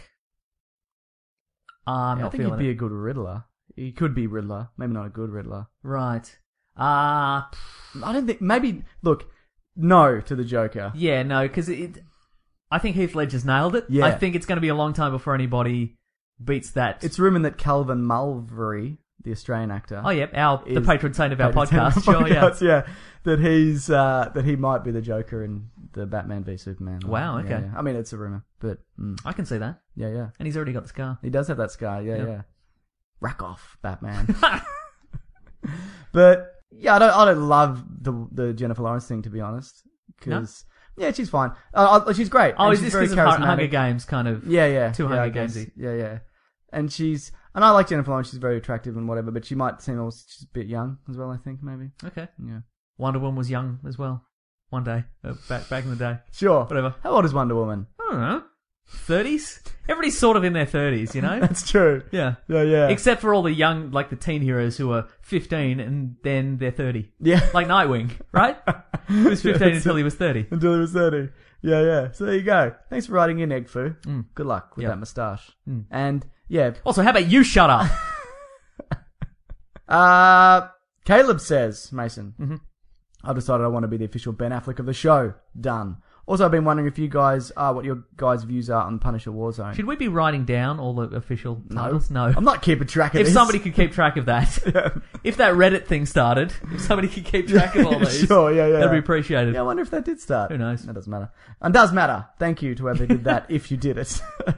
Speaker 4: Uh, I'm
Speaker 3: Yeah, I
Speaker 4: not
Speaker 3: think
Speaker 4: feeling
Speaker 3: he'd be
Speaker 4: it.
Speaker 3: a good Riddler. He could be Riddler, maybe not a good Riddler.
Speaker 4: Right. Uh,
Speaker 3: I don't think. Maybe look, no to the Joker.
Speaker 4: yeah, no, because it. I think Heath Ledger's nailed it.
Speaker 3: Yeah.
Speaker 4: I think it's going to be a long time before anybody beats that.
Speaker 3: It's rumored that Calvin Mulvey, the Australian actor,
Speaker 4: oh yeah, our the
Speaker 3: is-
Speaker 4: patron saint of our
Speaker 3: patron saint
Speaker 4: podcast.
Speaker 3: of
Speaker 4: Sure,
Speaker 3: our
Speaker 4: yeah.
Speaker 3: podcast, yeah, that he's uh, that he might be the Joker in the Batman v Superman.
Speaker 4: Wow,
Speaker 3: Yeah,
Speaker 4: okay.
Speaker 3: yeah. I mean, it's a rumor, but mm,
Speaker 4: I can see that,
Speaker 3: yeah, yeah,
Speaker 4: and he's already got the scar.
Speaker 3: he does have that scar. Yeah,
Speaker 4: Yeah.
Speaker 3: yeah. Rack off, Batman. But yeah, I don't, I don't love the the Jennifer Lawrence thing to be honest. Because yeah, she's fine. Uh, uh, she's great.
Speaker 4: oh,
Speaker 3: and
Speaker 4: is
Speaker 3: she's
Speaker 4: this
Speaker 3: very
Speaker 4: because of Hu- Hunger
Speaker 3: charismatic.
Speaker 4: Games kind of?
Speaker 3: Yeah, yeah,
Speaker 4: Too
Speaker 3: yeah, I
Speaker 4: Hunger
Speaker 3: guess.
Speaker 4: Gamesy.
Speaker 3: Yeah, yeah. And she's and I like Jennifer Lawrence. She's very attractive and whatever. But she might seem also she's a bit young as well. I think maybe.
Speaker 4: Okay.
Speaker 3: Yeah.
Speaker 4: Wonder Woman was young as well. One day, uh, back back in the day.
Speaker 3: Sure.
Speaker 4: Whatever.
Speaker 3: How old is Wonder Woman?
Speaker 4: I don't know. Thirties. Everybody's sort of in their thirties, you know.
Speaker 3: That's true.
Speaker 4: yeah.
Speaker 3: Yeah, yeah.
Speaker 4: Except for all the young, like the teen heroes who are 15 and then they're 30.
Speaker 3: yeah.
Speaker 4: Like Nightwing, right? He was 15 until he was 30.
Speaker 3: until he was thirty. Yeah, yeah. So there you go. Thanks for writing in, Egg Foo. Good luck with
Speaker 4: Mm. Yeah. Mm.
Speaker 3: that moustache. And yeah,
Speaker 4: Also, how about you shut up?
Speaker 3: Uh, Caleb says, Mason,
Speaker 4: Mm-hmm.
Speaker 3: I've decided I want to be the official Ben Affleck of the show. Done. Also, I've been wondering if you guys are what your guys' views are on Punisher Warzone.
Speaker 4: Should we be writing down all the official titles? No.
Speaker 3: I'm not keeping track of
Speaker 4: if
Speaker 3: this.
Speaker 4: somebody could keep track of that, if that Reddit thing started, if somebody could keep track of all these,
Speaker 3: Sure, yeah, yeah.
Speaker 4: that'd be appreciated.
Speaker 3: Yeah, I wonder if that did start.
Speaker 4: Who knows?
Speaker 3: That doesn't matter. And does matter. Thank you to whoever did that, if you did it.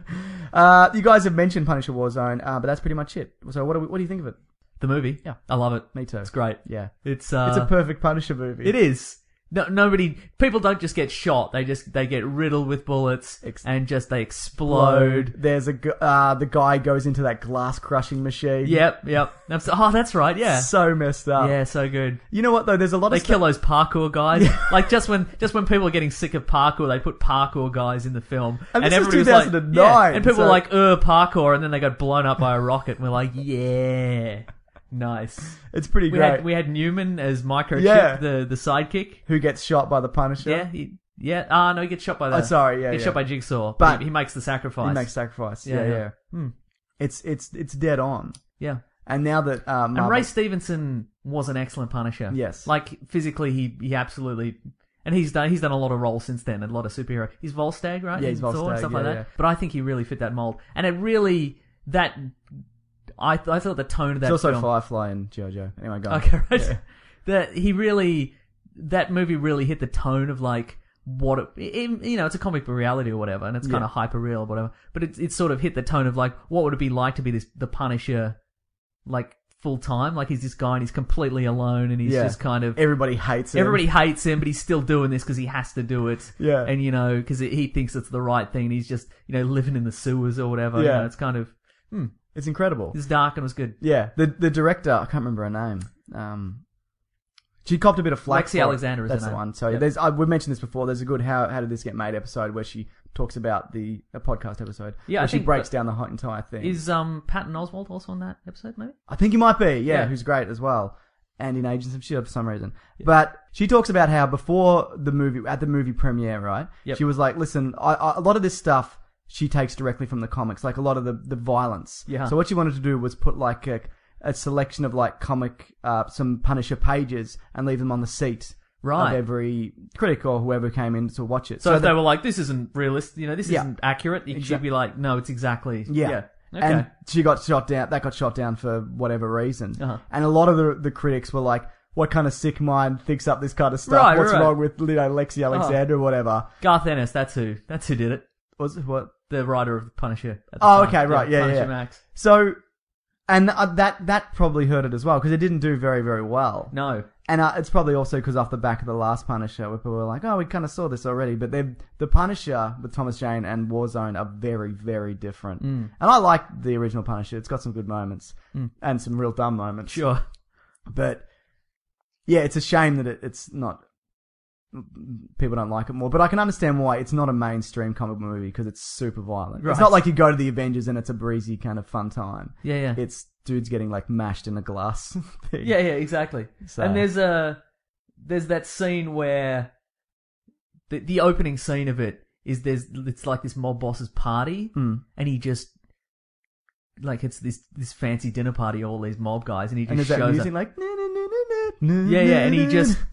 Speaker 3: uh, you guys have mentioned Punisher Warzone, uh, but that's pretty much it. So, what do, we, what do you think of it?
Speaker 4: The movie,
Speaker 3: Yeah.
Speaker 4: I love it.
Speaker 3: Me too.
Speaker 4: It's great.
Speaker 3: Yeah.
Speaker 4: It's uh,
Speaker 3: it's a perfect Punisher movie.
Speaker 4: It is. No, nobody. People don't just get shot. They just they get riddled with bullets
Speaker 3: Ex-
Speaker 4: and just they explode.
Speaker 3: There's a gu- uh, the guy goes into that glass crushing machine.
Speaker 4: Yep, yep. That's, oh, that's right. Yeah.
Speaker 3: so messed up.
Speaker 4: yeah, so good.
Speaker 3: You know what though? There's a lot
Speaker 4: They
Speaker 3: of
Speaker 4: kill
Speaker 3: stuff.
Speaker 4: those parkour guys. like just when just when people are getting sick of parkour, they put parkour guys in the film.
Speaker 3: And this was
Speaker 4: everybody was like-
Speaker 3: 2009,
Speaker 4: yeah. And people
Speaker 3: so-
Speaker 4: were like, "Uh, parkour," and then they got blown up by a rocket. And we're like, "Yeah, nice."
Speaker 3: It's pretty
Speaker 4: We
Speaker 3: great.
Speaker 4: had we had Newman as microchip,
Speaker 3: Yeah.
Speaker 4: the the sidekick.
Speaker 3: Who gets shot by the Punisher?
Speaker 4: Yeah, he, yeah. Ah, no, he gets shot by that.
Speaker 3: Oh, sorry, yeah,
Speaker 4: he gets
Speaker 3: yeah.
Speaker 4: shot by Jigsaw, but,
Speaker 3: But-
Speaker 4: he, he makes the sacrifice.
Speaker 3: he makes sacrifice. Yeah,
Speaker 4: Yeah,
Speaker 3: yeah.
Speaker 4: yeah. Hmm.
Speaker 3: It's it's it's dead on.
Speaker 4: yeah.
Speaker 3: And now that uh, Marvel,
Speaker 4: And Ray Stevenson was an excellent Punisher.
Speaker 3: Yes.
Speaker 4: like physically, he he absolutely. And he's done he's done a lot of roles since then, and a lot of superhero. He's Volstagg, right?
Speaker 3: Yeah, he's
Speaker 4: In Thor and
Speaker 3: Volstagg,
Speaker 4: stuff
Speaker 3: yeah,
Speaker 4: like that.
Speaker 3: yeah.
Speaker 4: But I think he really fit that mold, and it really that I th- I thought the tone of that
Speaker 3: it's also
Speaker 4: film.
Speaker 3: Firefly and JoJo. Anyway, go. on.
Speaker 4: Okay, right. That he really that movie really hit the tone of like what it, it- you know it's a comic book reality or whatever and it's kind
Speaker 3: Yeah.
Speaker 4: of hyper real or whatever but it, it sort of hit the tone of like what would it be like to be this the punisher like full time like he's this guy and he's completely alone and he's
Speaker 3: Yeah.
Speaker 4: just kind of
Speaker 3: Everybody hates him.
Speaker 4: everybody hates him but he's still doing this because he has to do it
Speaker 3: Yeah.
Speaker 4: and you know because he thinks it's the right thing and he's just you know living in the sewers or whatever you
Speaker 3: Yeah.
Speaker 4: know, it's kind of
Speaker 3: It's incredible.
Speaker 4: it's dark and it was good
Speaker 3: Yeah. The the director, I can't remember her name. Um, she copped a bit of flack.
Speaker 4: Lexi
Speaker 3: for it.
Speaker 4: Alexander is her
Speaker 3: That's the
Speaker 4: name.
Speaker 3: one. So
Speaker 4: Yep.
Speaker 3: there's I, we mentioned this before. There's a good how how did this get made episode where she talks about the a podcast episode.
Speaker 4: Yeah, I
Speaker 3: where she
Speaker 4: think
Speaker 3: breaks
Speaker 4: that-
Speaker 3: down the whole entire thing.
Speaker 4: is um patton oswald also on that episode maybe
Speaker 3: I think he might be, yeah,
Speaker 4: Yeah.
Speaker 3: who's great as well. And in Agents of S.H.I.E.L.D. E for some reason. But she talks about how before the movie, at the movie premiere, right?
Speaker 4: Yep.
Speaker 3: She was like, listen, I, I, a lot of this stuff she takes directly from the comics, like a lot of the, the violence.
Speaker 4: Yeah.
Speaker 3: So what she wanted to do was put like a, a selection of like comic, uh, some Punisher pages and leave them on the seat.
Speaker 4: Right.
Speaker 3: Of every critic or whoever came in to watch it.
Speaker 4: So, if
Speaker 3: that-
Speaker 4: they were like, "This isn't realistic," you know, this
Speaker 3: Yeah.
Speaker 4: isn't accurate. You
Speaker 3: Exact-
Speaker 4: should be like, "No, it's exactly."
Speaker 3: Yeah.
Speaker 4: Okay.
Speaker 3: And she got shot down. That got shot down for whatever reason.
Speaker 4: Uh-huh.
Speaker 3: And a lot of the the critics were like, "What kind of sick mind thinks up this kind of stuff?
Speaker 4: Right,
Speaker 3: What's
Speaker 4: right. Uh-huh.
Speaker 3: wrong with you know, Lexi Alexander or whatever?"
Speaker 4: Garth Ennis. That's who. That's who did it.
Speaker 3: Was it what?
Speaker 4: The writer of Punisher. at the
Speaker 3: Oh,
Speaker 4: time.
Speaker 3: okay, right, yeah,
Speaker 4: Punisher
Speaker 3: yeah.
Speaker 4: Max.
Speaker 3: So, and uh, that that probably hurt it as well because it didn't do very very well.
Speaker 4: No.
Speaker 3: And uh, it's probably also because off the back of the last Punisher, where people were like, "Oh, we kind of saw this already." But they're- the Punisher with Thomas Jane and Warzone are very, very different.
Speaker 4: Mm.
Speaker 3: And I like the original Punisher; it's got some good moments
Speaker 4: Mm.
Speaker 3: and some real dumb moments.
Speaker 4: Sure.
Speaker 3: But yeah, it's a shame that it, it's not. People don't like it more, but I can understand why it's not a mainstream comic book movie because it's super violent.
Speaker 4: Right.
Speaker 3: It's not like you go to the Avengers and it's a breezy kind of fun time.
Speaker 4: Yeah, yeah.
Speaker 3: It's dudes getting like mashed in a glass. Thing.
Speaker 4: Yeah, yeah, exactly.
Speaker 3: So-
Speaker 4: And there's a there's that scene where the the opening scene of it is there's it's like this mob boss's party,
Speaker 3: Mm.
Speaker 4: and he just like it's this this fancy dinner party, all these mob guys, and he just
Speaker 3: And there's that
Speaker 4: shows
Speaker 3: music
Speaker 4: up.
Speaker 3: like "Na, na, na, na, na, na,
Speaker 4: yeah, yeah, and he
Speaker 3: na,
Speaker 4: just
Speaker 3: na."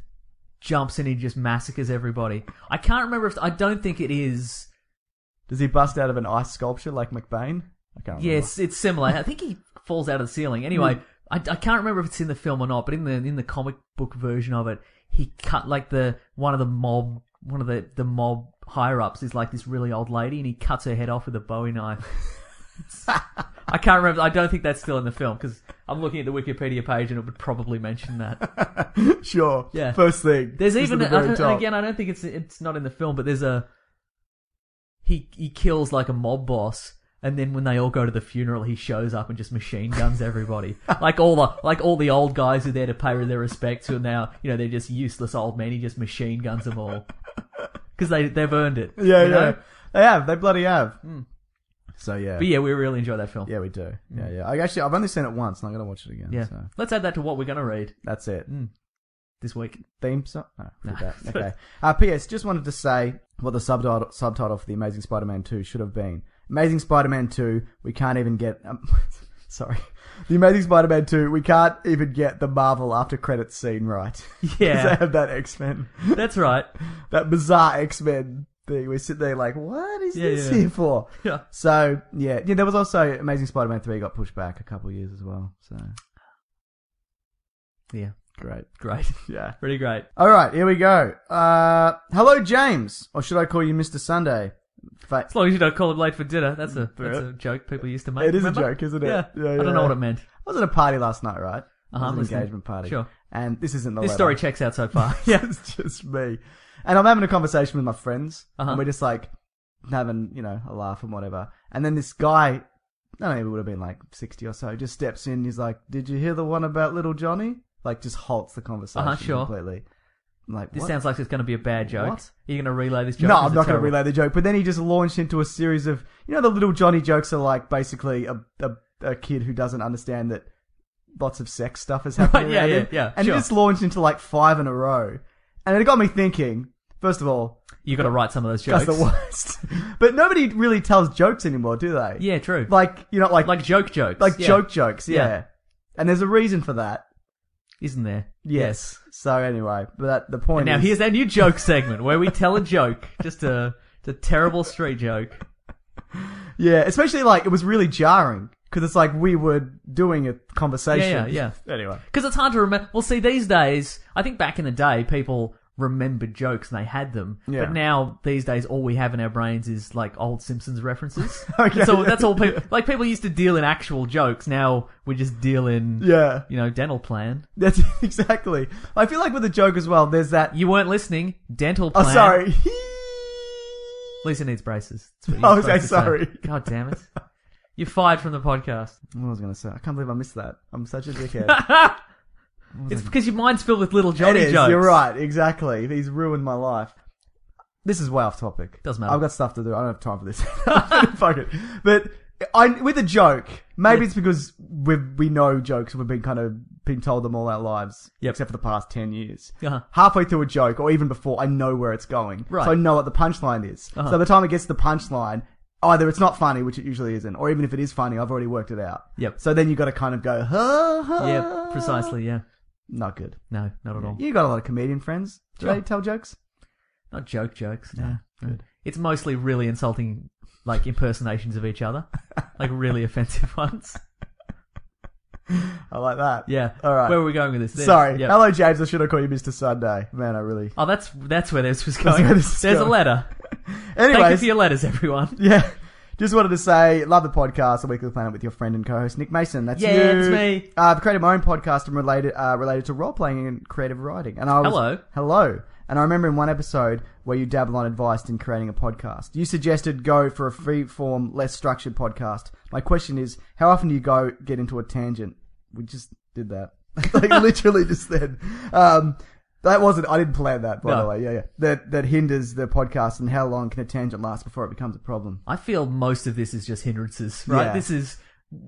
Speaker 4: jumps and he just massacres everybody. I can't remember if I don't think it is.
Speaker 3: does he bust out of an ice sculpture like McBain? I can't. remember.
Speaker 4: Yes, it's similar. I think he falls out of the ceiling. Anyway, I, I can't remember if it's in the film or not, but in the in the comic book version of it, he cut like the one of the mob one of the the mob higher ups is like this really old lady, and he cuts her head off with a Bowie knife. I can't remember. I don't think that's still in the film because I'm looking at the Wikipedia page and it would probably mention that.
Speaker 3: sure.
Speaker 4: Yeah.
Speaker 3: First thing.
Speaker 4: There's
Speaker 3: Just
Speaker 4: even
Speaker 3: at
Speaker 4: I
Speaker 3: the very
Speaker 4: don't-
Speaker 3: top.
Speaker 4: and again. I don't think it's it's not in the film, but there's a he he kills like a mob boss, and then when they all go to the funeral, he shows up and just machine guns everybody. like all the like all the old guys who are there to pay their respects who are now you know they're just useless old men. He just machine guns them all because they they've earned it.
Speaker 3: Yeah,
Speaker 4: you
Speaker 3: yeah.
Speaker 4: know? Hmm.
Speaker 3: They have. They bloody have. So yeah.
Speaker 4: But yeah, we really enjoy that film.
Speaker 3: Yeah, we do. Yeah, yeah. I actually, I've only seen it once, and I'm gonna watch it again.
Speaker 4: Hmm. Yeah.
Speaker 3: So
Speaker 4: Let's add that to what we're gonna read mm,
Speaker 3: that's it.
Speaker 4: this week.
Speaker 3: Theme song? No, forget
Speaker 4: No.
Speaker 3: that. Okay. Uh, P.S. Just wanted to say what the subtitle subtitle for the Amazing Spider-Man Two should have been. Amazing Spider-Man Two. We can't even get. Um, sorry. The Amazing Spider-Man Two. We can't even get the Marvel after credits scene right. 'Cause
Speaker 4: Yeah.
Speaker 3: they have that X Men,
Speaker 4: That's right.
Speaker 3: that bizarre X Men thing. We sit there like, what is
Speaker 4: Yeah,
Speaker 3: this
Speaker 4: yeah.
Speaker 3: here for?
Speaker 4: Yeah.
Speaker 3: So yeah, yeah. There was also Amazing Spider-Man Three got pushed back a couple years as well. So
Speaker 4: Yeah.
Speaker 3: great.
Speaker 4: Great.
Speaker 3: Yeah.
Speaker 4: Pretty great.
Speaker 3: All right, here we go. Uh, hello, James, or should I call you Mr. Sunday? Fa-
Speaker 4: As long as you don't call him late for dinner, that's a that's a joke people used to make.
Speaker 3: Mm, It is a
Speaker 4: remember?
Speaker 3: joke, isn't it?
Speaker 4: Yeah.
Speaker 3: Yeah,
Speaker 4: I don't
Speaker 3: yeah.
Speaker 4: know what it meant.
Speaker 3: I was at a party last night, right?
Speaker 4: Uh-huh,
Speaker 3: I
Speaker 4: I'm
Speaker 3: was at
Speaker 4: listening.
Speaker 3: an engagement party.
Speaker 4: Sure.
Speaker 3: And this isn't the
Speaker 4: This
Speaker 3: letter.
Speaker 4: story checks out so far.
Speaker 3: yeah, it's just me. And I'm having a conversation with my friends,
Speaker 4: Uh-huh.
Speaker 3: and we're just like having, you know, a laugh and whatever. And then this guy, I don't know, he would have been like 60 or so, just steps in. He's like, "Did you hear the one about little Johnny?" Like, just halts the conversation
Speaker 4: Uh-huh, sure.
Speaker 3: completely. I'm like,
Speaker 4: This
Speaker 3: what?
Speaker 4: sounds like it's going to be a bad joke.
Speaker 3: What?
Speaker 4: You're going to relay this joke.
Speaker 3: no,
Speaker 4: This
Speaker 3: I'm not
Speaker 4: is
Speaker 3: going to
Speaker 4: terrible.
Speaker 3: relay the joke. But then he just launched into a series of, you know, the little Johnny jokes are like basically a a, a kid who doesn't understand that lots of sex stuff is happening.
Speaker 4: Yeah,
Speaker 3: around
Speaker 4: yeah,
Speaker 3: him.
Speaker 4: yeah,
Speaker 3: And
Speaker 4: sure.
Speaker 3: he just launched into like five in a row, and it got me thinking. First of all,
Speaker 4: You've got to write some of those jokes.
Speaker 3: that's the worst. but nobody really tells jokes anymore, do they?
Speaker 4: Yeah, true. Like,
Speaker 3: Like you know, like like,
Speaker 4: joke jokes. Yeah.
Speaker 3: joke jokes. Yeah.
Speaker 4: Yeah.
Speaker 3: And there's a reason for that.
Speaker 4: Isn't there?
Speaker 3: Yes. So anyway, but that, the point
Speaker 4: And now
Speaker 3: is,
Speaker 4: here's our new joke segment where we tell a joke. Just a, it's a terrible street joke.
Speaker 3: Yeah, especially like it was really jarring because it's like we were doing a
Speaker 4: Yeah, yeah,
Speaker 3: conversation.
Speaker 4: yeah.
Speaker 3: anyway,
Speaker 4: Because it's hard to remember. Well, see, these days, I think back in the day, people remembered jokes and they had them.
Speaker 3: Yeah.
Speaker 4: But now, these days, all we have in our brains is like old Simpsons references.
Speaker 3: Okay.
Speaker 4: So that's all people. Like people used to deal in actual jokes. Now we just deal in.
Speaker 3: yeah,
Speaker 4: You know, dental plan.
Speaker 3: that's exactly. I feel like with a joke as well. There's that.
Speaker 4: You weren't listening. Dental
Speaker 3: Oh,
Speaker 4: plan.
Speaker 3: sorry.
Speaker 4: Lisa needs braces. That's what
Speaker 3: Oh,
Speaker 4: you're
Speaker 3: okay,
Speaker 4: supposed to say.
Speaker 3: sorry.
Speaker 4: God damn it. You're fired from the podcast.
Speaker 3: what was I gonna say? I can't believe I missed that. I'm such a dickhead.
Speaker 4: It's because your mind's filled with little
Speaker 3: it
Speaker 4: Johnny
Speaker 3: is.
Speaker 4: jokes.
Speaker 3: You're right. Exactly. He's ruined my life. This is way off topic.
Speaker 4: Doesn't matter.
Speaker 3: I've got stuff to do. I don't have time for this. Fuck it. But I, with a joke, maybe it's because we we know jokes. We've been kind of been told them all our lives,
Speaker 4: Yep.
Speaker 3: except for the past ten years.
Speaker 4: Uh-huh.
Speaker 3: halfway through a joke or even before, I know where it's going.
Speaker 4: Right. Uh-huh.
Speaker 3: So I know what the punchline is. So by the time it gets to the punchline, either it's not funny, which it usually isn't, or even if it is funny, I've already worked it out.
Speaker 4: Yep.
Speaker 3: So then you got to kind of go, huh, huh.
Speaker 4: Yeah, precisely. Yeah.
Speaker 3: Not good.
Speaker 4: No, not at all.
Speaker 3: You got a lot of comedian friends. Do
Speaker 4: Sure.
Speaker 3: they tell jokes?
Speaker 4: Not joke jokes. No. no. It's mostly really insulting, like impersonations of each other, like really offensive ones.
Speaker 3: I like that.
Speaker 4: Yeah.
Speaker 3: All right.
Speaker 4: Where were we going with this? There.
Speaker 3: Sorry.
Speaker 4: Yeah.
Speaker 3: Hello, James. I should have called you Mr. Sunday. Man, I really.
Speaker 4: Oh, that's that's where this was
Speaker 3: That's
Speaker 4: going.
Speaker 3: where this is
Speaker 4: There's a
Speaker 3: going.
Speaker 4: letter. Thank you
Speaker 3: Anyways.
Speaker 4: for your letters, everyone.
Speaker 3: Yeah. Just wanted to say, love the podcast, A Weekly Planet, with your friend and co-host Nick Mason. That's
Speaker 4: Yeah,
Speaker 3: you.
Speaker 4: it's me.
Speaker 3: Uh, I've created my own podcast and related uh, related to role playing and creative writing. And I was,
Speaker 4: Hello.
Speaker 3: hello. And I remember in one episode where you dabble on advice in creating a podcast. You suggested go for a free form, less structured podcast. My question is, how often do you go get into a tangent? We just did that. like literally just then. Um, that wasn't, I didn't plan that, by
Speaker 4: No.
Speaker 3: the way. Yeah, yeah. That, that hinders the podcast and how long can a tangent last before it becomes a problem?
Speaker 4: I feel most of this is just hindrances, right?
Speaker 3: Yeah.
Speaker 4: This is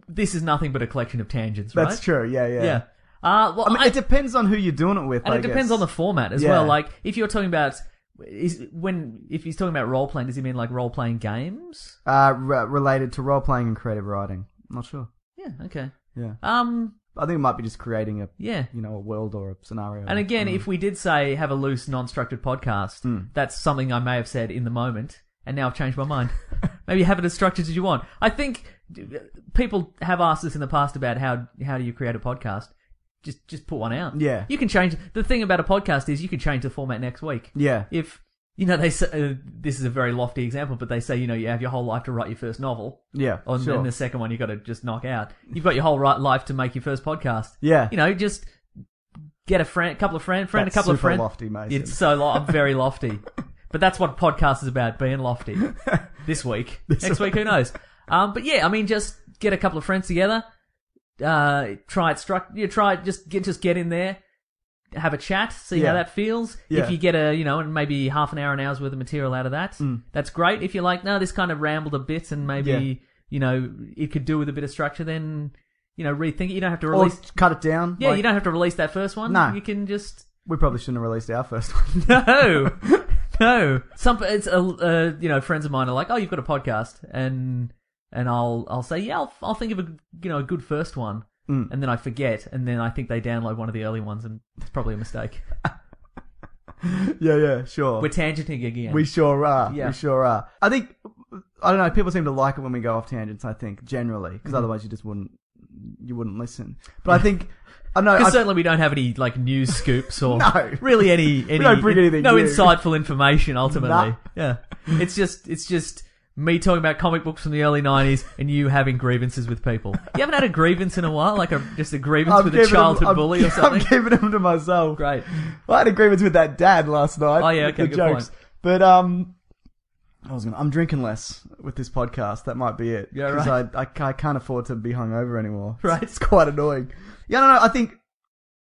Speaker 4: this is nothing but a collection of tangents, right?
Speaker 3: That's true. Yeah, yeah.
Speaker 4: Yeah. Uh, well,
Speaker 3: I mean,
Speaker 4: I-
Speaker 3: it depends on who you're doing it with.
Speaker 4: and
Speaker 3: I
Speaker 4: it depends
Speaker 3: guess.
Speaker 4: on the format as
Speaker 3: Yeah.
Speaker 4: well. Like if you're talking about is when if he's talking about role playing, does he mean like role playing games?
Speaker 3: uh, re- related to role playing and creative writing. I'm not sure.
Speaker 4: Yeah. Okay.
Speaker 3: Yeah,
Speaker 4: Um.
Speaker 3: I think it might be just creating a
Speaker 4: Yeah.
Speaker 3: you know a world or a scenario. Mm.
Speaker 4: And again, if we did say have a loose, non-structured podcast, that's something I may have said in the moment, and now I've changed my mind. Maybe have it as structured as you want. I think uh, people have asked us in the past about how how do you create a podcast? Just just put one out.
Speaker 3: Yeah.
Speaker 4: you can change. The thing about a podcast is you can change the format next week.
Speaker 3: yeah,
Speaker 4: If you know they say, uh, this is a very lofty example, but they say you know you have your whole life to write your first novel.
Speaker 3: yeah,
Speaker 4: On
Speaker 3: sure.
Speaker 4: then the second one, you got to just knock out. You've got your whole right life to make your first podcast.
Speaker 3: Yeah.
Speaker 4: you know, just get a friend, couple of friend, friend,
Speaker 3: That's
Speaker 4: a couple of
Speaker 3: super
Speaker 4: friends.
Speaker 3: lofty, Mason.
Speaker 4: It's uh, so lo- I'm very lofty, but that's what podcast is about: being lofty. this week, next week, who knows? Um, but yeah, I mean, just get a couple of friends together. Uh, try it. Struck. You try it. Just get. Just get in there. Have a chat. See
Speaker 3: Yeah.
Speaker 4: how that feels.
Speaker 3: Yeah.
Speaker 4: If you get a, you know, and maybe half an hour, an hour's worth of material out of that,
Speaker 3: Mm.
Speaker 4: that's great. If you're like, no, this kind of rambled a bit, and maybe
Speaker 3: Yeah.
Speaker 4: you know it could do with a bit of structure, then you know rethink it. You don't have to
Speaker 3: or
Speaker 4: release.
Speaker 3: cut it down.
Speaker 4: yeah,
Speaker 3: like,
Speaker 4: you don't have to release that first one.
Speaker 3: No.
Speaker 4: you can just
Speaker 3: We probably shouldn't have released our first one.
Speaker 4: no, no. Some it's a uh, you know friends of mine are like, oh, you've got a podcast, and and I'll I'll say yeah, I'll, I'll think of a you know a good first one,
Speaker 3: Mm.
Speaker 4: and then I forget, and then I think they download one of the early ones, and it's probably a mistake.
Speaker 3: yeah, yeah, sure.
Speaker 4: We're tangenting again.
Speaker 3: Oh. We sure are.
Speaker 4: Yeah.
Speaker 3: We sure are. I think I don't know. People seem to like it when we go off tangents. I think generally,
Speaker 4: Mm-hmm.
Speaker 3: because otherwise you just wouldn't you wouldn't listen. But I think I know. I-
Speaker 4: because certainly we don't have any like news scoops or
Speaker 3: uh, No.
Speaker 4: really any any
Speaker 3: don't bring anything
Speaker 4: no
Speaker 3: new.
Speaker 4: insightful information ultimately.
Speaker 3: Nah.
Speaker 4: Yeah, it's just it's just me talking about comic books from the early '90s and you having grievances with people. You haven't had a grievance in a while, like a just a grievance
Speaker 3: I'm
Speaker 4: with a
Speaker 3: giving
Speaker 4: childhood
Speaker 3: them, I'm-
Speaker 4: bully or something.
Speaker 3: I'm giving them to myself.
Speaker 4: Great.
Speaker 3: Well, I had agreements with that dad last night.
Speaker 4: Oh, yeah,
Speaker 3: with
Speaker 4: okay,
Speaker 3: the
Speaker 4: good
Speaker 3: jokes.
Speaker 4: point.
Speaker 3: But um, I was gonna. I'm drinking less with this podcast. That might be it.
Speaker 4: Yeah,
Speaker 3: 'Cause
Speaker 4: right.
Speaker 3: I, I ca- I can't afford to be hungover anymore. It's-
Speaker 4: Right.
Speaker 3: It's, quite annoying. Yeah, no, no. I think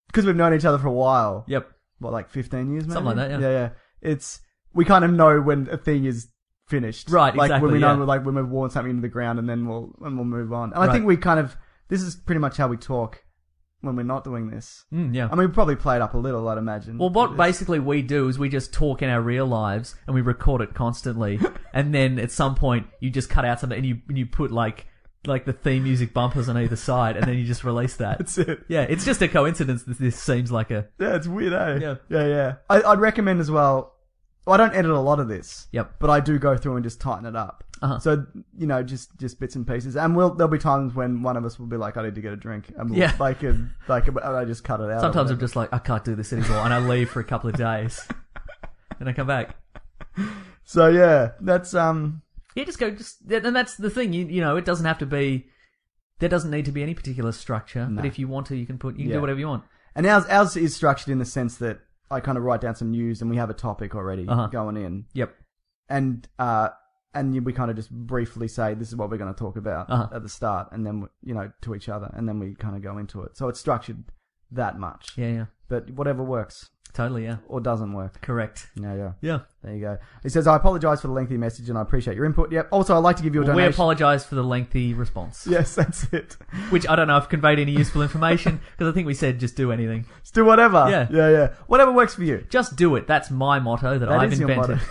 Speaker 3: because we've known each other for a while.
Speaker 4: Yep.
Speaker 3: What, like 15 years, maybe?
Speaker 4: Something like that, yeah.
Speaker 3: Yeah, yeah. It's we kind of know when a thing is finished.
Speaker 4: Right,
Speaker 3: Like
Speaker 4: exactly,
Speaker 3: when we know
Speaker 4: yeah.
Speaker 3: like when we've worn something into the ground, and then we'll and we'll move on. And I
Speaker 4: Right.
Speaker 3: think we kind of this is pretty much how we talk when we're not doing this.
Speaker 4: Mm, yeah.
Speaker 3: I mean, we probably played up a little, I'd imagine.
Speaker 4: well, what basically we do is we just talk in our real lives and we record it constantly, and then at some point you just cut out something and you and you put like like the theme music bumpers on either side, and then you just release that.
Speaker 3: That's it.
Speaker 4: Yeah, it's just a coincidence that this seems like a.
Speaker 3: Yeah, it's weird, eh?
Speaker 4: Yeah.
Speaker 3: yeah, yeah. I, I'd recommend as well. Well, I don't edit a lot of this.
Speaker 4: Yep.
Speaker 3: But I do go through and just tighten it up.
Speaker 4: Uh-huh.
Speaker 3: So you know, just just bits and pieces, and we'll there'll be times when one of us will be like, "I need to get a drink," and we'll,
Speaker 4: Yeah.
Speaker 3: like and like, and I just cut it out. or
Speaker 4: Sometimes I'm
Speaker 3: whatever.
Speaker 4: just like, I can't do this anymore, and I leave for a couple of days, and I come back.
Speaker 3: So yeah, that's um.
Speaker 4: Yeah, just go. Just and that's the thing. You you know, it doesn't have to be. There doesn't need to be any particular structure, but if you want to, you can put you can
Speaker 3: Yeah.
Speaker 4: do whatever you want.
Speaker 3: And ours ours is structured in the sense that I kind of write down some news, and we have a topic already
Speaker 4: Uh-huh.
Speaker 3: going in,
Speaker 4: Yep.
Speaker 3: and uh, and you- we kind of just briefly say this is what we're going to talk about
Speaker 4: Uh-huh.
Speaker 3: at the start, and then we- you know to each other, and then we kind of go into it. So it's structured that much,
Speaker 4: Yeah, yeah.
Speaker 3: but whatever works
Speaker 4: Totally, yeah.
Speaker 3: or doesn't work.
Speaker 4: Correct.
Speaker 3: Yeah, yeah.
Speaker 4: Yeah.
Speaker 3: There you go. He says, "I apologize for the lengthy message, and I appreciate your input." Yep. Also, I'd like to give you a
Speaker 4: we
Speaker 3: donation.
Speaker 4: apologise for the lengthy response,
Speaker 3: yes, that's it.
Speaker 4: which I don't know if conveyed any useful information because I think we said just do anything,
Speaker 3: Just do whatever.
Speaker 4: Yeah.
Speaker 3: yeah, yeah. Whatever works for you.
Speaker 4: just do it. That's my motto that,
Speaker 3: That
Speaker 4: I've
Speaker 3: is your
Speaker 4: invented.
Speaker 3: motto.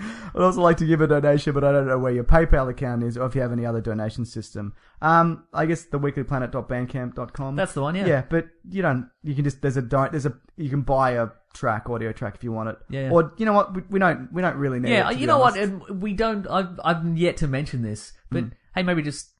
Speaker 3: I'd also like to give a donation, but I don't know where your PayPal account is or if you have any other donation system. Um, I guess the weeklyplanet.bandcamp.com.
Speaker 4: That's the one, yeah.
Speaker 3: Yeah, but you don't, you can just, there's a, don't, there's a, you can buy a track, audio track if you want it.
Speaker 4: Yeah, yeah.
Speaker 3: Or, you know what, we, we don't, we don't really need it.
Speaker 4: Yeah, uh,
Speaker 3: to be
Speaker 4: you know what?
Speaker 3: honest. Hmm.
Speaker 4: and We don't. I've I've yet to mention this, but hey, maybe just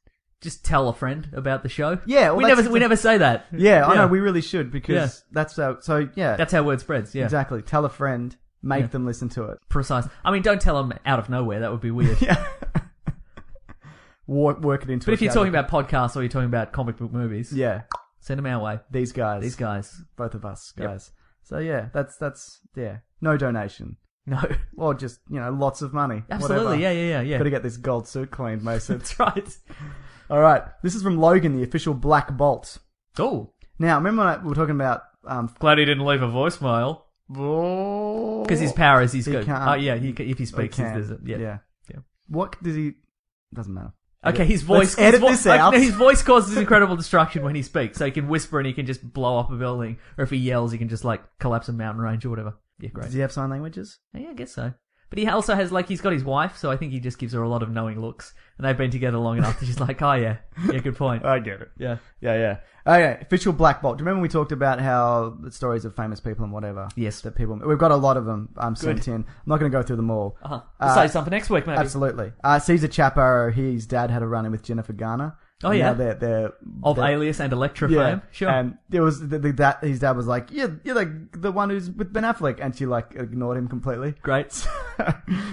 Speaker 4: just tell a friend about the show.
Speaker 3: Yeah, well,
Speaker 4: we
Speaker 3: that's
Speaker 4: never we
Speaker 3: exa-
Speaker 4: never say that.
Speaker 3: yeah, I know, we really should because
Speaker 4: Yeah.
Speaker 3: that's how, so yeah,
Speaker 4: that's how word spreads. Yeah,
Speaker 3: exactly. Tell a friend, make
Speaker 4: Yeah.
Speaker 3: them listen to it.
Speaker 4: precise. I mean, don't tell them out of nowhere. That would be weird.
Speaker 3: Yeah. wa- work it into.
Speaker 4: But
Speaker 3: a
Speaker 4: if you're
Speaker 3: category.
Speaker 4: talking about podcasts or you're talking about comic book movies,
Speaker 3: yeah,
Speaker 4: send them our way.
Speaker 3: these guys,
Speaker 4: These guys.
Speaker 3: both of us
Speaker 4: Yep.
Speaker 3: guys. So yeah, that's that's yeah, no donation
Speaker 4: No.
Speaker 3: or just you know lots of money.
Speaker 4: Absolutely. Yeah, yeah, yeah, yeah.
Speaker 3: Got to get this gold suit cleaned, Mason.
Speaker 4: That's right.
Speaker 3: All right, this is from Logan, the official Black Bolt.
Speaker 4: Oh.
Speaker 3: Now, remember when I, we were talking about um,
Speaker 4: Glad he didn't leave a voicemail. Because
Speaker 3: because
Speaker 4: his power is he's
Speaker 3: He
Speaker 4: good.
Speaker 3: can't-
Speaker 4: Oh, yeah, he, ca- if he speaks, he does it. Yeah.
Speaker 3: yeah,
Speaker 4: Yeah.
Speaker 3: What does he? Doesn't matter.
Speaker 4: Okay, his voice.
Speaker 3: Let's edit
Speaker 4: his vo-
Speaker 3: this out.
Speaker 4: His voice causes incredible destruction when he speaks. So he can whisper and he can just blow up a building, or if he yells, he can just like collapse a mountain range or whatever. Yeah, great.
Speaker 3: Does he have sign languages?
Speaker 4: Yeah, I guess so. But he also has like he's got his wife, so I think he just gives her a lot of knowing looks, and they've been together long enough. that She's like, oh yeah, yeah, good point.
Speaker 3: I get it.
Speaker 4: Yeah,
Speaker 3: Yeah, yeah. Okay, official Black Bolt. Do you remember we talked about how the stories of famous people and whatever?
Speaker 4: Yes.
Speaker 3: That people. We've got a lot of them um, sent in. I'm not going to go through them all.
Speaker 4: uh-huh.
Speaker 3: Uh,
Speaker 4: We'll say something next week, maybe.
Speaker 3: Absolutely. Uh, Caesar Chapo, his dad had a run in with Jennifer Garner.
Speaker 4: Oh,
Speaker 3: And
Speaker 4: yeah.
Speaker 3: Now they're, they're,
Speaker 4: Of
Speaker 3: they're-
Speaker 4: Alias and Electra fame, sure.
Speaker 3: And it was the, the dad, his dad was like, "You're you're the the one who's with Ben Affleck," and she like ignored him completely.
Speaker 4: Great.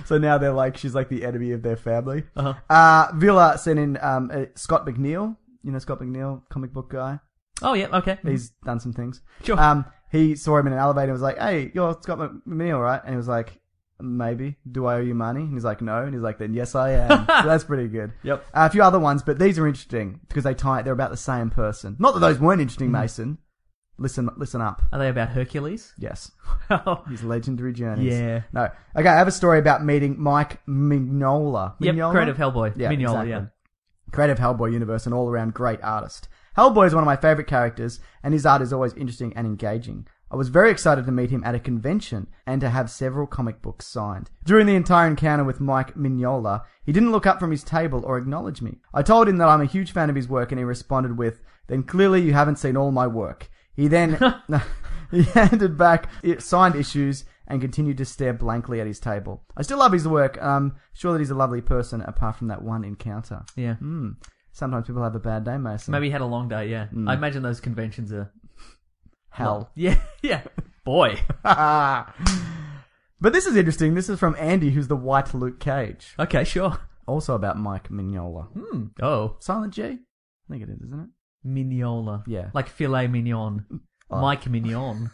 Speaker 3: so now they're like, she's like the enemy of their family.
Speaker 4: Uh-huh.
Speaker 3: Uh, Villa sent in um, uh, Scott McNeil. You know Scott McNeil, comic book guy.
Speaker 4: Oh yeah, okay.
Speaker 3: He's done some things.
Speaker 4: Sure.
Speaker 3: Um, he saw him in an elevator and was like, "Hey, you're Scott McNeil, right?" And he was like, "Maybe. Do I owe you money?" And he's like, "No." And he's like, "Then yes, I am." so that's pretty good.
Speaker 4: Yep.
Speaker 3: Uh, a few other ones, but these are interesting because they tie. They're about the same person. Not that those weren't interesting,
Speaker 4: Mm-hmm.
Speaker 3: Mason. Listen, listen up.
Speaker 4: Are they about Hercules? Oh,
Speaker 3: Yes,
Speaker 4: Wow.
Speaker 3: his legendary journeys.
Speaker 4: Yeah.
Speaker 3: No. Okay, I have a story about meeting Mike Mignola.
Speaker 4: Yep,
Speaker 3: Mignola?
Speaker 4: creative Hellboy.
Speaker 3: Yeah,
Speaker 4: Mignola,
Speaker 3: exactly.
Speaker 4: yeah.
Speaker 3: Creative Hellboy universe, an all-around great artist. Hellboy is one of my favorite characters, and his art is always interesting and engaging. I was very excited to meet him at a convention and to have several comic books signed. During the entire encounter with Mike Mignola, he didn't look up from his table or acknowledge me. I told him that I'm a huge fan of his work, and he responded with, "Then clearly you haven't seen all my work." He then he handed back i- signed issues and continued to stare blankly at his table. I still love his work. I'm sure that he's a lovely person, apart from that one encounter.
Speaker 4: Yeah.
Speaker 3: Hmm. Sometimes people have a bad day, Mason.
Speaker 4: Maybe he had a long day, yeah. I imagine those conventions are
Speaker 3: Hmm. hell.
Speaker 4: Yeah, yeah. Boy.
Speaker 3: But this is interesting. This is from Andy, who's the white Luke Cage.
Speaker 4: Okay, sure.
Speaker 3: Also about Mike Mignola.
Speaker 4: Hmm. Oh.
Speaker 3: Silent G? I think it is, isn't it?
Speaker 4: Mignola.
Speaker 3: Yeah. Oh.
Speaker 4: Like filet mignon. Mike Mignon.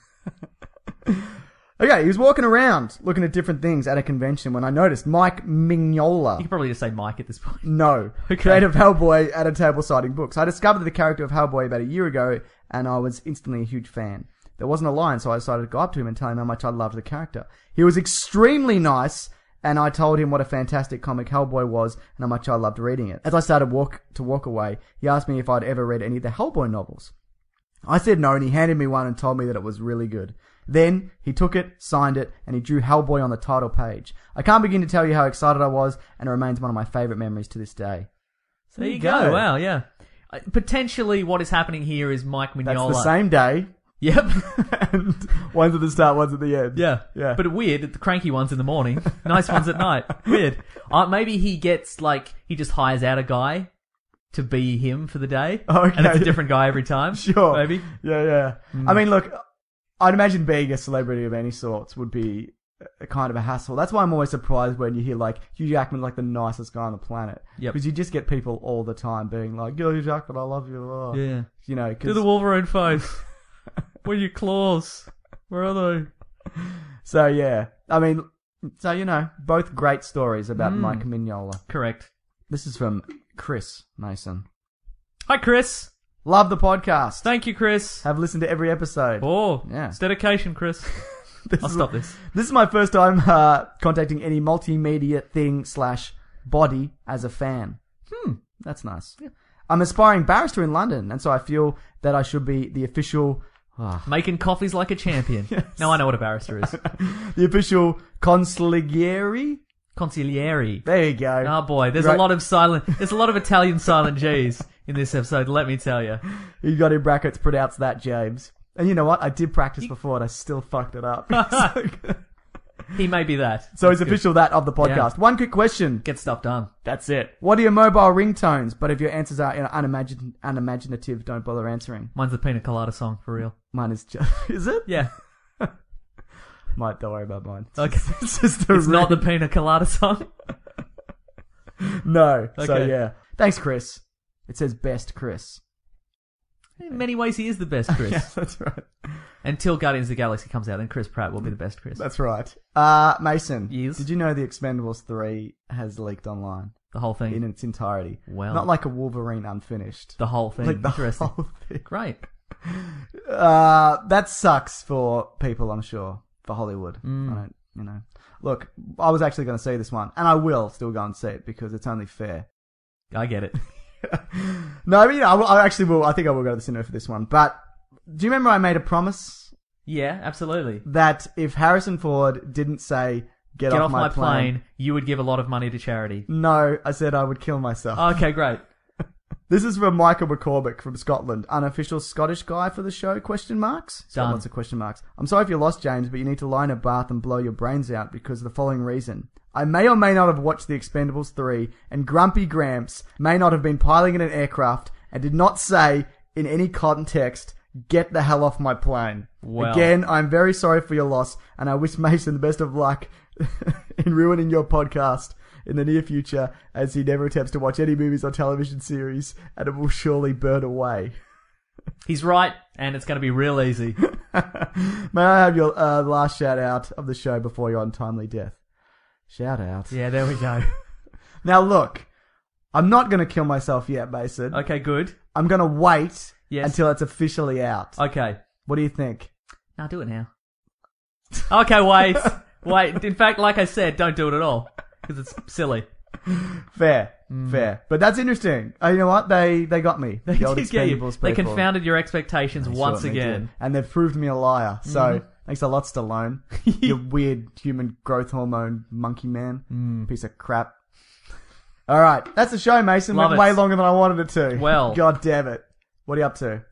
Speaker 3: Okay, he was walking around looking at different things at a convention when I noticed Mike Mignola.
Speaker 4: You could probably just say Mike at this point.
Speaker 3: No.
Speaker 4: Okay.
Speaker 3: Creative Hellboy at a table citing books. I discovered the character of Hellboy about a year ago and I was instantly a huge fan. There wasn't a line, so I decided to go up to him and tell him how much I loved the character. He was extremely nice and I told him what a fantastic comic Hellboy was and how much I loved reading it. As I started walk to walk away, he asked me if I'd ever read any of the Hellboy novels. I said no, and he handed me one and told me that it was really good. Then he took it, signed it, and he drew Hellboy on the title page. I can't begin to tell you how excited I was, and it remains one of my favourite memories to this day.
Speaker 4: There you
Speaker 3: go.
Speaker 4: go. Wow, yeah. Uh, Potentially, what is happening here is Mike Mignola.
Speaker 3: That's the same day,
Speaker 4: Yep.
Speaker 3: and one's at the start, one's at the end.
Speaker 4: yeah.
Speaker 3: yeah.
Speaker 4: But weird, the cranky ones in the morning, nice ones at night. Weird. Uh, maybe he gets, like, he just hires out a guy to be him for the day.
Speaker 3: Okay.
Speaker 4: And it's a different guy every time.
Speaker 3: sure,
Speaker 4: Maybe. Hmm.
Speaker 3: yeah, yeah. I mean, look, I'd imagine being a celebrity of any sorts would be a kind of a hassle. That's why I'm always surprised when you hear like Hugh Jackman, like the nicest guy on the planet,
Speaker 4: Yep.
Speaker 3: because you just get people all the time being like, "Yo, Hugh Jackman, I love you." Oh.
Speaker 4: Yeah.
Speaker 3: you know,
Speaker 4: Do
Speaker 3: cause,
Speaker 4: the Wolverine face. Where are your claws? Where are they?
Speaker 3: so yeah, I mean, so you know, both great stories about
Speaker 4: Hmm.
Speaker 3: Mike Mignola.
Speaker 4: Correct.
Speaker 3: This is from Chris Mason.
Speaker 4: Hi, Chris.
Speaker 3: Love the podcast.
Speaker 4: Thank you, Chris.
Speaker 3: Have listened to every episode.
Speaker 4: Oh,
Speaker 3: Yeah.
Speaker 4: it's dedication, Chris.
Speaker 3: This
Speaker 4: I'll
Speaker 3: is-
Speaker 4: stop this.
Speaker 3: This is my first time uh, contacting any multimedia thing slash body as a fan. Hmm, that's nice. I'm aspiring barrister in London, and so I feel that I should be the official
Speaker 4: Making coffees like a champion. Now I know what a barrister is.
Speaker 3: the official consigliere.
Speaker 4: Consigliere.
Speaker 3: There you go.
Speaker 4: Oh boy, there's
Speaker 3: Right.
Speaker 4: a lot of silent. There's a lot of Italian silent G's in this episode. Let me tell you.
Speaker 3: You got in brackets, pronounce that, James. And you know what? I did practice before and I still fucked it up. so
Speaker 4: He may be that.
Speaker 3: so it's official that of the podcast. One quick question.
Speaker 4: Get stuff done.
Speaker 3: That's it. What are your mobile ringtones? But if your answers are you know, unimagin- unimaginative, don't bother answering.
Speaker 4: Mine's the Pina Colada song for real.
Speaker 3: Mine is just. Is it?
Speaker 4: Yeah.
Speaker 3: Mine, don't worry about mine.
Speaker 4: Okay.
Speaker 3: It's just a
Speaker 4: It's not the
Speaker 3: ring.
Speaker 4: Pina Colada song.
Speaker 3: No. So
Speaker 4: Okay.
Speaker 3: yeah. Thanks, Chris. It says best Chris.
Speaker 4: In many ways, he is the best Chris.
Speaker 3: Yeah, that's right.
Speaker 4: Until Guardians of the Galaxy comes out, then Chris Pratt will be the best Chris.
Speaker 3: That's right. Uh, Mason.
Speaker 4: Yes?
Speaker 3: Did you know the Expendables 3 has leaked online
Speaker 4: the whole thing.
Speaker 3: in its entirety?
Speaker 4: Well.
Speaker 3: Not like a Wolverine unfinished.
Speaker 4: the whole thing.
Speaker 3: Like the
Speaker 4: Interesting.
Speaker 3: whole thing.
Speaker 4: Great.
Speaker 3: Uh, that sucks for people, I'm sure, for Hollywood.
Speaker 4: Mm.
Speaker 3: I don't, you know. Look, I was actually going to see this one, and I will still go and see it because it's only fair.
Speaker 4: I get it.
Speaker 3: No, I mean, you know, I, will, I actually will. I think I will go to the cinema for this one. But do you remember I made a promise
Speaker 4: Yeah, absolutely.
Speaker 3: that if Harrison Ford didn't say "Get,
Speaker 4: Get, off, my plane. You would give a lot of money to charity.
Speaker 3: no, I said I would kill myself.
Speaker 4: Okay, great.
Speaker 3: This is from Michael McCormick from Scotland, unofficial Scottish guy for the show. Question marks. He's got
Speaker 4: Done.
Speaker 3: Lots of question marks. I'm sorry if you lost James, but you need to lie in a bath and blow your brains out because of the following reason. I may or may not have watched The Expendables 3, and Grumpy Gramps may not have been piling in an aircraft and did not say in any context, "Get the hell off my plane."
Speaker 4: Well.
Speaker 3: Again, I'm very sorry for your loss, and I wish Mason the best of luck in ruining your podcast in the near future, as he never attempts to watch any movies or television series, and it will surely burn away.
Speaker 4: He's right, and it's going to be real easy.
Speaker 3: May I have your uh, last shout out of the show before your untimely death? Shout out.
Speaker 4: yeah, there we go.
Speaker 3: Now look, I'm not going to kill myself yet, Mason.
Speaker 4: Okay, good.
Speaker 3: I'm going to wait
Speaker 4: Yes.
Speaker 3: until it's officially out.
Speaker 4: Okay.
Speaker 3: What do you think?
Speaker 4: Now do it now. Okay, wait. wait. In fact, like I said, don't do it at all. Because it's silly.
Speaker 3: Fair, fair. But that's interesting. Uh, you know what? They they got me.
Speaker 4: Mm. They,
Speaker 3: the old
Speaker 4: did get you.
Speaker 3: Expendables
Speaker 4: They
Speaker 3: people.
Speaker 4: confounded your expectations
Speaker 3: They
Speaker 4: once
Speaker 3: certainly
Speaker 4: again. Mm-hmm.
Speaker 3: did. And they've proved me a liar. So thanks a lot, Stallone. you weird human growth hormone monkey man.
Speaker 4: Mm.
Speaker 3: Piece of crap. All right. That's the show, Mason.
Speaker 4: Love
Speaker 3: Went
Speaker 4: it.
Speaker 3: way longer than I wanted it to.
Speaker 4: Well.
Speaker 3: God damn it. What are you up to?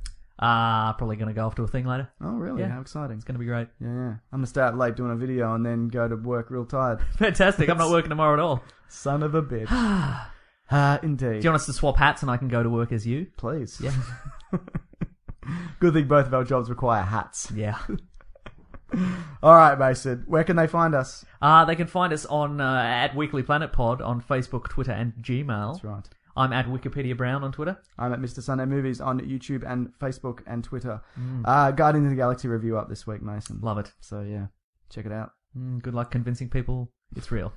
Speaker 4: Ah, probably going to go off to a thing later.
Speaker 3: Oh, really?
Speaker 4: Yeah.
Speaker 3: How exciting.
Speaker 4: It's going to be great.
Speaker 3: Yeah, yeah. I'm going to stay out late doing a video and then go to work real tired.
Speaker 4: Fantastic. I'm not working tomorrow at all.
Speaker 3: Son of a bitch. Ah, indeed.
Speaker 4: Do you want us to swap hats and I can go to work as you?
Speaker 3: Please. Yeah. Good thing both of our jobs require hats.
Speaker 4: Yeah.
Speaker 3: All right, Mason. Where can they find us?
Speaker 4: Uh, they can find us on uh, at Weekly Planet Pod on Facebook, Twitter, and Gmail.
Speaker 3: That's right.
Speaker 4: I'm at Wikipedia Brown on Twitter.
Speaker 3: I'm at Mr. Sunday Movies on YouTube and Facebook and Twitter. Uh, Guardians of the Galaxy review up this week, Mason.
Speaker 4: Mm. Love it.
Speaker 3: So yeah, check it out,
Speaker 4: Mm, good luck convincing people it's real.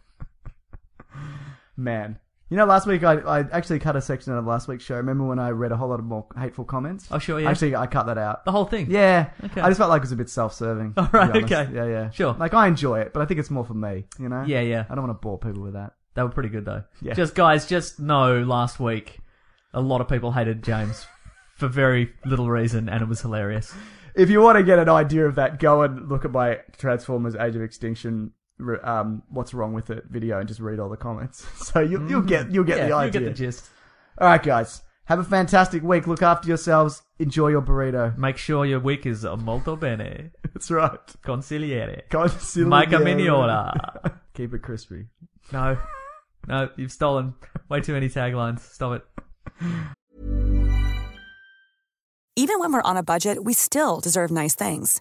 Speaker 3: man. You know, last week I, I actually cut a section out of last week's show. Remember when I read a whole lot of more hateful comments?
Speaker 4: Oh, sure, yeah.
Speaker 3: Actually, I cut that out.
Speaker 4: The whole thing.
Speaker 3: Yeah,
Speaker 4: Okay.
Speaker 3: I just felt like it was a bit self-serving.
Speaker 4: All right,
Speaker 3: to be honest.
Speaker 4: okay.
Speaker 3: yeah, yeah,
Speaker 4: Sure.
Speaker 3: Like I enjoy it, but I think it's more for me. You know?
Speaker 4: Yeah, yeah.
Speaker 3: I don't want to bore people with that.
Speaker 4: They were pretty good though.
Speaker 3: Yeah.
Speaker 4: Just guys, just know last week a lot of people hated James for very little reason and it was hilarious.
Speaker 3: if you want to get an idea of that, go and look at my Transformers Age of Extinction. re- Um, what's wrong with it? Video and just read all the comments. So you, you'll get you'll get
Speaker 4: Mm, yeah,
Speaker 3: the
Speaker 4: you
Speaker 3: idea.
Speaker 4: get the gist.
Speaker 3: all right, guys, have a fantastic week. Look after yourselves. Enjoy your burrito.
Speaker 4: Make sure your week is molto bene.
Speaker 3: That's right.
Speaker 4: Consigliere.
Speaker 3: Consigliere.
Speaker 4: Mica Mignola.
Speaker 3: Keep it crispy.
Speaker 4: No. No, you've stolen way too many taglines. Stop it.
Speaker 7: Even when we're on a budget, we still deserve nice things.